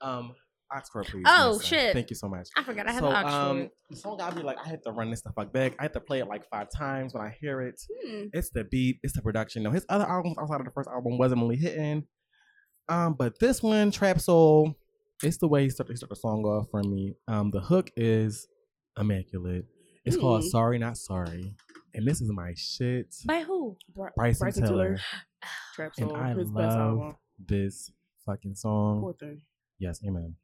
[SPEAKER 2] Um, Oxford, please.
[SPEAKER 3] Oh,
[SPEAKER 2] Vanessa.
[SPEAKER 3] shit.
[SPEAKER 2] Thank you so much.
[SPEAKER 3] I forgot I have
[SPEAKER 2] so,
[SPEAKER 3] an Oxford.
[SPEAKER 2] um, the song I'll be like, I had to run this stuff like back. I had to play it like five times when I hear it.
[SPEAKER 1] hmm.
[SPEAKER 2] It's the beat, it's the production. Now his other albums outside of the first album wasn't really hitting. Um, but this one, Trap Soul, it's the way he started, he started the song off for me. Um, the hook is immaculate. It's called
[SPEAKER 1] Mm.
[SPEAKER 2] Sorry Not Sorry. And this is my shit.
[SPEAKER 3] By who?
[SPEAKER 1] Bri-
[SPEAKER 2] Bryson, Tiller.
[SPEAKER 1] Trap
[SPEAKER 2] And
[SPEAKER 1] Soul,
[SPEAKER 2] I
[SPEAKER 1] his best
[SPEAKER 2] love
[SPEAKER 1] album.
[SPEAKER 2] this fucking song.
[SPEAKER 1] Poor [laughs] thing.
[SPEAKER 2] Yes, amen.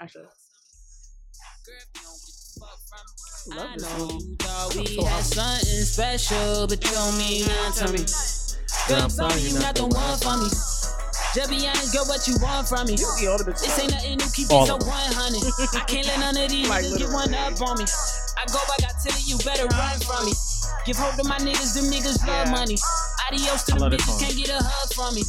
[SPEAKER 1] Actually,
[SPEAKER 4] I know you thought we had something special, but you don't mean nothing to me. Girl, I'm sorry, you not the one for me. Just be honest, girl, what you want from me?
[SPEAKER 1] you be all the
[SPEAKER 4] This ain't nothing new, keep
[SPEAKER 2] All
[SPEAKER 4] it so
[SPEAKER 2] of them.
[SPEAKER 4] 100. I can't let none of
[SPEAKER 1] [laughs]
[SPEAKER 4] these
[SPEAKER 1] Like,
[SPEAKER 4] niggas get one
[SPEAKER 1] literally.
[SPEAKER 4] up on me. I go back, I tell you, you better run from me. Give hope to my niggas, them niggas love
[SPEAKER 1] Yeah.
[SPEAKER 4] money. Adios
[SPEAKER 2] I
[SPEAKER 4] to the
[SPEAKER 2] love this
[SPEAKER 4] bitches,
[SPEAKER 2] song.
[SPEAKER 4] can't get a hug from me.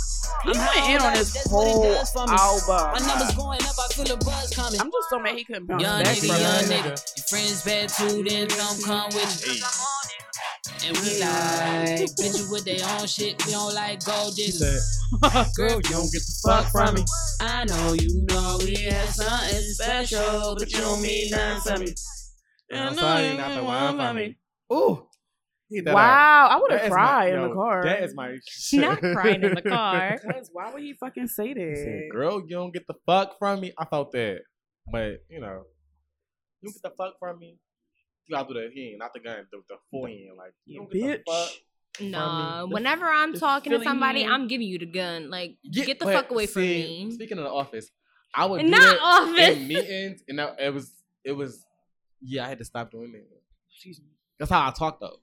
[SPEAKER 1] He went in on
[SPEAKER 4] high
[SPEAKER 1] his
[SPEAKER 4] life, that's what it
[SPEAKER 1] whole
[SPEAKER 4] does for me. My numbers
[SPEAKER 1] album.
[SPEAKER 4] going up, I feel a buzz coming.
[SPEAKER 1] I'm just so mad he couldn't bounce
[SPEAKER 4] Young
[SPEAKER 1] back
[SPEAKER 4] nigga,
[SPEAKER 1] from
[SPEAKER 4] young
[SPEAKER 1] it.
[SPEAKER 4] nigga. Your friends bad too, then come come with you. And we like, bitches with their own shit, we don't like
[SPEAKER 1] [laughs]
[SPEAKER 4] gold diggers. Girl, you don't get the fuck from me. I know you know we had something special, but you don't mean nothing to me.
[SPEAKER 2] I'm sorry, not the one for me. Ooh. He did that.
[SPEAKER 1] Wow, I would
[SPEAKER 2] That
[SPEAKER 1] have
[SPEAKER 2] is my-
[SPEAKER 1] cried in
[SPEAKER 2] yo,
[SPEAKER 1] the car.
[SPEAKER 2] That
[SPEAKER 1] [laughs]
[SPEAKER 2] is my shit.
[SPEAKER 3] Not
[SPEAKER 2] [laughs]
[SPEAKER 3] crying in the car.
[SPEAKER 1] Because why would he fucking say
[SPEAKER 2] He
[SPEAKER 1] that?
[SPEAKER 2] said, girl, you don't get the fuck from me. I felt that. But, you know, you get the fuck from me. You gotta do the hand, not the gun, the, the forehand. Like, you
[SPEAKER 1] You
[SPEAKER 2] don't get the
[SPEAKER 1] bitch.
[SPEAKER 2] fuck.
[SPEAKER 3] No.
[SPEAKER 2] This-
[SPEAKER 3] Whenever I'm
[SPEAKER 2] this
[SPEAKER 3] talking to
[SPEAKER 2] feeling
[SPEAKER 3] somebody,
[SPEAKER 2] you-
[SPEAKER 3] I'm giving you the gun. Like,
[SPEAKER 2] Yeah,
[SPEAKER 3] get the
[SPEAKER 2] but
[SPEAKER 3] fuck away from
[SPEAKER 2] see,
[SPEAKER 3] me.
[SPEAKER 2] Speaking of the office, I would do
[SPEAKER 3] Not
[SPEAKER 2] that
[SPEAKER 3] office.
[SPEAKER 2] in meetings, and that, it was, it was, yeah, I had to stop doing that. That's how I talk though.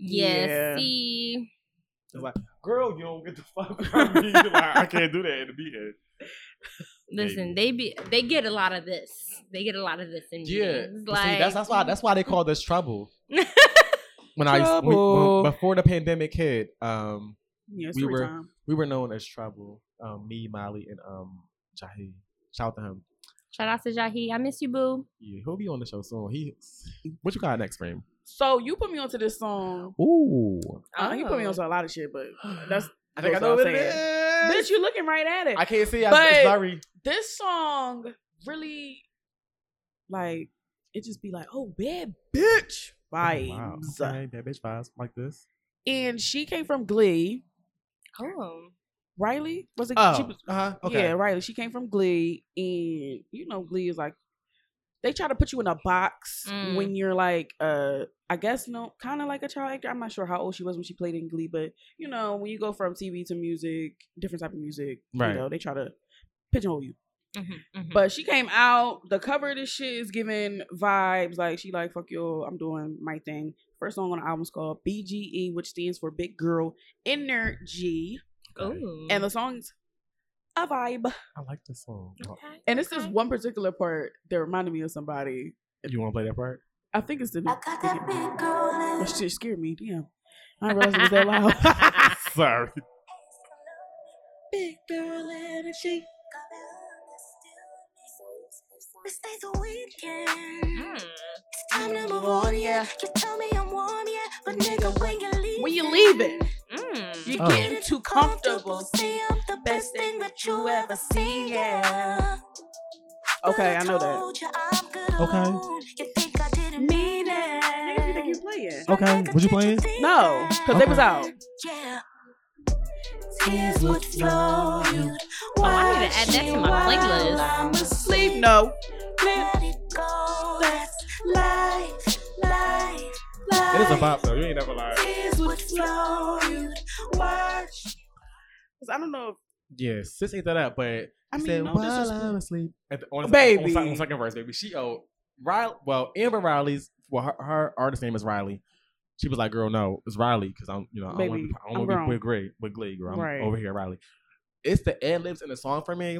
[SPEAKER 3] Yes.
[SPEAKER 1] Yeah.
[SPEAKER 3] See.
[SPEAKER 2] Girl, you don't get the [laughs] fuck from me. Like, I can't do that in the meeting.
[SPEAKER 3] Listen, they be they get a lot of this. They get a lot of this in
[SPEAKER 2] Yeah,
[SPEAKER 3] meetings.
[SPEAKER 2] But
[SPEAKER 3] Like
[SPEAKER 2] see, that's that's why that's why they call this
[SPEAKER 1] [laughs]
[SPEAKER 2] trouble. When I used- we-
[SPEAKER 1] Trouble.
[SPEAKER 2] when, before the pandemic hit, um,
[SPEAKER 1] Yeah, it's
[SPEAKER 2] We
[SPEAKER 1] three
[SPEAKER 2] were-
[SPEAKER 1] time.
[SPEAKER 2] we were known as trouble. Um, me, Molly, and um, Jahi. Shout out to him.
[SPEAKER 3] Shout out to Jahi. I miss you, boo.
[SPEAKER 2] Yeah, he'll be on the show soon. He, what you got next, frame?
[SPEAKER 1] So you put me onto this song.
[SPEAKER 2] Ooh,
[SPEAKER 1] Uh, you put me onto a lot of shit,
[SPEAKER 2] [sighs]
[SPEAKER 1] but that's
[SPEAKER 2] I think I
[SPEAKER 1] That's
[SPEAKER 2] know
[SPEAKER 1] what
[SPEAKER 2] what
[SPEAKER 1] I'm
[SPEAKER 2] it is.
[SPEAKER 1] bitch. You looking right at it.
[SPEAKER 2] I can't see. I,
[SPEAKER 1] But-
[SPEAKER 2] it's blurry.
[SPEAKER 1] this song really, like, it just be like, oh, bad bitch vibes.
[SPEAKER 2] Oh, Wow. Okay, that bitch vibes like this.
[SPEAKER 1] And she came from Glee.
[SPEAKER 3] Oh.
[SPEAKER 1] Riley was it? she
[SPEAKER 2] Oh,
[SPEAKER 1] was-
[SPEAKER 2] uh huh. Okay.
[SPEAKER 1] Yeah, Riley. She came from Glee, and you know, Glee is like they try to put you in a box
[SPEAKER 3] Mm.
[SPEAKER 1] when you're like, uh, I guess no, kind of like a child actor. I'm not sure how old she was when she played in Glee, but you know, when you go from TV to music, different type of music,
[SPEAKER 2] Right. Mm.
[SPEAKER 1] you know, they try to pigeonhole you.
[SPEAKER 3] Mhm, mhm.
[SPEAKER 1] But she came out. The cover of this shit is giving vibes like she like fuck you. I'm doing my thing. First song on the album is called BGE, which stands for Big Girl Energy,
[SPEAKER 3] Ooh.
[SPEAKER 2] Mm.
[SPEAKER 1] and the song's a vibe.
[SPEAKER 2] I like this song.
[SPEAKER 3] Okay,
[SPEAKER 1] And it's this
[SPEAKER 3] okay.
[SPEAKER 1] one particular part that reminded me of somebody.
[SPEAKER 2] You want to play that part?
[SPEAKER 1] I think it's the.
[SPEAKER 7] I got that big girl
[SPEAKER 1] [laughs] That
[SPEAKER 7] energy.
[SPEAKER 1] shit scared me. Damn. [laughs] I didn't realize it was that loud. [laughs]
[SPEAKER 2] Sorry.
[SPEAKER 7] Big girl energy. This day's a weekend.
[SPEAKER 3] Mm.
[SPEAKER 7] It's time to move on, yeah. You tell me I'm warm, yeah. But nigga, when you leave,
[SPEAKER 1] when you leave it,
[SPEAKER 3] Mm.
[SPEAKER 1] you're
[SPEAKER 2] Oh.
[SPEAKER 1] getting too comfortable.
[SPEAKER 7] Say I'm the best thing that you ever seen, yeah.
[SPEAKER 1] Okay, I know that.
[SPEAKER 7] that.
[SPEAKER 2] Okay.
[SPEAKER 7] You think I didn't mean
[SPEAKER 1] Niggas, you think
[SPEAKER 7] it?
[SPEAKER 1] you playing?
[SPEAKER 2] Okay, what you playing?
[SPEAKER 1] No, because they was
[SPEAKER 2] Okay.
[SPEAKER 1] out.
[SPEAKER 7] Yeah. Tears would flow. You'd
[SPEAKER 3] Oh, I need to add that to my playlist.
[SPEAKER 7] I'm asleep.
[SPEAKER 1] Sleep no.
[SPEAKER 7] Let it go. That's life, life, life.
[SPEAKER 2] It is a bop though. You ain't never lied.
[SPEAKER 7] Tears would flow. You'd watch.
[SPEAKER 1] 'Cause I don't know. If,
[SPEAKER 2] Yeah, sis ain't that up, but
[SPEAKER 1] I
[SPEAKER 2] she
[SPEAKER 1] mean,
[SPEAKER 2] said,
[SPEAKER 1] no
[SPEAKER 2] while
[SPEAKER 1] disrespect.
[SPEAKER 2] I'm asleep. At the, on the-
[SPEAKER 1] Baby.
[SPEAKER 2] on, the second verse, baby. She oh, Riley. Well, Amber Riley's. Well, her, her artist name is Riley. She was like, "Girl, no, it's Riley, because I'm, you know, I don't wanna
[SPEAKER 1] Baby,
[SPEAKER 2] be- I
[SPEAKER 1] I'm
[SPEAKER 2] don't want to
[SPEAKER 1] grown.
[SPEAKER 2] be with Gray, with Glee, girl. I'm
[SPEAKER 1] Right.
[SPEAKER 2] over here, Riley." it's the ad libs in the song for me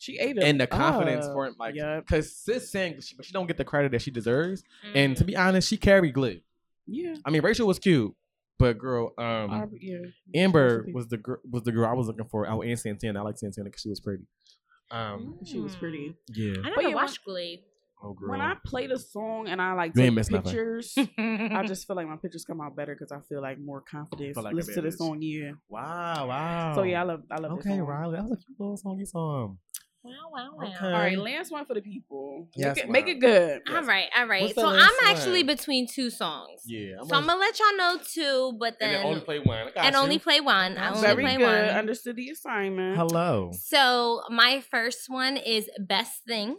[SPEAKER 1] She ate it.
[SPEAKER 2] and the confidence for it, like
[SPEAKER 1] yeah,
[SPEAKER 2] because Sis sang, but she, but she don't get the credit that she deserves. And to be honest, she carried Glee.
[SPEAKER 1] yeah,
[SPEAKER 2] I mean, Rachel was cute, but girl, um,
[SPEAKER 1] I- yeah.
[SPEAKER 2] Amber
[SPEAKER 1] Rest in
[SPEAKER 2] was the gr- was the girl I was looking for. Oh, and Santana. I like Santana because she was pretty.
[SPEAKER 3] Mm-hmm.
[SPEAKER 2] Um,
[SPEAKER 1] peace. She was pretty.
[SPEAKER 2] yeah.
[SPEAKER 3] I
[SPEAKER 1] But
[SPEAKER 3] never
[SPEAKER 1] yeah,
[SPEAKER 3] watched Glee.
[SPEAKER 2] Oh, girl.
[SPEAKER 1] When I play the song and I like
[SPEAKER 2] You ain't
[SPEAKER 1] take
[SPEAKER 2] missed nothing.
[SPEAKER 1] [laughs] pictures, I
[SPEAKER 3] I
[SPEAKER 1] just feel like my pictures come out better because I feel like more confident.
[SPEAKER 2] Feel like Oh. a
[SPEAKER 1] Listen to this
[SPEAKER 2] badass.
[SPEAKER 1] song, yeah.
[SPEAKER 2] wow, wow.
[SPEAKER 1] So yeah, I love, I love. this
[SPEAKER 2] okay,
[SPEAKER 1] song.
[SPEAKER 2] Riley, that was a cute little song you song.
[SPEAKER 3] wow, wow, wow.
[SPEAKER 2] Okay.
[SPEAKER 1] All right, last one for the people.
[SPEAKER 2] Yes,
[SPEAKER 1] make it, make
[SPEAKER 2] ma'am.
[SPEAKER 1] it good.
[SPEAKER 3] All right, all right.
[SPEAKER 2] What's the
[SPEAKER 3] so I'm
[SPEAKER 2] last
[SPEAKER 3] actually
[SPEAKER 2] one?
[SPEAKER 3] between two songs.
[SPEAKER 2] Yeah.
[SPEAKER 3] so I'm gonna let y'all know two, but
[SPEAKER 2] and
[SPEAKER 3] then
[SPEAKER 2] then only play one. I got
[SPEAKER 3] and
[SPEAKER 2] you.
[SPEAKER 3] only play one. I
[SPEAKER 2] That's
[SPEAKER 3] only
[SPEAKER 1] Very
[SPEAKER 3] play
[SPEAKER 1] good.
[SPEAKER 3] one.
[SPEAKER 1] Understood the assignment.
[SPEAKER 2] Hello.
[SPEAKER 3] So my first one is Best Thing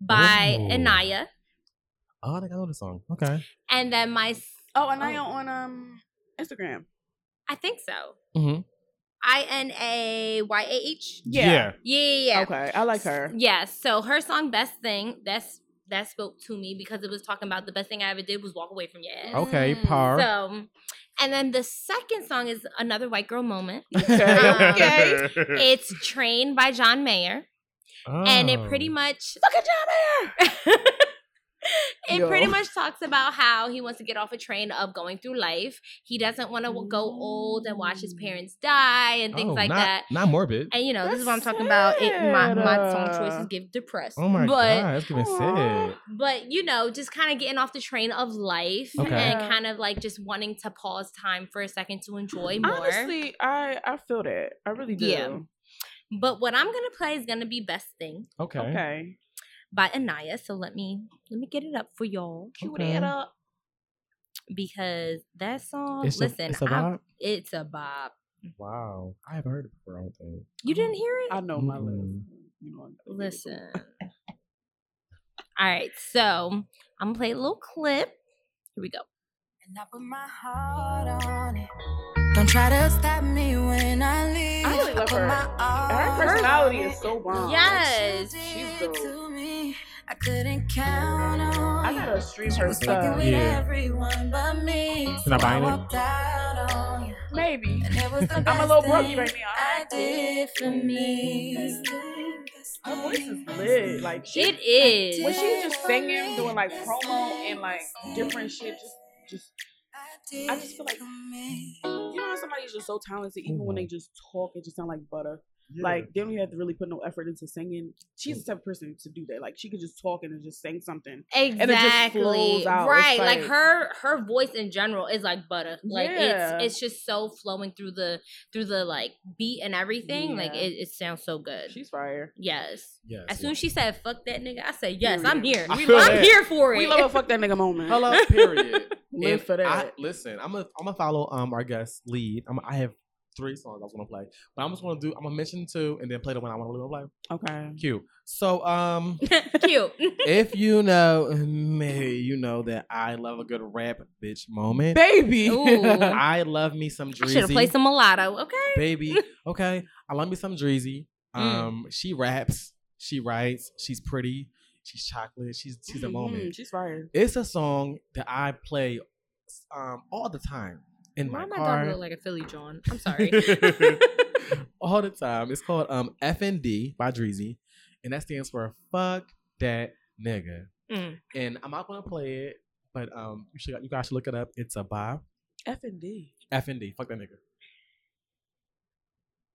[SPEAKER 3] by
[SPEAKER 2] Oh.
[SPEAKER 3] Anaya.
[SPEAKER 2] Oh, I think I know the song. Okay.
[SPEAKER 3] And then my s-
[SPEAKER 1] Oh, and I am on um Instagram.
[SPEAKER 3] I think so.
[SPEAKER 2] Mhm.
[SPEAKER 3] I N A Y A H.
[SPEAKER 1] Yeah.
[SPEAKER 3] Yeah, yeah, yeah.
[SPEAKER 1] Okay, I like
[SPEAKER 3] [laughs]
[SPEAKER 1] her.
[SPEAKER 3] Yeah, so her song Best Thing, that's that spoke to me because it was talking about the best thing I ever did was walk away from your ass.
[SPEAKER 2] Okay,
[SPEAKER 4] Mm,
[SPEAKER 2] par.
[SPEAKER 3] So and then the second song is another white girl moment.
[SPEAKER 2] [laughs]
[SPEAKER 1] Okay. okay.
[SPEAKER 2] okay.
[SPEAKER 3] It's Train by John Mayer. and it pretty
[SPEAKER 2] Oh.
[SPEAKER 3] much look at John Mayer. [laughs] It
[SPEAKER 1] Yo.
[SPEAKER 3] pretty much talks about how he wants to get off a train of going through life. He doesn't want to go old and watch his parents die and things
[SPEAKER 2] Oh,
[SPEAKER 3] like
[SPEAKER 2] not,
[SPEAKER 3] that.
[SPEAKER 2] Not morbid.
[SPEAKER 3] And you know, this is what I'm
[SPEAKER 1] That's
[SPEAKER 3] talking about. It my, my song
[SPEAKER 1] sad.
[SPEAKER 3] choices get depressed.
[SPEAKER 2] uh, oh my
[SPEAKER 3] but,
[SPEAKER 2] god, that's giving
[SPEAKER 1] Aw.
[SPEAKER 2] sad.
[SPEAKER 3] But you know, just kind of getting off the train of life
[SPEAKER 2] Okay.
[SPEAKER 3] and
[SPEAKER 1] Yeah.
[SPEAKER 3] kind of like just wanting to pause time for a second to enjoy [laughs] more.
[SPEAKER 1] Honestly, I I feel that. I really do.
[SPEAKER 3] Yeah. But what I'm gonna play is gonna be best thing
[SPEAKER 2] Okay.
[SPEAKER 1] Okay.
[SPEAKER 3] by Anaya. So let me let me get it up for y'all.
[SPEAKER 1] Cue
[SPEAKER 2] Okay.
[SPEAKER 1] that up.
[SPEAKER 3] because that song.
[SPEAKER 2] It's a-
[SPEAKER 3] listen,
[SPEAKER 2] it's a
[SPEAKER 3] I-
[SPEAKER 2] vibe?
[SPEAKER 3] it's a bop.
[SPEAKER 2] Wow. I haven't heard it before, I don't think.
[SPEAKER 3] You didn't hear it?
[SPEAKER 1] Oh, I know my list.
[SPEAKER 2] Mm-mm.
[SPEAKER 1] You know, I-
[SPEAKER 3] listen. All right, so I'm gonna play a little clip. Here we go.
[SPEAKER 7] And I put my heart on it. Don't try to stop me when I leave.
[SPEAKER 1] I really love
[SPEAKER 7] put
[SPEAKER 1] her.
[SPEAKER 7] my
[SPEAKER 1] Her
[SPEAKER 7] heart
[SPEAKER 1] personality
[SPEAKER 7] on
[SPEAKER 1] is so bomb.
[SPEAKER 3] Yes,
[SPEAKER 7] What you
[SPEAKER 1] she's
[SPEAKER 7] did
[SPEAKER 1] dope.
[SPEAKER 7] to me, I couldn't count on
[SPEAKER 1] I
[SPEAKER 7] you.
[SPEAKER 1] gotta stream
[SPEAKER 7] You
[SPEAKER 1] her
[SPEAKER 7] was fucking
[SPEAKER 1] stuff.
[SPEAKER 7] with
[SPEAKER 2] Yeah.
[SPEAKER 7] everyone but me.
[SPEAKER 2] Can I buy
[SPEAKER 7] I
[SPEAKER 2] it?
[SPEAKER 7] walked out on you.
[SPEAKER 1] Maybe.
[SPEAKER 7] And it was the
[SPEAKER 1] [laughs] I'm a
[SPEAKER 7] best
[SPEAKER 1] little brokey
[SPEAKER 7] thing
[SPEAKER 1] right now.
[SPEAKER 7] I did for me.
[SPEAKER 1] Her voice is lit. Like she,
[SPEAKER 3] It is.
[SPEAKER 1] when she's just singing, doing like promo and like different shit, just just I just feel like you know how somebody's just so talented, even when they just talk, it just sound like butter. Like they don't even have to really put no effort into singing. She's the type of person to do that. Like she could just talk and then just sing something. just
[SPEAKER 3] Exactly.
[SPEAKER 1] flows out. It's
[SPEAKER 3] Right. Like,
[SPEAKER 1] like-
[SPEAKER 3] her her voice in general is like butter. Like
[SPEAKER 1] Yeah.
[SPEAKER 3] it's it's just so flowing through the through the like beat and everything. Like
[SPEAKER 1] Yeah.
[SPEAKER 3] it, it sounds so good.
[SPEAKER 1] She's fire.
[SPEAKER 3] yes.
[SPEAKER 2] Yes.
[SPEAKER 3] As soon as she said "fuck that nigga," I said, "Yes, I'm
[SPEAKER 1] Period.
[SPEAKER 3] here.
[SPEAKER 2] I feel
[SPEAKER 3] I'm
[SPEAKER 2] that.
[SPEAKER 3] here for it."
[SPEAKER 1] We love a fuck that nigga moment.
[SPEAKER 2] [laughs] Hello, period.
[SPEAKER 1] Live
[SPEAKER 2] And
[SPEAKER 1] for that.
[SPEAKER 2] I, listen, I'm gonna I'm gonna follow um our guest lead. I'm, I have three songs I was gonna play, but I'm just gonna do I'm gonna mention two and then play the one I want to play.
[SPEAKER 1] okay.
[SPEAKER 2] Cute. So
[SPEAKER 3] [laughs]
[SPEAKER 2] um,
[SPEAKER 3] [laughs] Cute.
[SPEAKER 2] if you know me, you know that I love a good rap bitch moment.
[SPEAKER 1] Baby.
[SPEAKER 3] Ooh.
[SPEAKER 2] I love me some
[SPEAKER 3] I should have
[SPEAKER 2] Dreezy,
[SPEAKER 3] played some [laughs] mulatto. Okay.
[SPEAKER 2] baby. Okay, I love me some Dreezy.
[SPEAKER 3] Mm.
[SPEAKER 2] Um, she raps, she writes, she's pretty, she's chocolate, she's she's a moment.
[SPEAKER 1] Mhm, [laughs] She's fire.
[SPEAKER 2] It's a song that I play um, all the time in
[SPEAKER 3] Why
[SPEAKER 2] my
[SPEAKER 3] my
[SPEAKER 2] car.
[SPEAKER 3] dog look like a Philly John?
[SPEAKER 2] [laughs]
[SPEAKER 3] I'm sorry.
[SPEAKER 2] all the time. It's called um, FND by Dreezy, and that stands for Fuck That Nigga.
[SPEAKER 3] Mm.
[SPEAKER 2] And I'm not gonna play it, but um, you should you guys should look it up. It's a Bob
[SPEAKER 1] F and D.
[SPEAKER 2] FND. Fuck that nigga.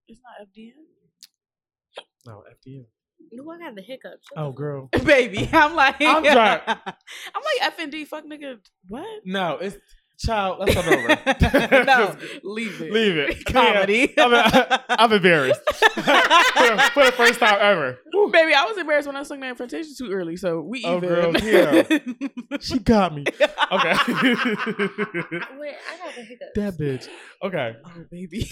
[SPEAKER 1] It's not FDN.
[SPEAKER 2] No FDN.
[SPEAKER 3] No, I got the hiccups.
[SPEAKER 2] Oh girl.
[SPEAKER 1] [laughs] Baby. I'm like [laughs]
[SPEAKER 2] I'm drunk.
[SPEAKER 1] I'm like F and D fuck nigga. What?
[SPEAKER 2] No, it's child. Let's start
[SPEAKER 3] [laughs]
[SPEAKER 2] [laughs] over.
[SPEAKER 1] [laughs] no, leave it.
[SPEAKER 2] leave it.
[SPEAKER 1] Comedy.
[SPEAKER 2] Yeah, I'm, I'm
[SPEAKER 3] [laughs]
[SPEAKER 2] embarrassed for, for the first time ever.
[SPEAKER 1] Baby, I was embarrassed when I sung that invitation too early, so we
[SPEAKER 2] Oh,
[SPEAKER 1] even. [laughs] Oh,
[SPEAKER 2] girl, yeah. She got me. Okay. [laughs]
[SPEAKER 3] I, wait, I got the hiccups.
[SPEAKER 2] that bitch. Okay.
[SPEAKER 1] oh, baby.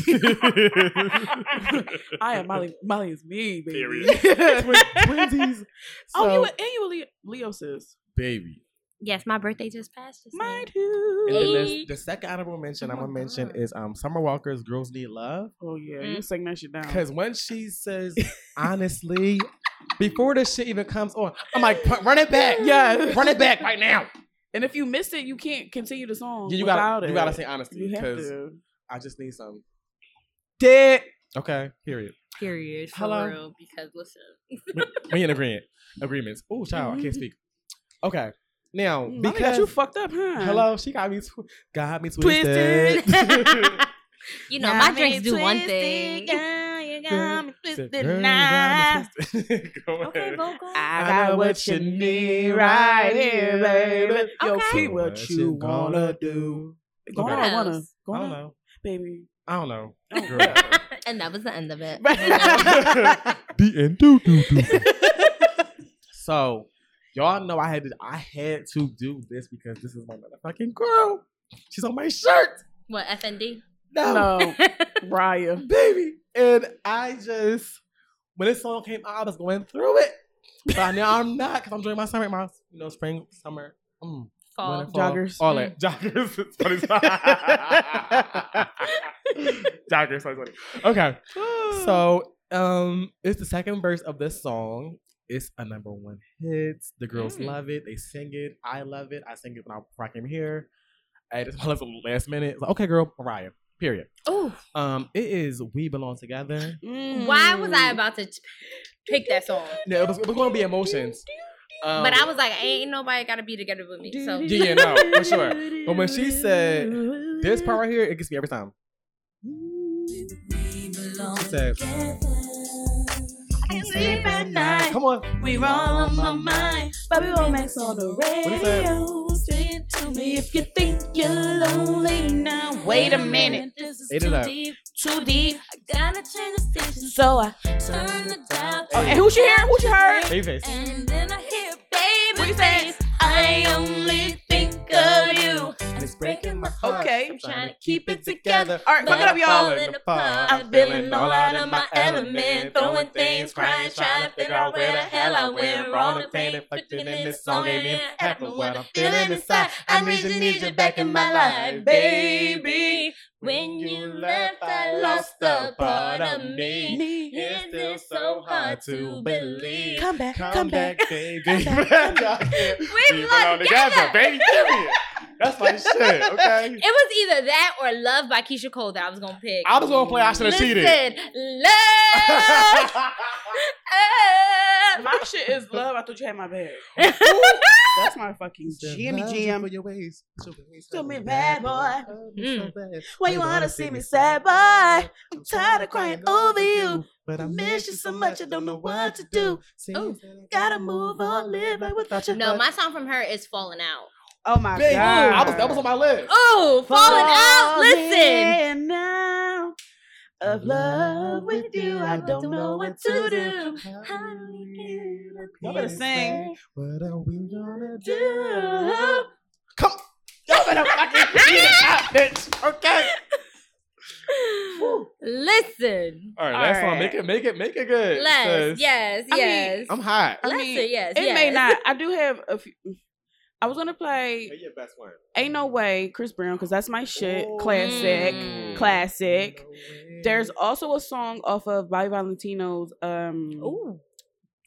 [SPEAKER 2] [laughs]
[SPEAKER 1] I am Molly. Molly is me, baby.
[SPEAKER 2] Twin- twinsies.
[SPEAKER 1] [laughs] oh, you
[SPEAKER 2] So-
[SPEAKER 1] were, and you were Leo, Leo sis.
[SPEAKER 2] baby.
[SPEAKER 3] Yes, my birthday just passed. Just
[SPEAKER 1] Mine
[SPEAKER 3] now.
[SPEAKER 1] too.
[SPEAKER 2] And then
[SPEAKER 3] Hey.
[SPEAKER 2] there's, the second honorable mention
[SPEAKER 3] Oh
[SPEAKER 2] I'm
[SPEAKER 3] my
[SPEAKER 2] gonna mention
[SPEAKER 3] God.
[SPEAKER 2] is um Summer Walker's "Girls Need Love"
[SPEAKER 1] Oh yeah,
[SPEAKER 3] Mm.
[SPEAKER 1] you sing that shit down.
[SPEAKER 2] because when she
[SPEAKER 1] [laughs]
[SPEAKER 2] says honestly, before the shit even comes on,
[SPEAKER 1] [laughs]
[SPEAKER 2] I'm like "Put- run it back,
[SPEAKER 1] Yeah.
[SPEAKER 2] run it back right
[SPEAKER 1] [laughs]
[SPEAKER 2] now.
[SPEAKER 1] And if you miss it, you can't continue the song.
[SPEAKER 2] Yeah, you
[SPEAKER 1] without
[SPEAKER 2] gotta
[SPEAKER 1] it.
[SPEAKER 2] you gotta say honestly
[SPEAKER 1] You have
[SPEAKER 2] because
[SPEAKER 1] to.
[SPEAKER 2] I just need some.
[SPEAKER 1] Dead.
[SPEAKER 2] Okay,
[SPEAKER 1] [laughs]
[SPEAKER 2] period.
[SPEAKER 3] Period. For
[SPEAKER 2] Hello?
[SPEAKER 3] real. Because listen.
[SPEAKER 2] [laughs] We in agreement. Agreements. Oh, child, I can't speak. Okay, now
[SPEAKER 1] Mm-hmm. Mm, I think that
[SPEAKER 2] because
[SPEAKER 1] you fucked up, huh?
[SPEAKER 2] hello, she got me, tw- got me
[SPEAKER 1] Twisted.
[SPEAKER 2] twisted.
[SPEAKER 3] [laughs] you know, my drinks do one thing.
[SPEAKER 2] Said, "Girl, you got me twisted." [laughs] Go
[SPEAKER 7] Okay,
[SPEAKER 2] ahead.
[SPEAKER 7] vocal.
[SPEAKER 1] I got what you need right here, baby. Yo,
[SPEAKER 7] Okay.
[SPEAKER 1] keep what you wanna do. Gonna
[SPEAKER 3] What
[SPEAKER 1] wanna,
[SPEAKER 3] else?
[SPEAKER 2] I don't
[SPEAKER 1] gonna,
[SPEAKER 2] know.
[SPEAKER 1] baby.
[SPEAKER 2] I don't know.
[SPEAKER 1] Oh.
[SPEAKER 2] Girl.
[SPEAKER 3] [laughs] and that was the end of it.
[SPEAKER 1] [laughs]
[SPEAKER 2] the end. Do, do, do. so, y'all know I had to. I had to do this because this is my motherfucking girl. She's on my shirt.
[SPEAKER 3] what FND?
[SPEAKER 2] No,
[SPEAKER 1] No, [laughs] Raya.
[SPEAKER 2] baby. And I just when this song came out, I was going through it. But now I'm not because I'm doing my summer, my you know spring, summer, mm,
[SPEAKER 3] Fall.
[SPEAKER 2] winter,
[SPEAKER 1] Joggers.
[SPEAKER 2] fall, all [laughs] that. Joggers. It's funny. [laughs] Joggers. so it's funny.
[SPEAKER 3] [sighs]
[SPEAKER 2] Okay. So, um, it's the second verse of this song. It's a number one hit. The girls
[SPEAKER 3] Mm.
[SPEAKER 2] love it. They sing it. I love it. I sing it when I, when I came here. And it's was last minute. It's like, okay, girl, Mariah. Period.
[SPEAKER 3] Oh,
[SPEAKER 2] Um, it is We Belong Together.
[SPEAKER 3] why was I about to t- pick that song?
[SPEAKER 2] No, it was, it was going to be emotions. Um,
[SPEAKER 3] but I was like, ain't nobody gotta be together with me. So
[SPEAKER 2] Yeah, yeah, no, Oh, for
[SPEAKER 3] [laughs]
[SPEAKER 2] sure. But when she said this part right here, it gets me every time.
[SPEAKER 4] We belong
[SPEAKER 2] She said,
[SPEAKER 4] sleep at night.
[SPEAKER 2] Come on.
[SPEAKER 4] We were all on my mind. Bobby Womack's on the
[SPEAKER 2] is that?
[SPEAKER 4] radio. Say it to me if you think you're lonely now. Wait a minute.
[SPEAKER 7] This is
[SPEAKER 2] It is
[SPEAKER 7] too
[SPEAKER 2] out.
[SPEAKER 7] deep.
[SPEAKER 4] Too deep.
[SPEAKER 7] I gotta change the station.
[SPEAKER 4] So I
[SPEAKER 7] Turn the dial.
[SPEAKER 1] Oh, and who she heard? Who she heard?
[SPEAKER 2] Babyface.
[SPEAKER 7] And then I hear baby
[SPEAKER 4] Babyface.
[SPEAKER 7] face. I only think of you.
[SPEAKER 2] And it's breaking my heart.
[SPEAKER 1] Okay.
[SPEAKER 7] Trying to keep it together.
[SPEAKER 1] All right, fuck it up, y'all.
[SPEAKER 7] Falling apart. I'm feeling all out of my element. Throwing things, crying, trying to figure out where the hell I went wrong. The pain and fucking in this song ain't even half of what I'm feeling inside. I need you, need you back in my life, baby. When you left, I lost a part of me. It's still so hard to believe.
[SPEAKER 4] come back,
[SPEAKER 2] Come,
[SPEAKER 4] come,
[SPEAKER 2] back, baby.
[SPEAKER 7] [laughs]
[SPEAKER 3] We belong together.
[SPEAKER 2] baby. Period. That's my shit. Okay.
[SPEAKER 3] it was either that or Love by Keisha Cole that I was gonna pick.
[SPEAKER 2] I was gonna play. I should have cheated.
[SPEAKER 3] Listen, love.
[SPEAKER 1] [laughs] My shit is love. I thought you had my bag. That's my fucking Jimmy Jam.
[SPEAKER 4] To me, bad boy.
[SPEAKER 3] Mm.
[SPEAKER 4] Why you wanna see me sad, boy? I'm tired of crying over you.
[SPEAKER 2] But I
[SPEAKER 4] Miss you so much, I don't know what to do.
[SPEAKER 3] Ooh.
[SPEAKER 4] Gotta move on, live like without you.
[SPEAKER 3] no, my song from her is Falling Out.
[SPEAKER 1] Oh my
[SPEAKER 2] Baby,
[SPEAKER 1] god.
[SPEAKER 2] I was, that was on my list.
[SPEAKER 3] Oh, Falling Out. Listen.
[SPEAKER 4] Falling out of love with you. I don't know what to do.
[SPEAKER 1] You better sing.
[SPEAKER 2] What are we gonna
[SPEAKER 4] do.
[SPEAKER 2] Come. Y'all better [laughs] fucking cheat it out, bitch. Okay.
[SPEAKER 3] Listen.
[SPEAKER 2] All right,
[SPEAKER 1] All
[SPEAKER 2] last one.
[SPEAKER 1] right.
[SPEAKER 2] Make it, make it, make it good.
[SPEAKER 3] Less.
[SPEAKER 2] sis.
[SPEAKER 3] Yes.
[SPEAKER 1] I mean,
[SPEAKER 3] Yes.
[SPEAKER 2] I'm hot.
[SPEAKER 1] I
[SPEAKER 3] Lesser,
[SPEAKER 1] mean,
[SPEAKER 3] yes.
[SPEAKER 1] It
[SPEAKER 3] yes.
[SPEAKER 1] may not. I do have a few. I was gonna play
[SPEAKER 2] your best one.
[SPEAKER 1] Ain't No Way, Chris Brown, because that's my shit.
[SPEAKER 2] Ooh.
[SPEAKER 1] Classic.
[SPEAKER 3] Mm.
[SPEAKER 1] Classic. There's also a song off of Bobby Valentino's um
[SPEAKER 3] Ooh.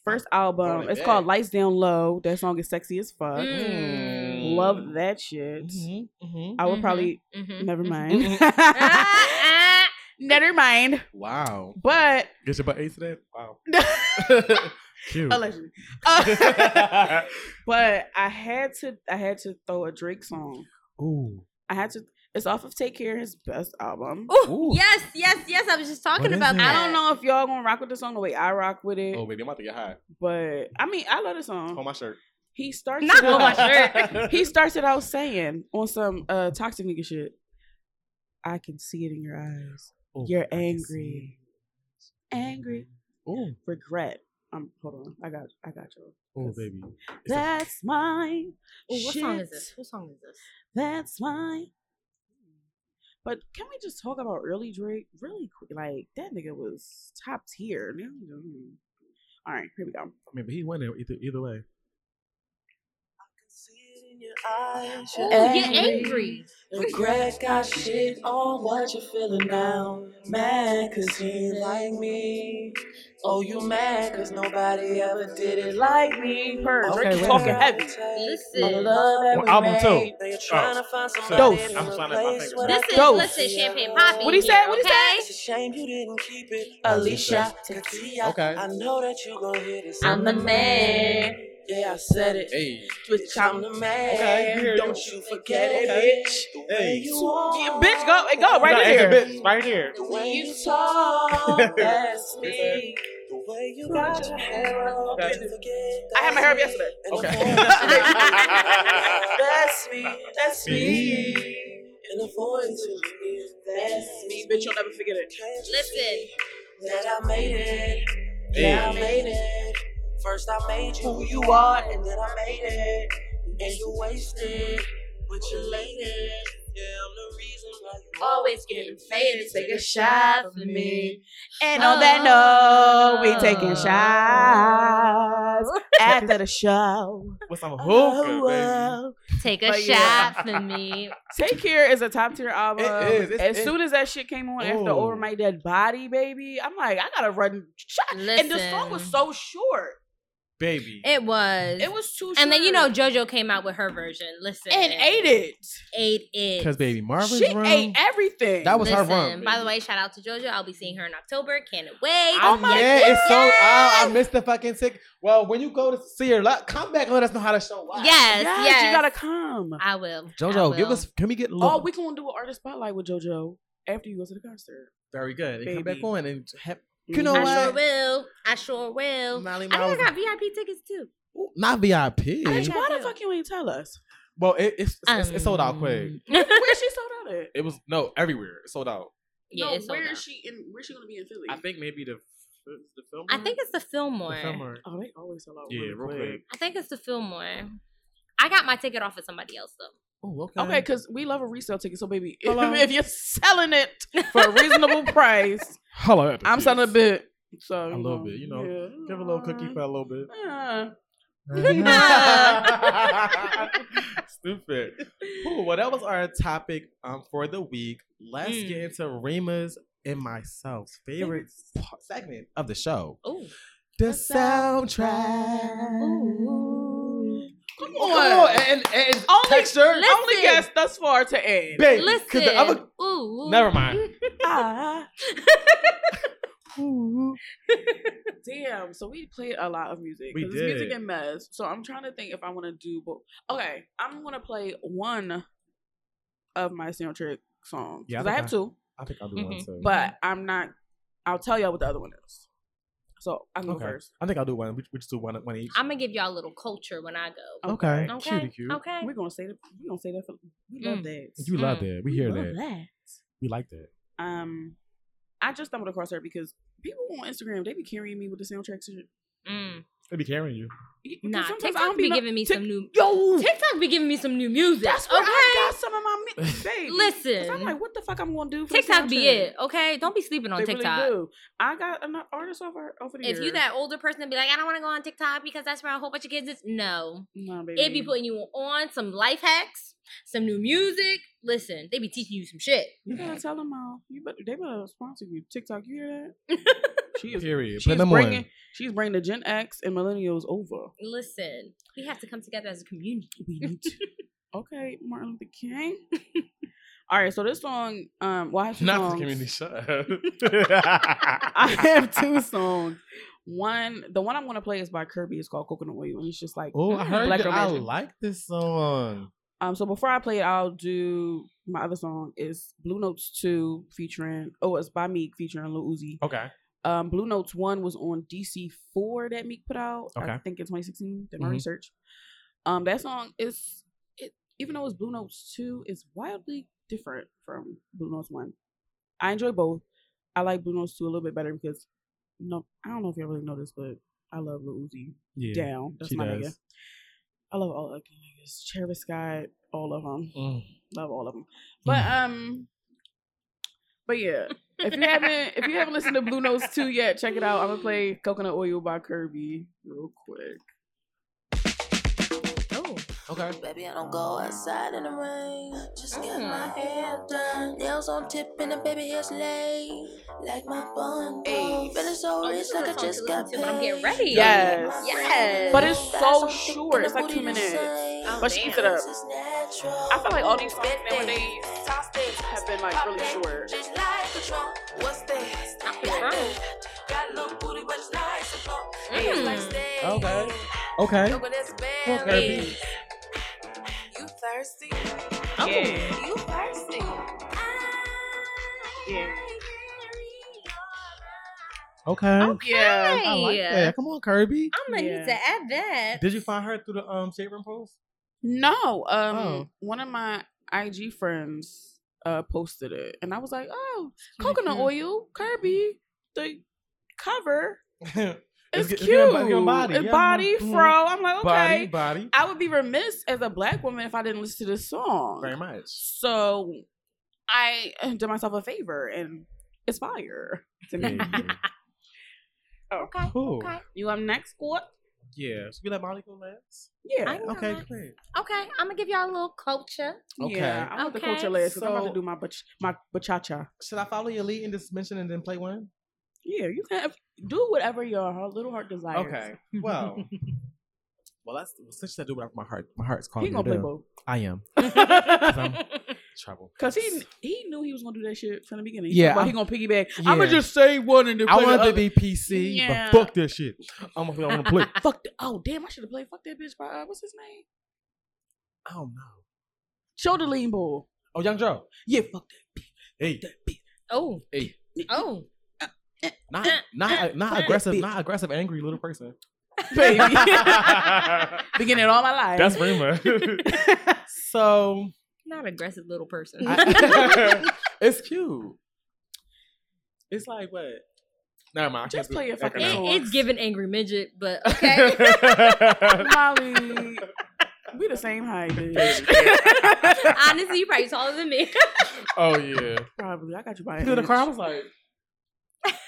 [SPEAKER 1] first
[SPEAKER 2] Oh,
[SPEAKER 1] album.
[SPEAKER 2] like
[SPEAKER 1] It's
[SPEAKER 2] that.
[SPEAKER 1] called Lights Down Low. That song is sexy as fuck.
[SPEAKER 3] Mm.
[SPEAKER 1] Love that shit.
[SPEAKER 2] Mhm, mhm.
[SPEAKER 1] I would
[SPEAKER 3] Mhm.
[SPEAKER 1] probably
[SPEAKER 3] Mhm.
[SPEAKER 1] never
[SPEAKER 3] Mhm.
[SPEAKER 1] [laughs] mind. Mm-hmm.
[SPEAKER 3] Ah, ah.
[SPEAKER 1] [laughs] never mind.
[SPEAKER 2] Wow.
[SPEAKER 1] But [laughs]
[SPEAKER 2] Get your butt ace today? Wow. [laughs] Cute.
[SPEAKER 1] allegedly. Uh, but I had to I had to throw a Drake song.
[SPEAKER 2] [laughs] Ooh.
[SPEAKER 1] I had to it's off of Take Care, his best album.
[SPEAKER 3] Ooh,
[SPEAKER 2] Ooh.
[SPEAKER 3] Yes, yes, yes. I was just talking
[SPEAKER 2] What is
[SPEAKER 3] about
[SPEAKER 2] it?
[SPEAKER 3] that.
[SPEAKER 1] I don't know if y'all gonna rock with the song the way I rock with it,
[SPEAKER 2] Oh, baby, I'm about to get high.
[SPEAKER 1] but I mean I love the song.
[SPEAKER 2] On my shirt.
[SPEAKER 1] He starts
[SPEAKER 3] Not
[SPEAKER 1] it
[SPEAKER 3] on my
[SPEAKER 2] [laughs]
[SPEAKER 1] out,
[SPEAKER 3] shirt.
[SPEAKER 1] he starts it out saying on some uh toxic nigga shit. I can see it in your eyes.
[SPEAKER 2] Ooh,
[SPEAKER 1] You're
[SPEAKER 2] Oh, I can
[SPEAKER 1] angry. Angry.
[SPEAKER 2] see. Ooh.
[SPEAKER 1] Regret. Um hold on. I got I got you.
[SPEAKER 2] Oh, baby. It's a-
[SPEAKER 1] That's mine.
[SPEAKER 3] Ooh, what song is
[SPEAKER 1] Shit.
[SPEAKER 3] this? What song is this?
[SPEAKER 1] That's mine. But can we just talk about early Drake really quick? Like that nigga was top tier. Now he don't- All right, here we go.
[SPEAKER 2] I mean, but he went either, either way.
[SPEAKER 3] Ooh, you're angry.
[SPEAKER 4] Regrets got shit on what you're feeling now. Mad cause you ain't like me. Oh, you mad cause nobody ever did it like me.
[SPEAKER 1] Purr,
[SPEAKER 4] Oh,
[SPEAKER 1] Drake is
[SPEAKER 4] you
[SPEAKER 1] talking
[SPEAKER 4] right.
[SPEAKER 1] heavy.
[SPEAKER 4] All the
[SPEAKER 3] Listen.
[SPEAKER 4] love that
[SPEAKER 2] Well,
[SPEAKER 4] we
[SPEAKER 2] album
[SPEAKER 4] made,
[SPEAKER 2] two.
[SPEAKER 4] now you're trying
[SPEAKER 2] Oh,
[SPEAKER 4] to find
[SPEAKER 2] sorry.
[SPEAKER 4] somebody
[SPEAKER 2] I'm
[SPEAKER 4] in a
[SPEAKER 2] trying to find
[SPEAKER 4] place
[SPEAKER 2] my
[SPEAKER 4] where I
[SPEAKER 3] Listen,
[SPEAKER 4] can
[SPEAKER 1] Dose.
[SPEAKER 3] listen,
[SPEAKER 4] see
[SPEAKER 3] Champagne
[SPEAKER 4] you.
[SPEAKER 3] Poppy.
[SPEAKER 1] What he
[SPEAKER 3] here,
[SPEAKER 1] said? What he
[SPEAKER 3] okay?
[SPEAKER 1] said?
[SPEAKER 4] It's a shame you didn't keep it. Alicia,
[SPEAKER 2] Alicia.
[SPEAKER 4] Katia.
[SPEAKER 2] Okay.
[SPEAKER 4] I know that you gon' hear this.
[SPEAKER 3] I'm a man.
[SPEAKER 4] Yeah, I said it.
[SPEAKER 2] Hey.
[SPEAKER 4] Bitch, I'm the man.
[SPEAKER 2] Okay, we hear
[SPEAKER 4] Don't you forget it, bitch. The way
[SPEAKER 2] Hey.
[SPEAKER 4] you walk,
[SPEAKER 1] Yeah, bitch, go, it go right
[SPEAKER 2] That's a
[SPEAKER 1] here.
[SPEAKER 2] bitch right here.
[SPEAKER 4] The way you talk, [laughs] that's me. The way you got your hair up
[SPEAKER 2] Okay.
[SPEAKER 4] and forget.
[SPEAKER 1] I had my hair up yesterday.
[SPEAKER 2] Okay.
[SPEAKER 1] [laughs]
[SPEAKER 4] that's me. That's me. And the voice you hear, that's me.
[SPEAKER 1] Bitch, you'll never forget it.
[SPEAKER 4] Can't you
[SPEAKER 3] Listen.
[SPEAKER 4] that I made it. Yeah, I made it. First I made you who you are, and then I made it. And you wasted with your latest. Yeah, I'm the reason why you always getting faded. Take a shot for me. Oh,
[SPEAKER 1] And on that note, we taking
[SPEAKER 2] [laughs]
[SPEAKER 1] shots after the show.
[SPEAKER 2] With some hookah, baby.
[SPEAKER 1] Oh,
[SPEAKER 3] Take a
[SPEAKER 1] But
[SPEAKER 3] shot
[SPEAKER 1] yeah.
[SPEAKER 3] for me.
[SPEAKER 1] Take Care is a top tier album.
[SPEAKER 2] It is, it's- Oh.
[SPEAKER 1] as
[SPEAKER 2] it-
[SPEAKER 1] soon as that shit came on after
[SPEAKER 2] Ooh.
[SPEAKER 1] Over My Dead Body, baby, I'm like, I gotta run shot. And the song was
[SPEAKER 3] Listen.
[SPEAKER 1] so short.
[SPEAKER 2] Baby.
[SPEAKER 3] It was.
[SPEAKER 1] It was too short.
[SPEAKER 3] And then you know JoJo came out with her version. Listen,
[SPEAKER 1] and ate it.
[SPEAKER 3] Ate it.
[SPEAKER 2] Because baby Marvin's
[SPEAKER 1] She ate
[SPEAKER 2] room.
[SPEAKER 1] everything.
[SPEAKER 2] That was her
[SPEAKER 3] Listen,
[SPEAKER 2] run.
[SPEAKER 3] by the way, shout out to JoJo. I'll be seeing her in October. Can't wait.
[SPEAKER 1] Oh my
[SPEAKER 2] yeah, it's sold
[SPEAKER 1] God.
[SPEAKER 2] out. I missed the fucking ticket. Well, when you go to see her, like, come back and let us know how the show was.
[SPEAKER 3] yes, yes,
[SPEAKER 1] you gotta come.
[SPEAKER 3] I will. I
[SPEAKER 2] JoJo,
[SPEAKER 3] will.
[SPEAKER 2] give us. Can we get a little?
[SPEAKER 1] Oh, we gonna do an artist spotlight with JoJo after you go to the concert. Mm-hmm.
[SPEAKER 2] very good. And come
[SPEAKER 1] Baby.
[SPEAKER 2] back on and have, You know
[SPEAKER 3] I
[SPEAKER 2] what?
[SPEAKER 3] sure will. I sure will.
[SPEAKER 2] Molly
[SPEAKER 3] Oh, I
[SPEAKER 2] Miles-
[SPEAKER 3] think I got VIP tickets
[SPEAKER 1] [laughs]
[SPEAKER 3] too. [laughs]
[SPEAKER 2] Ooh, not VIP.
[SPEAKER 3] I
[SPEAKER 1] Bitch,
[SPEAKER 3] got
[SPEAKER 1] why the
[SPEAKER 3] you.
[SPEAKER 1] fuck you ain't tell us?
[SPEAKER 2] Well, it, it's, it's, it's- it sold out
[SPEAKER 3] Um,
[SPEAKER 2] quick.
[SPEAKER 1] Where she sold out at?
[SPEAKER 2] It was no everywhere. It sold out.
[SPEAKER 3] Yeah,
[SPEAKER 1] no,
[SPEAKER 3] it's sold
[SPEAKER 1] where is
[SPEAKER 3] out.
[SPEAKER 1] she in? Where's she gonna be in Philly?
[SPEAKER 2] I think maybe the the film.
[SPEAKER 3] I think it's the Fillmore.
[SPEAKER 2] the Fillmore.
[SPEAKER 1] Oh, they always sell out.
[SPEAKER 2] Yeah,
[SPEAKER 1] really
[SPEAKER 2] real quick.
[SPEAKER 3] I think it's the Fillmore. I got my ticket off of somebody else though.
[SPEAKER 2] Oh, okay.
[SPEAKER 1] Okay, because we love a resale ticket. So, baby, [laughs] if,
[SPEAKER 2] Hello?
[SPEAKER 1] if you're selling it for a
[SPEAKER 2] [laughs]
[SPEAKER 1] reasonable price,
[SPEAKER 2] Hello. at the
[SPEAKER 1] I'm selling a
[SPEAKER 2] kids.
[SPEAKER 1] bit. So
[SPEAKER 2] A little bit, you know,
[SPEAKER 1] yeah.
[SPEAKER 2] Give a little cookie for a little bit.
[SPEAKER 1] Yeah.
[SPEAKER 2] Stupid. Ooh, well, that was our topic um, for the week. Let's
[SPEAKER 3] Mm.
[SPEAKER 2] get into Rima's and myself's favorite part, segment of the show.
[SPEAKER 3] Ooh.
[SPEAKER 2] The soundtrack. Come on. And, and, and
[SPEAKER 1] Only-
[SPEAKER 2] texture.
[SPEAKER 1] Only
[SPEAKER 3] Listen.
[SPEAKER 1] guess thus far to end.
[SPEAKER 2] Baby, 'cause
[SPEAKER 3] Listen.
[SPEAKER 2] the other
[SPEAKER 3] Ooh.
[SPEAKER 2] Never mind.
[SPEAKER 1] [laughs]
[SPEAKER 2] [laughs]
[SPEAKER 1] Ah. Damn. So we played a lot of music.
[SPEAKER 2] We
[SPEAKER 1] 'cause it's music
[SPEAKER 2] did.
[SPEAKER 1] and mess. So I'm trying to think if I want to do. Bo- okay, I'm gonna play one of my soundtrack songs.
[SPEAKER 2] Yeah, I
[SPEAKER 1] 'cause I
[SPEAKER 2] think
[SPEAKER 1] have
[SPEAKER 2] I-
[SPEAKER 1] two,
[SPEAKER 2] I think I'll do one
[SPEAKER 3] Mhm.
[SPEAKER 2] too.
[SPEAKER 1] but I'm not. I'll tell y'all what the other one is. So I'm going
[SPEAKER 2] Okay.
[SPEAKER 1] first.
[SPEAKER 2] I think I'll do one. We, we just do one, one each.
[SPEAKER 3] I'm gonna give y'all a little culture when I
[SPEAKER 1] Oh,
[SPEAKER 3] go.
[SPEAKER 2] okay.
[SPEAKER 3] Okay.
[SPEAKER 2] Cutie cute.
[SPEAKER 3] Okay.
[SPEAKER 1] We're gonna say that. We're gonna say that. For, we love
[SPEAKER 3] Mm.
[SPEAKER 1] that.
[SPEAKER 2] You love that. We hear
[SPEAKER 1] love
[SPEAKER 2] that. We like that.
[SPEAKER 1] that. Um, I just stumbled across her because people on Instagram they be carrying me with the soundtracks. and shit.
[SPEAKER 3] Mm.
[SPEAKER 2] They be carrying you.
[SPEAKER 1] Because
[SPEAKER 3] Nah,
[SPEAKER 1] sometimes I
[SPEAKER 3] TikTok
[SPEAKER 1] don't
[SPEAKER 3] be
[SPEAKER 1] know-
[SPEAKER 3] giving me
[SPEAKER 1] Tik-
[SPEAKER 3] some new.
[SPEAKER 1] Yo,
[SPEAKER 3] TikTok be giving me some new music.
[SPEAKER 1] That's where
[SPEAKER 3] okay.
[SPEAKER 1] I got some of my
[SPEAKER 2] [laughs]
[SPEAKER 1] mi- baby. 'Cause I'm
[SPEAKER 3] Listen.
[SPEAKER 1] like, what the fuck I'm gonna do? For the
[SPEAKER 3] TikTok be
[SPEAKER 1] soundtrack?
[SPEAKER 3] it. Okay. Don't be sleeping on
[SPEAKER 1] They
[SPEAKER 3] TikTok.
[SPEAKER 1] really do. I got an artist over over the
[SPEAKER 3] if you
[SPEAKER 1] years.
[SPEAKER 3] that older person that be like, I don't want to go on TikTok because that's where a whole bunch of kids is. No,
[SPEAKER 1] nah, baby.
[SPEAKER 3] it be putting you on some life hacks, some new music. Listen, they be teaching you some shit.
[SPEAKER 1] You gotta tell them all. You better. They better sponsor you. TikTok. You hear
[SPEAKER 3] [laughs]
[SPEAKER 1] that? she is.
[SPEAKER 2] Period.
[SPEAKER 1] She's
[SPEAKER 2] Put them
[SPEAKER 1] bringing.
[SPEAKER 2] on.
[SPEAKER 1] She's bringing the Gen X and millennials over.
[SPEAKER 3] Listen, we have to come together as a community.
[SPEAKER 1] We need to. okay, Martin Luther King. [laughs] all right. So this song. Um. Well, I have two
[SPEAKER 2] Not
[SPEAKER 1] songs. [laughs]
[SPEAKER 2] the community. Shut up.
[SPEAKER 1] I have two songs. One, the one I'm gonna play is by Kirby. It's called Coconut Oil, and it's just like
[SPEAKER 2] Oh, I heard
[SPEAKER 1] Black
[SPEAKER 2] that. I
[SPEAKER 1] Romantic.
[SPEAKER 2] like this song.
[SPEAKER 1] Um, so before I play it, I'll do my other song is Blue Notes Two featuring oh it's by Meek featuring Lil Uzi.
[SPEAKER 2] Okay.
[SPEAKER 1] Um, Blue Notes One was on DC Four that Meek put out. I
[SPEAKER 2] Okay.
[SPEAKER 1] think in 2016. Did my
[SPEAKER 2] Mhm.
[SPEAKER 1] research. Um, that song is it even though it's Blue Notes Two, it's wildly different from Blue Notes One. I enjoy both. I like Blue Notes Two a little bit better because no, I don't know if y'all really know this, but I love Lil Uzi
[SPEAKER 2] Yeah.
[SPEAKER 1] down. That's
[SPEAKER 2] she
[SPEAKER 1] my nigga.
[SPEAKER 2] does.
[SPEAKER 1] I love all ugly niggas. Travis Scott, all of them.
[SPEAKER 2] Mm.
[SPEAKER 1] Love all of them. But um, but yeah, if you haven't if you haven't listened to Blue Notes two yet, check it out. I'm gonna play Coconut Oil by Kirby real quick.
[SPEAKER 3] Oh,
[SPEAKER 2] Okay.
[SPEAKER 4] Baby, I don't go outside in the rain. Just get
[SPEAKER 3] Mm.
[SPEAKER 4] my hair done. Nails on tip and the baby hair's laid. Like my bun. Hey. Feeling
[SPEAKER 3] Oh,
[SPEAKER 4] so rich like I just got paid.
[SPEAKER 3] when I'm getting ready.
[SPEAKER 1] Yes.
[SPEAKER 3] Yes.
[SPEAKER 1] But it's so short. It's like two minutes.
[SPEAKER 4] Oh,
[SPEAKER 1] But she eats it up. I feel like all these songs nowadays have been like really short. Mm.
[SPEAKER 2] Okay. Okay. Okay. B.
[SPEAKER 4] You thirsty?
[SPEAKER 1] Yeah.
[SPEAKER 4] You thirsty?
[SPEAKER 2] Oh.
[SPEAKER 1] Yeah.
[SPEAKER 2] Okay.
[SPEAKER 3] Okay.
[SPEAKER 1] Oh, Yeah,
[SPEAKER 2] I like that. Come on, Kirby.
[SPEAKER 3] I'm gonna
[SPEAKER 1] Yeah.
[SPEAKER 3] need to add that.
[SPEAKER 2] Did you find her through the um shade room post?
[SPEAKER 1] [laughs] No. Um.
[SPEAKER 2] Oh.
[SPEAKER 1] One of my IG friends uh posted it, and I was like, "Oh, coconut oil, Kirby, the cover.
[SPEAKER 2] It's
[SPEAKER 1] It's,
[SPEAKER 2] get- it's
[SPEAKER 1] cute.
[SPEAKER 2] giving- it's giving body,
[SPEAKER 1] It's
[SPEAKER 2] yeah,
[SPEAKER 1] body,
[SPEAKER 2] mhm, mhm.
[SPEAKER 1] fro. I'm like, okay.
[SPEAKER 2] Body, body.
[SPEAKER 1] I would be remiss as a black woman if I didn't listen to this [laughs] song.
[SPEAKER 2] Very much.
[SPEAKER 1] So I uh, did myself a favor and it's fire to me.
[SPEAKER 2] Yeah.
[SPEAKER 3] Okay.
[SPEAKER 2] Cool.
[SPEAKER 3] Okay.
[SPEAKER 1] you up next, Court?
[SPEAKER 2] Yeah. Should we let Molly go last?
[SPEAKER 1] Yeah.
[SPEAKER 3] I can go
[SPEAKER 2] Okay,
[SPEAKER 3] last.
[SPEAKER 2] great.
[SPEAKER 3] Okay. I'm gonna give y'all a little culture.
[SPEAKER 2] Okay.
[SPEAKER 1] Yeah, I want the
[SPEAKER 3] Okay,
[SPEAKER 1] culture last because I'm about
[SPEAKER 2] so-
[SPEAKER 1] to do my bach- my bachata.
[SPEAKER 2] Should I follow your lead and just mention and then play one?
[SPEAKER 1] Yeah, you can do whatever your heart- little heart desires.
[SPEAKER 2] Okay.
[SPEAKER 1] [laughs]
[SPEAKER 2] Well. well, that's since I do whatever my heart my heart's calling.
[SPEAKER 1] he gonna
[SPEAKER 2] me
[SPEAKER 1] play
[SPEAKER 2] to do.
[SPEAKER 1] both
[SPEAKER 2] I
[SPEAKER 1] [laughs]
[SPEAKER 2] am. 'Cause I'm trouble.
[SPEAKER 1] because he he knew he was gonna do that shit from the beginning.
[SPEAKER 2] Yeah,
[SPEAKER 1] but
[SPEAKER 2] I'm-
[SPEAKER 1] he gonna piggyback. I'm
[SPEAKER 2] yeah.
[SPEAKER 1] gonna just say one and then
[SPEAKER 2] I
[SPEAKER 1] play the
[SPEAKER 2] wanted to
[SPEAKER 1] other.
[SPEAKER 2] be PC,
[SPEAKER 1] Yeah.
[SPEAKER 2] but fuck this shit. I'm gonna, I'm gonna
[SPEAKER 1] [laughs]
[SPEAKER 2] play.
[SPEAKER 1] fuck. The, oh damn, I should have played fuck that bitch by uh, what's his name?
[SPEAKER 2] I don't know.
[SPEAKER 1] Shoulder lean bull.
[SPEAKER 2] Oh, Young Joe.
[SPEAKER 1] Yeah, fuck
[SPEAKER 2] Hey,
[SPEAKER 1] that [laughs] bitch.
[SPEAKER 3] Oh.
[SPEAKER 2] Hey.
[SPEAKER 3] Oh.
[SPEAKER 2] not
[SPEAKER 1] [laughs]
[SPEAKER 2] not not aggressive, not aggressive, angry little person. [laughs]
[SPEAKER 1] baby. Beginning all my life.
[SPEAKER 2] rumor.
[SPEAKER 1] [laughs]
[SPEAKER 2] so
[SPEAKER 3] Not aggressive little [laughs] person.
[SPEAKER 2] I- [laughs] it's cute. It's like what? Never mind. I
[SPEAKER 1] Just
[SPEAKER 2] can't do
[SPEAKER 1] play
[SPEAKER 2] it.
[SPEAKER 1] your
[SPEAKER 2] [laughs]
[SPEAKER 1] fucking
[SPEAKER 2] Okay, no.
[SPEAKER 1] song.
[SPEAKER 3] It- it's given angry midget,
[SPEAKER 2] [laughs]
[SPEAKER 3] but okay.
[SPEAKER 1] Molly. We the same height, bitch.
[SPEAKER 3] [laughs] Honestly, you probably taller than me. [laughs]
[SPEAKER 2] oh yeah.
[SPEAKER 1] Probably. I got you by
[SPEAKER 2] In
[SPEAKER 1] an
[SPEAKER 2] the
[SPEAKER 1] inch.
[SPEAKER 2] car, I was like,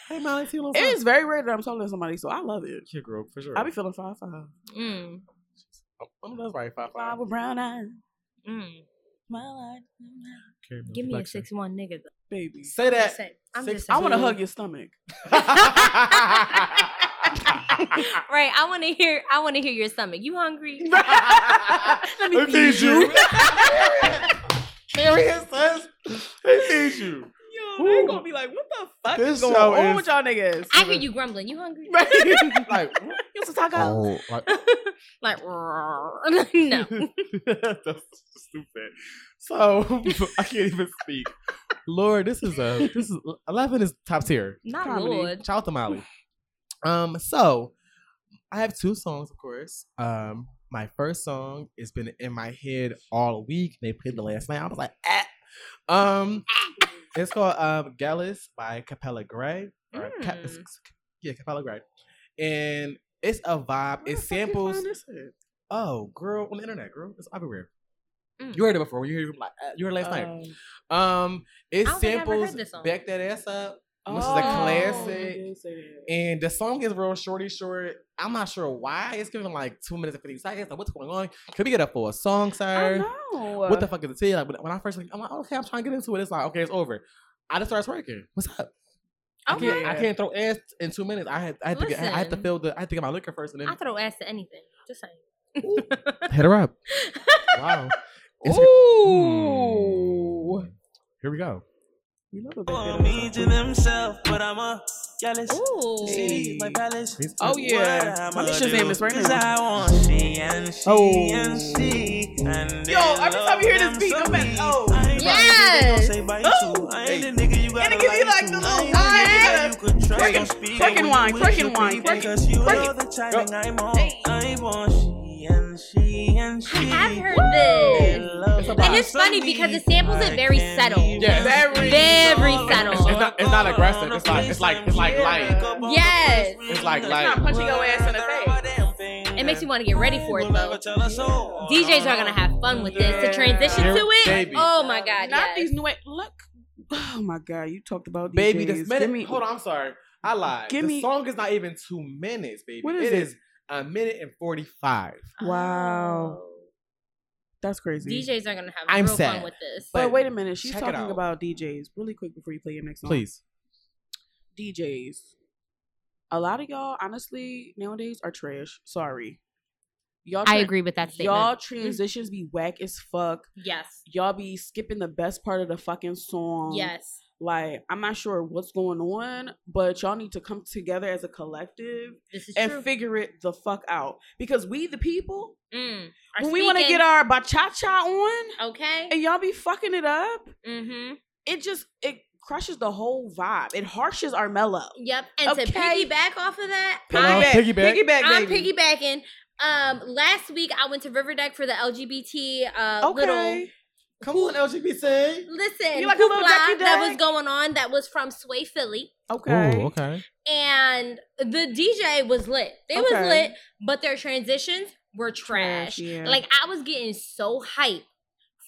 [SPEAKER 2] "Hey, Molly, see a little
[SPEAKER 1] It is very rare that I'm taller than somebody, so I love it.
[SPEAKER 2] kid girl for sure."
[SPEAKER 1] I be feeling five five.
[SPEAKER 3] Mm,
[SPEAKER 2] I'm that's right. Five
[SPEAKER 1] Five
[SPEAKER 2] five.
[SPEAKER 1] with brown eyes.
[SPEAKER 3] mm.
[SPEAKER 1] My life.
[SPEAKER 2] Okay, no
[SPEAKER 3] Give me a
[SPEAKER 2] flexion.
[SPEAKER 3] [laughs] six one nigga. Though.
[SPEAKER 1] Baby.
[SPEAKER 2] Say
[SPEAKER 3] I'm just
[SPEAKER 2] that.
[SPEAKER 3] saying. I'm
[SPEAKER 2] Six-
[SPEAKER 3] just
[SPEAKER 1] I want to
[SPEAKER 3] saying.
[SPEAKER 1] hug your
[SPEAKER 2] [laughs]
[SPEAKER 1] stomach.
[SPEAKER 3] Right. I want to hear. I want to hear your stomach. You hungry?
[SPEAKER 1] [laughs] Let me feed you.
[SPEAKER 2] [laughs] Serious, sis. They feed you. [laughs]
[SPEAKER 1] Yo, they gonna be like, what the fuck
[SPEAKER 2] This
[SPEAKER 1] is going
[SPEAKER 2] show
[SPEAKER 1] on
[SPEAKER 2] is-
[SPEAKER 1] with y'all niggas?
[SPEAKER 3] I hear you grumbling. You hungry?
[SPEAKER 2] [laughs] like,
[SPEAKER 1] You some tacos?
[SPEAKER 2] oh, like
[SPEAKER 3] [laughs] like [laughs]
[SPEAKER 2] [laughs]
[SPEAKER 3] no.
[SPEAKER 2] that's stupid. So [laughs] I can't even speak. Lord, this is a this is eleven is top tier.
[SPEAKER 3] Not
[SPEAKER 1] Comedy.
[SPEAKER 3] Oh, Lord.
[SPEAKER 2] Shout out to
[SPEAKER 3] [laughs]
[SPEAKER 2] Molly. Um, so I have two songs, of course. Um, my first song has been in my head all week. They played the last night. I was like, ah. um, it's called um Gallus by Capella Gray. Or Ca-
[SPEAKER 3] Mm.
[SPEAKER 2] it's- yeah, Capella Gray, and it's a vibe.
[SPEAKER 1] Where the fuck you
[SPEAKER 2] It
[SPEAKER 1] find
[SPEAKER 2] samples.
[SPEAKER 1] this at?
[SPEAKER 2] Oh, girl, on the internet, girl, it's everywhere.
[SPEAKER 3] Mm. Oh.
[SPEAKER 2] You heard it before. You heard it, like, uh, you heard it last night.
[SPEAKER 1] Um,
[SPEAKER 2] Um, it
[SPEAKER 3] I don't think I ever heard
[SPEAKER 2] samples
[SPEAKER 3] this song.
[SPEAKER 2] "Back That Ass Up," which
[SPEAKER 1] oh,
[SPEAKER 2] is a
[SPEAKER 1] you
[SPEAKER 2] classic.
[SPEAKER 1] did say that.
[SPEAKER 2] And the song is real shorty short. I'm not sure why. It's giving like two minutes and 50 seconds. Like, what's going on? Could we get up for a song,
[SPEAKER 1] I
[SPEAKER 2] sir?
[SPEAKER 1] know.
[SPEAKER 2] What the fuck is it? Tell you? Like, when- when I first, like, I'm like, okay, I'm trying to get into it. It's like, okay, it's over. I just started twerking. What's up? I
[SPEAKER 3] Okay.
[SPEAKER 2] can't, I can't throw ass in two minutes. I had, I had to get, I had to
[SPEAKER 3] Listen.
[SPEAKER 2] fill the, I had to get my liquor first and
[SPEAKER 3] I
[SPEAKER 2] then
[SPEAKER 3] throw ass to anything. Just saying.
[SPEAKER 2] hit her up. wow. It's-
[SPEAKER 1] Ooh.
[SPEAKER 2] Hmm. Here we go.
[SPEAKER 1] You love a
[SPEAKER 7] Want me to themself, but I'm a jealous.
[SPEAKER 3] Ooh.
[SPEAKER 7] City, my palace.
[SPEAKER 2] These-
[SPEAKER 1] Oh yeah,
[SPEAKER 7] What
[SPEAKER 1] my
[SPEAKER 7] I'ma
[SPEAKER 1] bitch's name is
[SPEAKER 7] do,
[SPEAKER 1] right
[SPEAKER 7] 'cause
[SPEAKER 1] now.
[SPEAKER 7] I want she and she
[SPEAKER 2] Oh.
[SPEAKER 7] and she. And
[SPEAKER 1] Yo, every time you hear this beat, I'm like, oh.
[SPEAKER 3] Yes.
[SPEAKER 7] I ain't the nigga you gotta
[SPEAKER 1] And it gives you, like,
[SPEAKER 7] to.
[SPEAKER 1] the
[SPEAKER 7] I
[SPEAKER 1] little
[SPEAKER 7] ain't the nigga
[SPEAKER 1] vibe.
[SPEAKER 7] you could trust.
[SPEAKER 1] Twerking-
[SPEAKER 7] Don't speak
[SPEAKER 1] twerking
[SPEAKER 7] when
[SPEAKER 1] wine,
[SPEAKER 7] you with
[SPEAKER 1] twerking
[SPEAKER 7] your
[SPEAKER 1] wine,
[SPEAKER 7] people,
[SPEAKER 1] twerking-
[SPEAKER 7] 'cause you
[SPEAKER 1] twerking.
[SPEAKER 7] know the timing I'm on. I want she and she and she.
[SPEAKER 3] I have heard this. And
[SPEAKER 7] And
[SPEAKER 3] it's funny because it samples it very subtle.
[SPEAKER 2] Yes.
[SPEAKER 1] Very-
[SPEAKER 3] Very subtle.
[SPEAKER 2] It's not- it's not aggressive. It's like- it's like- it's like
[SPEAKER 3] light. Yes.
[SPEAKER 2] It's like It's not light.
[SPEAKER 1] punching your ass in the
[SPEAKER 7] face.
[SPEAKER 3] It makes you want to get ready for it though. DJs are gonna have fun with this to transition
[SPEAKER 2] Yeah.
[SPEAKER 3] to it.
[SPEAKER 2] Baby.
[SPEAKER 3] Oh my god!
[SPEAKER 1] Not
[SPEAKER 3] yes.
[SPEAKER 1] these new look. Oh my god, you talked about
[SPEAKER 2] baby,
[SPEAKER 1] DJs.
[SPEAKER 2] this minute.
[SPEAKER 1] Give me-
[SPEAKER 2] hold on, I'm sorry. I lied.
[SPEAKER 1] Give
[SPEAKER 2] the
[SPEAKER 1] me-
[SPEAKER 2] song is not even two minutes, baby.
[SPEAKER 1] What is it?
[SPEAKER 2] is a minute and forty-five.
[SPEAKER 1] Wow. That's crazy.
[SPEAKER 3] DJs are gonna have
[SPEAKER 2] I'm
[SPEAKER 3] real
[SPEAKER 2] sad.
[SPEAKER 3] fun with this.
[SPEAKER 1] But wait a minute, she's
[SPEAKER 2] Check it out.
[SPEAKER 1] talking about DJs. Really quick before you play your next song.
[SPEAKER 2] Please.
[SPEAKER 1] DJs. A lot of y'all, honestly, nowadays are trash. Sorry. Y'all
[SPEAKER 3] I
[SPEAKER 1] tra-
[SPEAKER 3] agree with that statement.
[SPEAKER 1] Y'all transitions be whack as fuck.
[SPEAKER 3] yes,
[SPEAKER 1] Y'all be skipping the best part of the fucking song.
[SPEAKER 3] yes,
[SPEAKER 1] Like, I'm not sure what's going on, but y'all need to come together as a collective
[SPEAKER 3] this is
[SPEAKER 1] and
[SPEAKER 3] true.
[SPEAKER 1] figure it the fuck out. Because we, the people,
[SPEAKER 3] Mm, are
[SPEAKER 1] when we want to
[SPEAKER 3] speaking-
[SPEAKER 1] get our bachata on
[SPEAKER 3] okay.
[SPEAKER 1] and y'all be fucking it up,
[SPEAKER 3] Mm-hmm.
[SPEAKER 1] it just, it crushes the whole vibe. It harshes our mellow.
[SPEAKER 3] Yep. And to
[SPEAKER 1] Okay.
[SPEAKER 3] piggyback off of that,
[SPEAKER 2] Hello,
[SPEAKER 3] I
[SPEAKER 2] piggyback.
[SPEAKER 1] Piggyback,
[SPEAKER 3] I'm
[SPEAKER 1] baby.
[SPEAKER 3] piggybacking. Um, last week I went to River Deck for the LGBT uh, little
[SPEAKER 1] Okay.
[SPEAKER 2] Come on, LGBT.
[SPEAKER 3] listen
[SPEAKER 1] You like a little
[SPEAKER 3] hoopla
[SPEAKER 1] ducky
[SPEAKER 3] that was
[SPEAKER 1] duck?
[SPEAKER 3] going on. That was from Sway Philly,
[SPEAKER 1] Okay.
[SPEAKER 2] Ooh, okay.
[SPEAKER 3] and the DJ was lit. They was
[SPEAKER 1] Okay.
[SPEAKER 3] lit, but their transitions were trash.
[SPEAKER 1] yeah.
[SPEAKER 3] Like I was getting so hype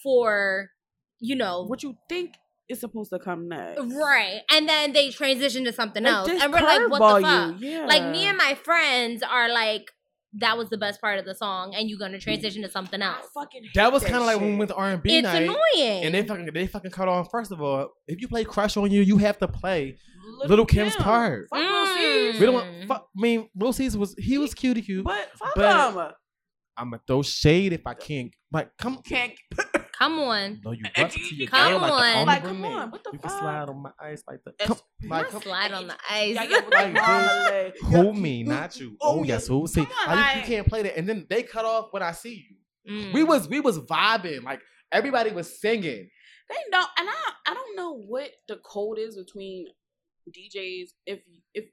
[SPEAKER 3] for, you know,
[SPEAKER 1] what you think is supposed to come next.
[SPEAKER 3] right, and then they transitioned to something
[SPEAKER 1] Like,
[SPEAKER 3] else,
[SPEAKER 1] just
[SPEAKER 3] and we're like, what the
[SPEAKER 1] curveball
[SPEAKER 3] fuck?
[SPEAKER 1] you. Yeah.
[SPEAKER 3] Like me and my friends are like, that was the best part of the song, and you're gonna transition to something
[SPEAKER 1] I
[SPEAKER 3] else.
[SPEAKER 1] fucking hate
[SPEAKER 2] That was kind of like
[SPEAKER 1] shit.
[SPEAKER 2] when we went to R and B
[SPEAKER 3] It's
[SPEAKER 2] night,
[SPEAKER 3] annoying.
[SPEAKER 2] and they fucking they fucking cut on. First of all, if you play Crush on You, you have to play. Little Kim's part.
[SPEAKER 1] Fuck Lil
[SPEAKER 3] Mm.
[SPEAKER 2] We don't. Want, fuck, I mean, Lil Caesar was he was cutie
[SPEAKER 1] C's.
[SPEAKER 2] cute.
[SPEAKER 1] But fuck
[SPEAKER 2] But-
[SPEAKER 1] him.
[SPEAKER 2] I'm gonna throw shade if I can't. Like, come
[SPEAKER 1] Can't
[SPEAKER 3] Come on.
[SPEAKER 1] [laughs]
[SPEAKER 2] No, you
[SPEAKER 1] And
[SPEAKER 2] rubbed
[SPEAKER 1] you-
[SPEAKER 2] to
[SPEAKER 1] you
[SPEAKER 2] your
[SPEAKER 3] come
[SPEAKER 2] girl like the
[SPEAKER 3] on.
[SPEAKER 2] only
[SPEAKER 1] Like, come
[SPEAKER 2] brunette.
[SPEAKER 1] on, what the
[SPEAKER 2] You
[SPEAKER 1] fuck?
[SPEAKER 2] can slide on my ice like that.
[SPEAKER 1] It's-
[SPEAKER 2] Come, like,
[SPEAKER 3] Not
[SPEAKER 2] come-
[SPEAKER 3] slide on the ice.
[SPEAKER 1] y'all get
[SPEAKER 2] Like,
[SPEAKER 1] like Marmalade.
[SPEAKER 2] hold me, not you.
[SPEAKER 1] oh,
[SPEAKER 2] Oh yes,
[SPEAKER 1] yes.
[SPEAKER 2] who see?
[SPEAKER 1] Come on,
[SPEAKER 2] I- you
[SPEAKER 1] like-
[SPEAKER 2] can't play that. And then they cut off when I see you.
[SPEAKER 3] Mm.
[SPEAKER 2] We was we was vibing like everybody was singing.
[SPEAKER 1] They know, and I I don't know what the code is between DJs. If if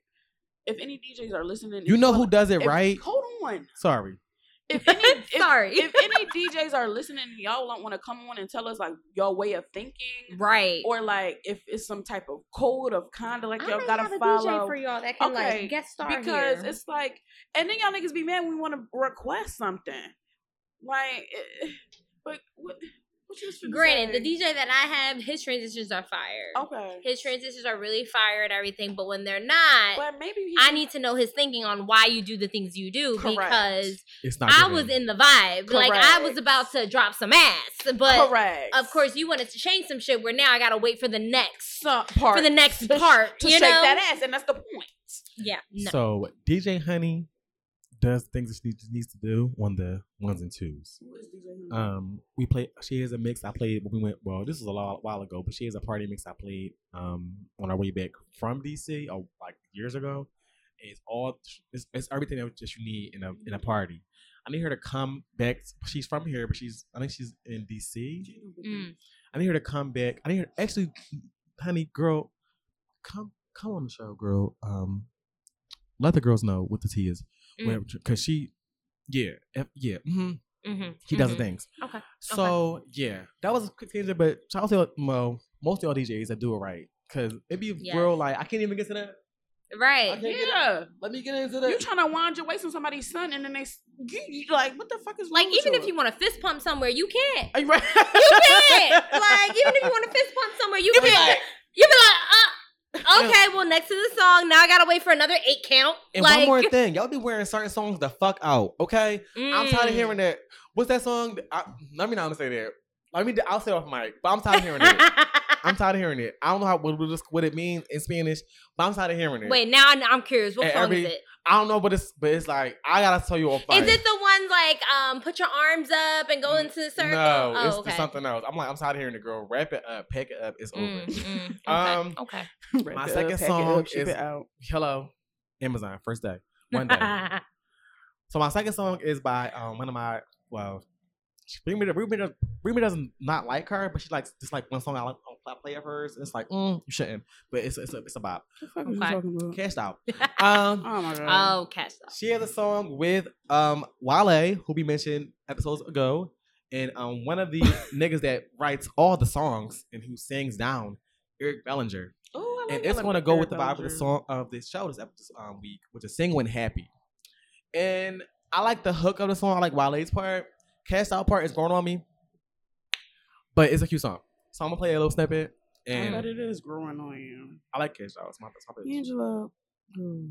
[SPEAKER 1] if any DJs are listening,
[SPEAKER 2] You
[SPEAKER 1] if
[SPEAKER 2] know
[SPEAKER 1] y'all-
[SPEAKER 2] who does it
[SPEAKER 1] if-
[SPEAKER 2] right?
[SPEAKER 1] Hold on.
[SPEAKER 2] Sorry,
[SPEAKER 3] [laughs]
[SPEAKER 1] If any, if-
[SPEAKER 3] Sorry.
[SPEAKER 1] if, any DJs are listening, and y'all don't want to come on and tell us like y'all way of thinking,
[SPEAKER 3] right.
[SPEAKER 1] or like if it's some type of code of conduct like
[SPEAKER 3] I
[SPEAKER 1] y'all
[SPEAKER 3] might
[SPEAKER 1] gotta
[SPEAKER 3] have a
[SPEAKER 1] follow.
[SPEAKER 3] DJ for y'all that can
[SPEAKER 1] Okay,
[SPEAKER 3] like guest star
[SPEAKER 1] because
[SPEAKER 3] here.
[SPEAKER 1] it's like, and then y'all niggas be mad when we want to request something. Like, eh, but what? What you finna
[SPEAKER 3] Granted,
[SPEAKER 1] say?
[SPEAKER 3] the DJ that I have, his transitions are fire.
[SPEAKER 1] Okay,
[SPEAKER 3] His transitions are really fire and everything, but when they're not,
[SPEAKER 1] but maybe he,
[SPEAKER 3] I need to know his thinking on why you do the things you do
[SPEAKER 1] Correct.
[SPEAKER 3] because
[SPEAKER 2] it's not.
[SPEAKER 3] I
[SPEAKER 2] good.
[SPEAKER 3] was in the vibe. Like I was
[SPEAKER 1] Correct.
[SPEAKER 3] about to drop some ass, but
[SPEAKER 1] correct.
[SPEAKER 3] of course you wanted to change some shit where now I gotta wait for the next
[SPEAKER 1] some part
[SPEAKER 3] for the next
[SPEAKER 1] [laughs] to sh-
[SPEAKER 3] part.
[SPEAKER 1] to
[SPEAKER 3] you
[SPEAKER 1] shake
[SPEAKER 3] know?
[SPEAKER 1] that ass, and that's the point.
[SPEAKER 3] Yeah. No.
[SPEAKER 2] So DJ Honey does things that she needs- needs to do on the ones and twos.
[SPEAKER 1] Who is DJ? Honey?
[SPEAKER 2] Um, we play. She has a mix I played when we went. Well, this was a lo- while ago, but she has a party mix I played um on our way back from DC or like years ago. It's all it's, it's everything that just you need in a in a party. I need her to come back. She's from here, but she's I think she's in DC.
[SPEAKER 3] Mm.
[SPEAKER 2] I need her to come back. I need her actually, honey, girl, come come on the show, girl. Um, let the girls know what the tea is,
[SPEAKER 3] Mm.
[SPEAKER 2] because she, yeah, eh, yeah, mm-hmm,
[SPEAKER 3] Mm-hmm.
[SPEAKER 2] she does the things.
[SPEAKER 3] Okay,
[SPEAKER 2] So yeah, that was a quick tangent, but shout out to y'all- well, most of y'all DJs that do it right, because it be
[SPEAKER 3] Yes.
[SPEAKER 2] real like I can't even get to that. I
[SPEAKER 3] Right.
[SPEAKER 2] can't get it.
[SPEAKER 1] Yeah,
[SPEAKER 2] Let me get into
[SPEAKER 1] you
[SPEAKER 2] that.
[SPEAKER 1] trying to wind your waist on somebody's son, and then they s- you, you, like, what the fuck is
[SPEAKER 3] Like
[SPEAKER 1] wrong with
[SPEAKER 3] even if you want to fist pump somewhere,
[SPEAKER 1] [laughs]
[SPEAKER 3] you can't.
[SPEAKER 2] Are you right?
[SPEAKER 3] You can't.
[SPEAKER 2] [laughs]
[SPEAKER 3] like even if you want to fist pump somewhere, you can't. you be like,
[SPEAKER 1] [laughs]
[SPEAKER 3] uh, okay, well next to the song, now I gotta wait for another eight count.
[SPEAKER 2] And
[SPEAKER 3] like,
[SPEAKER 2] one
[SPEAKER 3] [laughs]
[SPEAKER 2] more thing, y'all be wearing certain songs the fuck out, okay? I'm tired of
[SPEAKER 3] Mm.
[SPEAKER 2] hearing that. What's that song? that- I, let me not say that. Let me. I'll say it off mic. But I'm tired of hearing
[SPEAKER 3] [laughs]
[SPEAKER 2] it. I'm tired of hearing it. I don't know how what, what it's- what it means in Spanish, but I'm tired of hearing it.
[SPEAKER 3] Wait, now I- I'm curious. What
[SPEAKER 2] And
[SPEAKER 3] song
[SPEAKER 2] every-
[SPEAKER 3] is it?
[SPEAKER 2] I don't know, but it's but it's like I gotta tell you off
[SPEAKER 3] Is
[SPEAKER 2] mic.
[SPEAKER 3] it the one like um put your arms up and go into the circle?
[SPEAKER 2] No,
[SPEAKER 3] oh,
[SPEAKER 2] it's
[SPEAKER 3] okay.
[SPEAKER 2] something else. I'm like I'm tired of hearing the girl wrap it up, pack it up. It's
[SPEAKER 3] Mm,
[SPEAKER 2] over.
[SPEAKER 3] [laughs] mm, okay.
[SPEAKER 2] Um,
[SPEAKER 3] okay.
[SPEAKER 1] [laughs] Wrap
[SPEAKER 2] my
[SPEAKER 1] it up,
[SPEAKER 2] second
[SPEAKER 1] pack it
[SPEAKER 2] song
[SPEAKER 1] up, ship
[SPEAKER 2] is-
[SPEAKER 1] it out.
[SPEAKER 2] Hello, Amazon first day, one
[SPEAKER 3] [laughs]
[SPEAKER 2] day.
[SPEAKER 3] Um,
[SPEAKER 2] so my second song is by um one of my well. Remy, Remy, does- Remy doesn't not like her, but she likes just like one song I like I play of hers. It's like mm, you shouldn't, but it's it's a, it's a bop.
[SPEAKER 1] What the fuck are you
[SPEAKER 3] Okay.
[SPEAKER 1] talking about?
[SPEAKER 2] Cashed out. Um,
[SPEAKER 1] Oh my god.
[SPEAKER 3] oh, catch that.
[SPEAKER 2] she has a song with um Wale, who we mentioned episodes ago, and um one of the niggas that writes all the songs and who sings down, Eric Bellinger.
[SPEAKER 1] Ooh, I
[SPEAKER 2] And
[SPEAKER 1] like
[SPEAKER 2] it's
[SPEAKER 1] Ellen
[SPEAKER 2] gonna go with the
[SPEAKER 1] Barrett
[SPEAKER 2] vibe of the
[SPEAKER 1] Bellinger.
[SPEAKER 2] song of this show this episode um, week, which is "Sing When Happy." And I like the hook of the song. I like Wale's part. Cashed out part is growing on me, but it's a cute song. So I'm gonna play a little snippet,
[SPEAKER 1] I bet
[SPEAKER 2] and
[SPEAKER 1] it is growing on you.
[SPEAKER 2] I like Cashed out. It's my, it's my bitch.
[SPEAKER 1] Hmm. Angela. girl.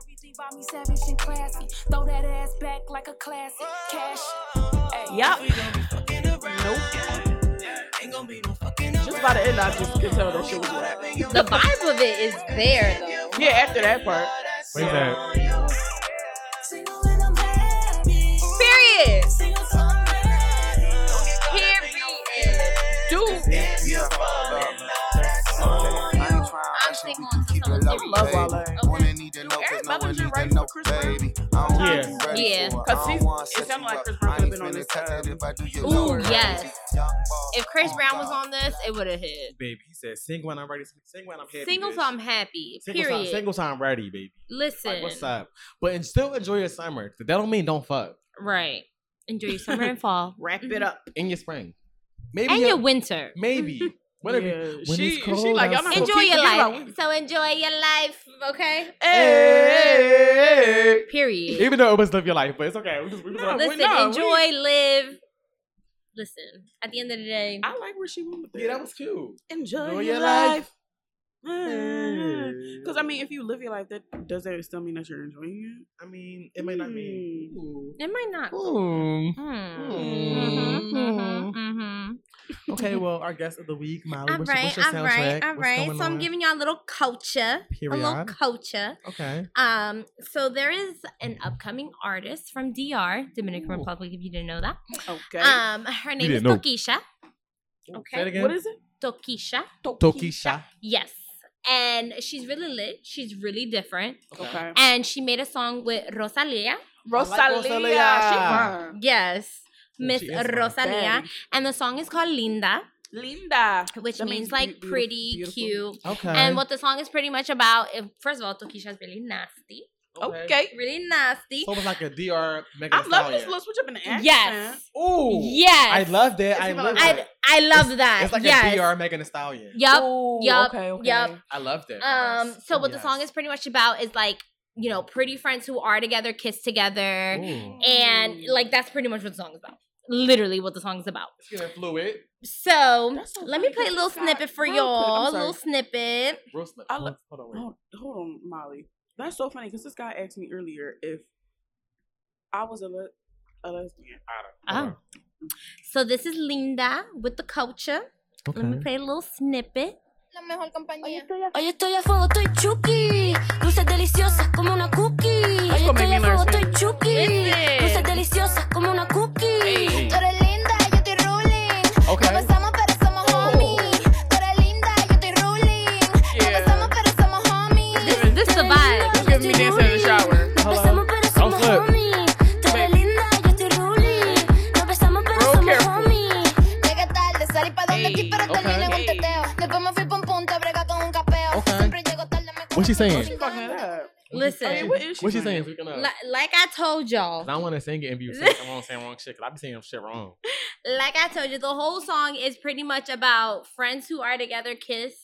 [SPEAKER 4] Everything
[SPEAKER 5] Buy me savage and classy. Throw that ass back like a classic. Cash. Hey.
[SPEAKER 1] Yup.
[SPEAKER 7] Nope.
[SPEAKER 1] Just by the end, I just could tell that shit was rap.
[SPEAKER 3] The vibe of it is there though.
[SPEAKER 1] Yeah, after that part.
[SPEAKER 2] Wait that.
[SPEAKER 5] Single and I'm happy.
[SPEAKER 3] Period.
[SPEAKER 5] Single so I'm ready.
[SPEAKER 3] Period.
[SPEAKER 1] Dude,
[SPEAKER 3] I'm single until someone
[SPEAKER 1] love
[SPEAKER 3] serious.
[SPEAKER 1] Wale.
[SPEAKER 3] Okay.
[SPEAKER 1] Eric Badu did write for Chris Brown.
[SPEAKER 2] Yeah.
[SPEAKER 3] Yeah.
[SPEAKER 1] Because it sounded like Chris Brown could have been on this. Um,
[SPEAKER 3] Ooh, yes. If Chris Brown was on this, it would have hit.
[SPEAKER 2] Baby, he said, sing when I'm ready, sing when I'm happy.
[SPEAKER 3] Single,
[SPEAKER 2] bitch.
[SPEAKER 3] so I'm happy.
[SPEAKER 2] Single
[SPEAKER 3] Period.
[SPEAKER 2] Time, single time ready, baby.
[SPEAKER 3] Listen.
[SPEAKER 2] Like, what's up? But and still enjoy your summer. That don't mean don't fuck.
[SPEAKER 3] Right. Enjoy
[SPEAKER 2] [laughs]
[SPEAKER 3] your summer and fall.
[SPEAKER 1] wrap it up.
[SPEAKER 2] In your spring. Maybe
[SPEAKER 3] And
[SPEAKER 2] your-
[SPEAKER 3] your winter.
[SPEAKER 2] [laughs] maybe. Whatever.
[SPEAKER 1] Yeah,
[SPEAKER 2] When
[SPEAKER 1] she,
[SPEAKER 2] it's cold
[SPEAKER 1] she like, y'all not
[SPEAKER 2] outside.
[SPEAKER 1] gonna
[SPEAKER 3] Enjoy
[SPEAKER 1] keep
[SPEAKER 3] your
[SPEAKER 1] me
[SPEAKER 3] life.
[SPEAKER 1] around.
[SPEAKER 3] So enjoy your life, okay?
[SPEAKER 2] Hey.
[SPEAKER 3] Period.
[SPEAKER 2] Even though it was live your life, but it's okay. We just, we just
[SPEAKER 1] No,
[SPEAKER 3] Listen,
[SPEAKER 1] no, we-
[SPEAKER 3] enjoy, live. Listen, at the end of the day,
[SPEAKER 1] I like where she went with
[SPEAKER 2] yeah, that was cute.
[SPEAKER 1] Enjoy
[SPEAKER 2] Enjoy
[SPEAKER 1] your,
[SPEAKER 2] your Mm-hmm.
[SPEAKER 1] life.
[SPEAKER 2] Hey.
[SPEAKER 1] Because I mean, if you live your life, that does that still mean that you're enjoying Hmm.
[SPEAKER 2] I mean, it may not mean. Ooh.
[SPEAKER 3] it might not. Mm-hmm.
[SPEAKER 2] Ooh.
[SPEAKER 3] Mm. Mhm, mhm.
[SPEAKER 2] Mm-hmm. Okay, well, our guest of the week, Molly.
[SPEAKER 3] All
[SPEAKER 2] what's your-
[SPEAKER 3] right,
[SPEAKER 2] what's your
[SPEAKER 3] all right,
[SPEAKER 2] soundtrack?
[SPEAKER 3] all
[SPEAKER 2] What's
[SPEAKER 3] right.
[SPEAKER 2] going
[SPEAKER 3] So I'm
[SPEAKER 2] on?
[SPEAKER 3] giving y'all a little culture, a little
[SPEAKER 2] Period.
[SPEAKER 3] culture.
[SPEAKER 2] Okay.
[SPEAKER 3] Um, so there is an upcoming artist from DR, Dominican
[SPEAKER 2] Ooh.
[SPEAKER 3] Republic. If you didn't know that,
[SPEAKER 1] you? Okay.
[SPEAKER 3] um, her name is
[SPEAKER 2] didn't know.
[SPEAKER 3] Tokisha.
[SPEAKER 2] Say it
[SPEAKER 3] Okay,
[SPEAKER 2] again.
[SPEAKER 1] what is it?
[SPEAKER 3] Tokisha.
[SPEAKER 2] Tokisha.
[SPEAKER 3] Yes, and she's really lit. She's really different,
[SPEAKER 1] Okay.
[SPEAKER 3] and she made a song with Rosalia.
[SPEAKER 1] Rosalia. She
[SPEAKER 2] Rosalia.
[SPEAKER 1] fine.
[SPEAKER 3] Yes,
[SPEAKER 2] Oh,
[SPEAKER 3] Miss
[SPEAKER 2] she is fine.
[SPEAKER 3] Rosalia,
[SPEAKER 1] Dang.
[SPEAKER 3] and the song is called Linda,
[SPEAKER 1] Linda.
[SPEAKER 3] which
[SPEAKER 1] That
[SPEAKER 3] means,
[SPEAKER 1] means
[SPEAKER 3] like
[SPEAKER 1] beautiful-
[SPEAKER 3] pretty,
[SPEAKER 1] beautiful.
[SPEAKER 3] cute.
[SPEAKER 2] Okay.
[SPEAKER 3] And what the song is pretty much about, if, first of all, Tokisha's really nasty,
[SPEAKER 1] Okay.
[SPEAKER 3] really nasty.
[SPEAKER 2] So it was like a DR. Megan
[SPEAKER 1] I
[SPEAKER 2] Thee
[SPEAKER 1] love this
[SPEAKER 2] Stallion.
[SPEAKER 1] little switch up in the accent.
[SPEAKER 3] Yes,
[SPEAKER 2] Ooh. I
[SPEAKER 3] yes,
[SPEAKER 2] love that. I
[SPEAKER 1] It's
[SPEAKER 2] love
[SPEAKER 1] like-
[SPEAKER 2] that.
[SPEAKER 3] I love that.
[SPEAKER 2] It's like
[SPEAKER 3] yes.
[SPEAKER 2] a DR Megan Thee Stallion.
[SPEAKER 3] Yup.
[SPEAKER 1] Ooh,
[SPEAKER 3] yup,
[SPEAKER 1] Okay, okay.
[SPEAKER 3] yup.
[SPEAKER 2] I love that.
[SPEAKER 3] Um.
[SPEAKER 2] Yes.
[SPEAKER 3] So what the
[SPEAKER 2] Yes.
[SPEAKER 3] song is pretty much about is like you know pretty friends who are together, kiss together,
[SPEAKER 2] Ooh.
[SPEAKER 3] and like that's pretty much what the song is about. Literally, what the song's about.
[SPEAKER 2] It's getting fluid.
[SPEAKER 3] So
[SPEAKER 1] That's so
[SPEAKER 3] let me
[SPEAKER 1] funny
[SPEAKER 3] play a little
[SPEAKER 1] because I-
[SPEAKER 3] snippet for
[SPEAKER 1] real quick, I'm
[SPEAKER 3] y'all. A
[SPEAKER 1] sorry.
[SPEAKER 3] little snippet.
[SPEAKER 2] Real sli-
[SPEAKER 1] I lo-
[SPEAKER 2] Hold on, wait.
[SPEAKER 1] Hold, hold on, Molly. That's so funny because this guy asked me earlier if I was a, le- a lesbian.
[SPEAKER 2] Hold
[SPEAKER 3] Oh. So this is Linda with the culture.
[SPEAKER 2] on.
[SPEAKER 3] Let me play a little snippet.
[SPEAKER 5] Hoy estoy a fuego, estoy chucky. Luces deliciosas como una cookie. Hoy
[SPEAKER 1] gonna
[SPEAKER 5] estoy
[SPEAKER 1] make
[SPEAKER 5] a
[SPEAKER 1] me learn
[SPEAKER 5] fuego, estoy
[SPEAKER 1] Spanish.
[SPEAKER 5] chucky.
[SPEAKER 3] Listen.
[SPEAKER 5] Luces deliciosas como una cookie.
[SPEAKER 1] Hey.
[SPEAKER 5] Tú eres linda, yo estoy ruling.
[SPEAKER 2] Okay.
[SPEAKER 5] No besamos, pero somos
[SPEAKER 1] Oh.
[SPEAKER 5] homies. Tú eres linda, yo estoy ruling. No
[SPEAKER 1] Yeah.
[SPEAKER 5] besamos, pero somos homies.
[SPEAKER 3] This, this is the vibe.
[SPEAKER 1] Look at me dancing in the shower.
[SPEAKER 5] Nos besamos, pero
[SPEAKER 2] Don't
[SPEAKER 5] somos
[SPEAKER 2] flip.
[SPEAKER 5] homies. Tú eres linda, yo estoy ruling. Nos besamos, pero
[SPEAKER 1] Real
[SPEAKER 5] somos
[SPEAKER 1] careful.
[SPEAKER 5] homies. Llegué tarde, salí pa' donde
[SPEAKER 1] Ey,
[SPEAKER 5] ti para
[SPEAKER 2] ok.
[SPEAKER 5] terminar en un teteo. Después me fui pa' un punto, brega con un capeo.
[SPEAKER 2] Ok.
[SPEAKER 5] Siempre llego tarde, me
[SPEAKER 2] What she
[SPEAKER 5] comen
[SPEAKER 2] saying?
[SPEAKER 5] cinco
[SPEAKER 1] Fucking it up.
[SPEAKER 3] Listen.
[SPEAKER 1] I mean, what is she
[SPEAKER 2] What she
[SPEAKER 1] saying?
[SPEAKER 2] saying? Speaking of.
[SPEAKER 3] Li- like I told y'all,
[SPEAKER 2] 'Cause I want to sing it and be saying wrong, saying wrong shit. Cause I be saying shit wrong.
[SPEAKER 3] like I told you, the whole song is pretty much about friends who are together kiss.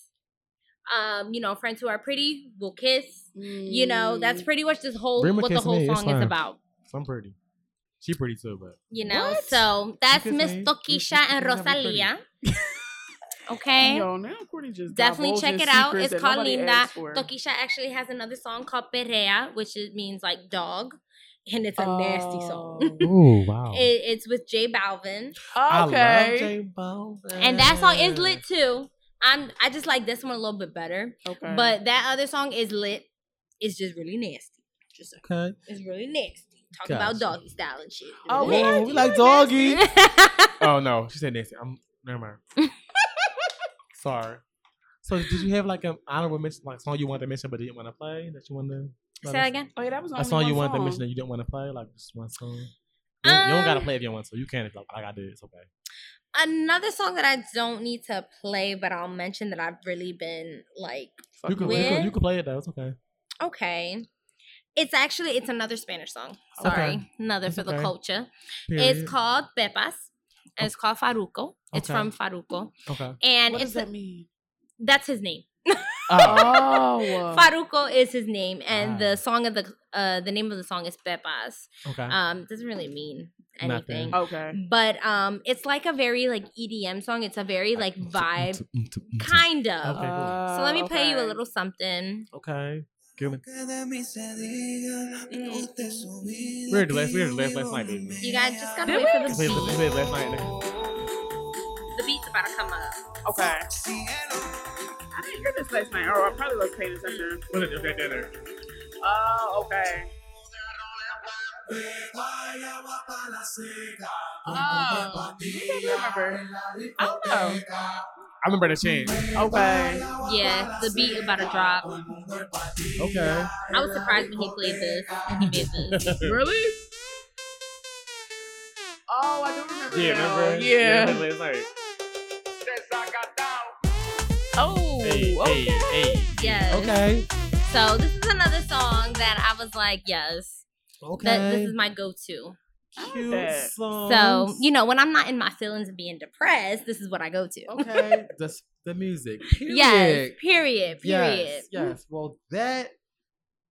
[SPEAKER 3] Um, you know, friends who are pretty will kiss. You know,
[SPEAKER 2] Mm.
[SPEAKER 3] that's pretty much this whole
[SPEAKER 2] Rima
[SPEAKER 3] what the
[SPEAKER 2] kissed
[SPEAKER 3] whole
[SPEAKER 2] me, it's
[SPEAKER 3] song is
[SPEAKER 2] fine.
[SPEAKER 3] about.
[SPEAKER 2] So I'm pretty. She pretty too, but
[SPEAKER 3] You know,
[SPEAKER 2] What?
[SPEAKER 3] so that's
[SPEAKER 2] kissed
[SPEAKER 3] Miss
[SPEAKER 2] me. You-
[SPEAKER 3] Tokisha
[SPEAKER 2] you-
[SPEAKER 3] and
[SPEAKER 2] you never pretty. [laughs]
[SPEAKER 3] Rosalia. okay.
[SPEAKER 1] Yo, now Courtney just
[SPEAKER 3] Definitely
[SPEAKER 1] divulges
[SPEAKER 3] check it out.
[SPEAKER 1] secrets
[SPEAKER 3] It's
[SPEAKER 1] that
[SPEAKER 3] called
[SPEAKER 1] nobody
[SPEAKER 3] Linda.
[SPEAKER 1] asked for.
[SPEAKER 3] Tokisha actually has another song called Perea, which is, means like dog. And it's a nasty song. [laughs]
[SPEAKER 1] Oh.
[SPEAKER 2] [laughs] Ooh wow.
[SPEAKER 3] It, it's with J Balvin.
[SPEAKER 1] Okay.
[SPEAKER 3] And that song is lit too. I'm I just like this one a little bit better.
[SPEAKER 1] Okay.
[SPEAKER 3] But that other song is lit. It's just really nasty. Just
[SPEAKER 2] Okay.
[SPEAKER 3] it's really nasty. Talking about
[SPEAKER 2] Gotcha.
[SPEAKER 3] doggy style and shit.
[SPEAKER 1] Oh,
[SPEAKER 3] Really
[SPEAKER 1] what?
[SPEAKER 2] Ooh, we like doggy. [laughs] oh no, she said Nancy. I'm never mind. Sorry. So did you have like an honorable mention, like song you wanted to mention but didn't want to play that you wanted? to let us-
[SPEAKER 3] Say that again.
[SPEAKER 1] oh, yeah, that was
[SPEAKER 2] A
[SPEAKER 1] only
[SPEAKER 2] song
[SPEAKER 1] one
[SPEAKER 2] you wanted to
[SPEAKER 1] song.
[SPEAKER 2] mention that you didn't want to play, like just one song. You don't, you don't gotta
[SPEAKER 3] Um,
[SPEAKER 2] play if you don't want to. You can if like, like I did. It's okay.
[SPEAKER 3] Another song that I don't need to play, but I'll mention that I've really been like,
[SPEAKER 2] You can, you
[SPEAKER 3] with-
[SPEAKER 2] can you can play it though. It's okay.
[SPEAKER 3] okay. It's actually it's another Spanish song. Sorry,
[SPEAKER 2] Okay.
[SPEAKER 3] another
[SPEAKER 2] That's
[SPEAKER 3] for the
[SPEAKER 2] okay.
[SPEAKER 3] culture.
[SPEAKER 2] Period.
[SPEAKER 3] It's called Pepas. And it's called Faruco. It's
[SPEAKER 2] Okay.
[SPEAKER 3] from Faruco,
[SPEAKER 2] okay.
[SPEAKER 3] and
[SPEAKER 1] What
[SPEAKER 3] it's
[SPEAKER 1] does that mean?
[SPEAKER 3] that's his name.
[SPEAKER 2] Oh,
[SPEAKER 1] [laughs] Oh.
[SPEAKER 3] Faruco is his name, and
[SPEAKER 2] Ah.
[SPEAKER 3] the song of the uh, the name of the song is Pepas.
[SPEAKER 2] okay.
[SPEAKER 3] Um, it doesn't really mean
[SPEAKER 2] Nothing.
[SPEAKER 3] anything,
[SPEAKER 2] Oh.
[SPEAKER 1] Oh. okay.
[SPEAKER 3] but um, it's like a very like EDM song. It's a
[SPEAKER 2] [laughs]
[SPEAKER 3] very like vibe,
[SPEAKER 2] Okay, cool.
[SPEAKER 3] mm, kind of.
[SPEAKER 2] Okay.
[SPEAKER 3] So let me play you a
[SPEAKER 1] Oh. okay.
[SPEAKER 3] little something.
[SPEAKER 2] Okay. Gilman.
[SPEAKER 8] Cada misa diga,
[SPEAKER 3] Mm.
[SPEAKER 8] usted su vida.
[SPEAKER 2] We heard the last, we heard the last last night, didn't we?
[SPEAKER 3] You guys just gotta
[SPEAKER 1] Did
[SPEAKER 3] wait for
[SPEAKER 2] We
[SPEAKER 3] the
[SPEAKER 2] played, we
[SPEAKER 3] beat.
[SPEAKER 2] played last night. nigga.
[SPEAKER 3] The beat's about to come up.
[SPEAKER 1] Okay.
[SPEAKER 8] Cielo,
[SPEAKER 1] I didn't hear this last night, or I probably was paying attention.
[SPEAKER 2] What did you get there?
[SPEAKER 1] Oh, okay.
[SPEAKER 8] vaya guapa la seca.
[SPEAKER 1] Oh, I remember. I don't know.
[SPEAKER 2] I remember the change.
[SPEAKER 1] Okay.
[SPEAKER 3] Yeah, the beat about to drop. [laughs]
[SPEAKER 2] Okay.
[SPEAKER 3] I was surprised when he played this and he made this.
[SPEAKER 2] [laughs]
[SPEAKER 1] Really? Oh, I do remember.
[SPEAKER 2] Yeah,
[SPEAKER 1] now.
[SPEAKER 2] remember?
[SPEAKER 1] Yeah.
[SPEAKER 2] remember last night.
[SPEAKER 1] Oh,
[SPEAKER 2] Hey,
[SPEAKER 1] okay.
[SPEAKER 2] hey, hey.
[SPEAKER 3] Yes.
[SPEAKER 2] Okay.
[SPEAKER 3] So this is another song that I was like, yes, that this is my go-to.
[SPEAKER 2] Cute
[SPEAKER 1] that.
[SPEAKER 3] So
[SPEAKER 2] songs.
[SPEAKER 3] you know, when I'm not in my feelings and being depressed, this is what I go to. [laughs]
[SPEAKER 2] okay. That's the music. Period.
[SPEAKER 3] Yes. Period. Period.
[SPEAKER 2] Yes. Yes. Well, that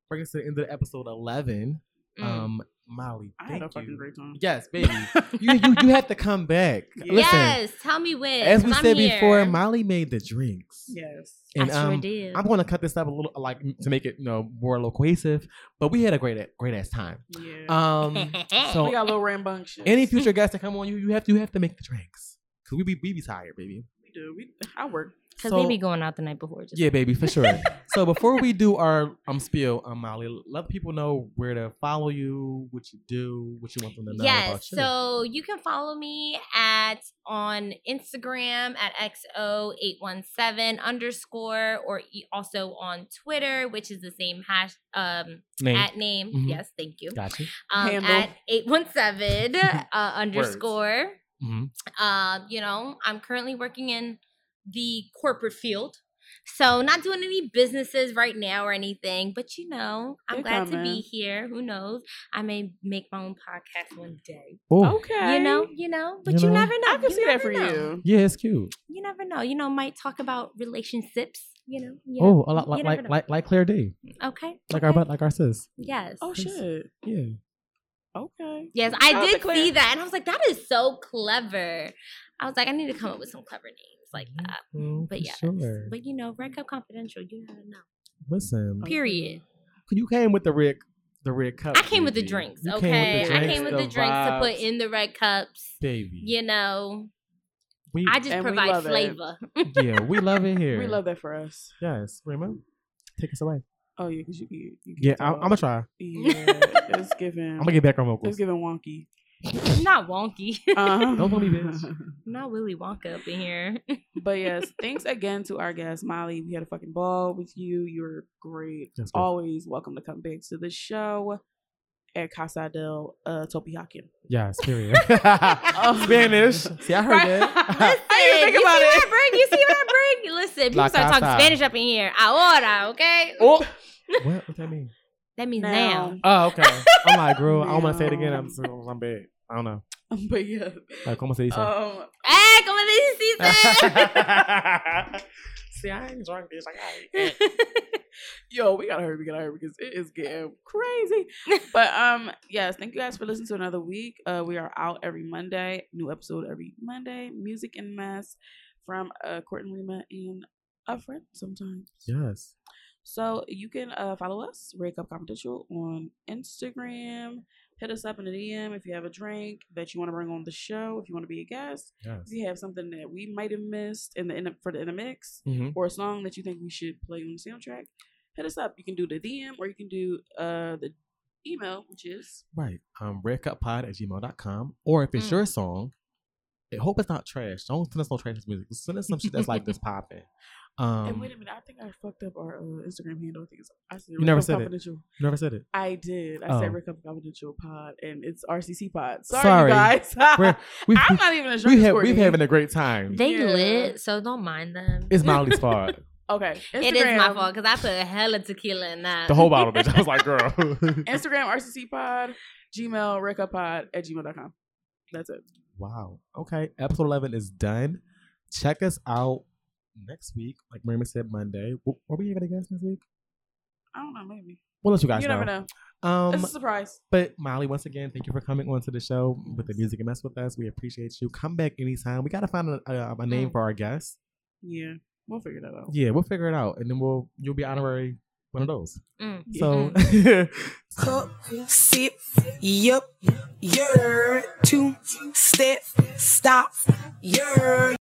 [SPEAKER 2] brings us to the end of the episode eleven.
[SPEAKER 3] Mm.
[SPEAKER 2] Um, Molly,
[SPEAKER 1] I had
[SPEAKER 2] thank
[SPEAKER 1] a fucking
[SPEAKER 2] you.
[SPEAKER 1] great time.
[SPEAKER 2] Yes, baby. you you you had to come back. Listen,
[SPEAKER 3] yes. Tell me when.
[SPEAKER 2] as we
[SPEAKER 3] 'cause I'm
[SPEAKER 2] said
[SPEAKER 3] here.
[SPEAKER 2] before, Molly made the drinks.
[SPEAKER 1] Yes.
[SPEAKER 2] And,
[SPEAKER 3] I sure
[SPEAKER 2] um,
[SPEAKER 3] did.
[SPEAKER 2] I'm going to cut this up a little, like to make it you know more loquacious. But we had a great great ass time.
[SPEAKER 1] Yeah.
[SPEAKER 3] [laughs]
[SPEAKER 2] Um,
[SPEAKER 1] we
[SPEAKER 2] so
[SPEAKER 1] got a little rambunctious.
[SPEAKER 2] any future guests that come on, you you have to you have to make the drinks because we be we be tired, baby.
[SPEAKER 1] We do. We, I work.
[SPEAKER 3] Because
[SPEAKER 2] so-
[SPEAKER 3] they be going out the night before. Just
[SPEAKER 2] Yeah, baby, for sure. so before we
[SPEAKER 3] [laughs]
[SPEAKER 2] do our um spiel, um Molly, let people know where to follow you, what you do, what you want them to know
[SPEAKER 3] Yes.
[SPEAKER 2] about you.
[SPEAKER 3] So you can follow me at on Instagram at xo817 underscore, or e- also on Twitter, which is the same hash um
[SPEAKER 2] Name.
[SPEAKER 3] at name.
[SPEAKER 2] Mhm.
[SPEAKER 3] Yes, thank you.
[SPEAKER 2] gotcha.
[SPEAKER 3] Um,
[SPEAKER 1] Handle.
[SPEAKER 3] at
[SPEAKER 2] [laughs]
[SPEAKER 3] 817 uh, underscore.
[SPEAKER 2] hmm
[SPEAKER 3] Uh, you know, I'm currently working in the corporate field. So not doing any businesses right now or anything, but you know,
[SPEAKER 1] They're
[SPEAKER 3] I'm glad to
[SPEAKER 1] coming.
[SPEAKER 3] be here. Who knows? I may make my own podcast one day.
[SPEAKER 1] Okay.
[SPEAKER 3] You know, you know, but
[SPEAKER 2] You
[SPEAKER 3] you,
[SPEAKER 2] know?
[SPEAKER 3] never know.
[SPEAKER 1] I can
[SPEAKER 3] You
[SPEAKER 1] see that
[SPEAKER 3] never
[SPEAKER 1] for
[SPEAKER 3] know.
[SPEAKER 1] you.
[SPEAKER 2] Yeah, it's cute.
[SPEAKER 3] You never know. You know, might talk about relationships. You know. You
[SPEAKER 2] Oh,
[SPEAKER 3] know,
[SPEAKER 2] a lot like
[SPEAKER 3] you never
[SPEAKER 2] like,
[SPEAKER 3] know.
[SPEAKER 2] like like Claire D,
[SPEAKER 3] okay.
[SPEAKER 2] like
[SPEAKER 3] okay.
[SPEAKER 2] our our like our sis.
[SPEAKER 3] Yes.
[SPEAKER 1] Oh shit.
[SPEAKER 2] Yeah.
[SPEAKER 1] Okay.
[SPEAKER 3] Yes,
[SPEAKER 1] Shout out
[SPEAKER 3] I
[SPEAKER 1] to
[SPEAKER 3] did
[SPEAKER 1] Claire.
[SPEAKER 3] see that, and I was like, that is so clever. I was like, I need to come up with some clever names like that.
[SPEAKER 2] Mhm,
[SPEAKER 3] But
[SPEAKER 2] for
[SPEAKER 3] yes,
[SPEAKER 2] sure.
[SPEAKER 3] but you know, Red Cup Confidential. You never know.
[SPEAKER 2] Listen,
[SPEAKER 1] Okay.
[SPEAKER 3] Period.
[SPEAKER 2] you came with the red, the red cup.
[SPEAKER 3] I came with the
[SPEAKER 2] baby.
[SPEAKER 3] drinks.
[SPEAKER 2] You
[SPEAKER 3] Okay, I came with the drinks to put
[SPEAKER 2] vibes,
[SPEAKER 3] in the red cups.
[SPEAKER 2] baby.
[SPEAKER 3] You know,
[SPEAKER 2] we,
[SPEAKER 3] I just
[SPEAKER 1] And we
[SPEAKER 3] provide
[SPEAKER 1] love it.
[SPEAKER 3] flavor.
[SPEAKER 2] [laughs] yeah, we love
[SPEAKER 3] [laughs]
[SPEAKER 2] it here.
[SPEAKER 1] We love that for us.
[SPEAKER 2] Yes, Raymond, take us away.
[SPEAKER 1] Oh yeah, because you can. You can
[SPEAKER 2] Yeah, I, I'm
[SPEAKER 1] talk.
[SPEAKER 2] gonna try. I'm
[SPEAKER 1] Yeah,
[SPEAKER 2] [laughs]
[SPEAKER 1] it's giving.
[SPEAKER 2] gonna get back on vocals.
[SPEAKER 1] It's giving wonky.
[SPEAKER 3] Not wonky. [laughs]
[SPEAKER 1] Um,
[SPEAKER 2] [laughs] Don't believe it.
[SPEAKER 3] Not Willy Wonka up in here.
[SPEAKER 1] [laughs]
[SPEAKER 3] [laughs]
[SPEAKER 1] But yes, thanks again to our guest Molly. We had a fucking ball with you. You were great.
[SPEAKER 2] That's good.
[SPEAKER 1] Always welcome to come back to the show at Casa del uh, Topihaken.
[SPEAKER 2] Yes,
[SPEAKER 3] [laughs]
[SPEAKER 2] period.
[SPEAKER 3] Oh.
[SPEAKER 2] Spanish. See, [laughs] I heard that.
[SPEAKER 3] [laughs] Listen,
[SPEAKER 1] I didn't think
[SPEAKER 3] you
[SPEAKER 1] about
[SPEAKER 3] see
[SPEAKER 1] it.
[SPEAKER 3] what I bring? You see what I bring? Listen, people
[SPEAKER 2] La
[SPEAKER 3] start talking
[SPEAKER 2] casa.
[SPEAKER 3] Spanish up in here. Ahora, okay?
[SPEAKER 1] Oh,
[SPEAKER 2] [laughs] what? What that mean?
[SPEAKER 3] That means now.
[SPEAKER 1] now.
[SPEAKER 2] Oh, okay. I'm like, girl, I don't want to say it again. I'm,
[SPEAKER 3] [laughs]
[SPEAKER 1] No.
[SPEAKER 2] just- I'm bad. I don't know.
[SPEAKER 1] [laughs] But yeah.
[SPEAKER 2] Like, como se dice?
[SPEAKER 1] Um,
[SPEAKER 3] Hey, come on, this [laughs]
[SPEAKER 2] [laughs]
[SPEAKER 3] is season.
[SPEAKER 2] See, I ain't drunk, bitch. Like, I
[SPEAKER 1] [laughs]
[SPEAKER 2] [laughs] ain't-
[SPEAKER 1] Yo, we gotta hurry, we gotta hurry because it is getting crazy. but um, yes, thank you guys for listening to another week. Uh, we are out every Monday, new episode every Monday. Music and mess from uh Court and Rima and a friend sometimes.
[SPEAKER 2] yes.
[SPEAKER 1] So you can uh follow us, Rake Up Confidential on Instagram. Hit us up in the DM if you have a drink that you want to bring on the show. If you want to be a guest,
[SPEAKER 2] Yes.
[SPEAKER 1] if you have something that we might have missed in the in the, for the in the mix,
[SPEAKER 2] Mm-hmm.
[SPEAKER 1] or a song that you think we should play on the soundtrack, hit us up. You can do the DM or you can do uh the email, which is
[SPEAKER 2] Right. Um, redcuppod at gmail.com. Or if it's
[SPEAKER 3] Mm.
[SPEAKER 2] your song, I hope it's not trash. Don't send us no trash music. Send us some shit that's like this popping. Um,
[SPEAKER 1] and wait a minute, I think I fucked up our uh, Instagram handle. I think it's I said
[SPEAKER 2] You never
[SPEAKER 1] Rick Up
[SPEAKER 2] said it.
[SPEAKER 1] confidential.
[SPEAKER 2] you never
[SPEAKER 1] [laughs]
[SPEAKER 2] said it.
[SPEAKER 1] I did. I
[SPEAKER 2] Oh.
[SPEAKER 1] said Rick Up confidential pod and it's RCC pod. Sorry,
[SPEAKER 2] Sorry.
[SPEAKER 1] you guys. [laughs]
[SPEAKER 2] We're, we've
[SPEAKER 1] I'm not even a
[SPEAKER 2] we
[SPEAKER 1] drunk
[SPEAKER 2] have, we've having a great time.
[SPEAKER 3] They
[SPEAKER 1] Yeah.
[SPEAKER 3] lit, so don't mind them.
[SPEAKER 2] It's Molly's fault.
[SPEAKER 1] Okay. Instagram,
[SPEAKER 3] It is my fault because I put hella tequila in that.
[SPEAKER 2] The whole
[SPEAKER 3] [laughs]
[SPEAKER 2] bottle, bitch. I was like, girl.
[SPEAKER 1] Instagram RCC pod, Gmail Rick Up pod at gmail.com. That's it.
[SPEAKER 2] [laughs] wow. Okay. Episode 11 is done. Check us out next week. Like Marima said, Monday. W- Are we having a guest next week?
[SPEAKER 1] I don't know, maybe.
[SPEAKER 2] We'll let you guys
[SPEAKER 1] You
[SPEAKER 2] know.
[SPEAKER 1] never know.
[SPEAKER 2] Um,
[SPEAKER 1] it's a surprise.
[SPEAKER 2] But Molly, once again, thank you for coming onto the show with the music and mess with us. We appreciate you. Come back anytime. We gotta find a, a, a name for our guest.
[SPEAKER 1] Yeah. We'll figure that out.
[SPEAKER 2] Yeah, we'll figure it out, and then we'll you'll be honorary One of those.
[SPEAKER 3] Mm.
[SPEAKER 2] So [laughs]
[SPEAKER 4] Cup, sip, yup, yer, two, step, stop, yer.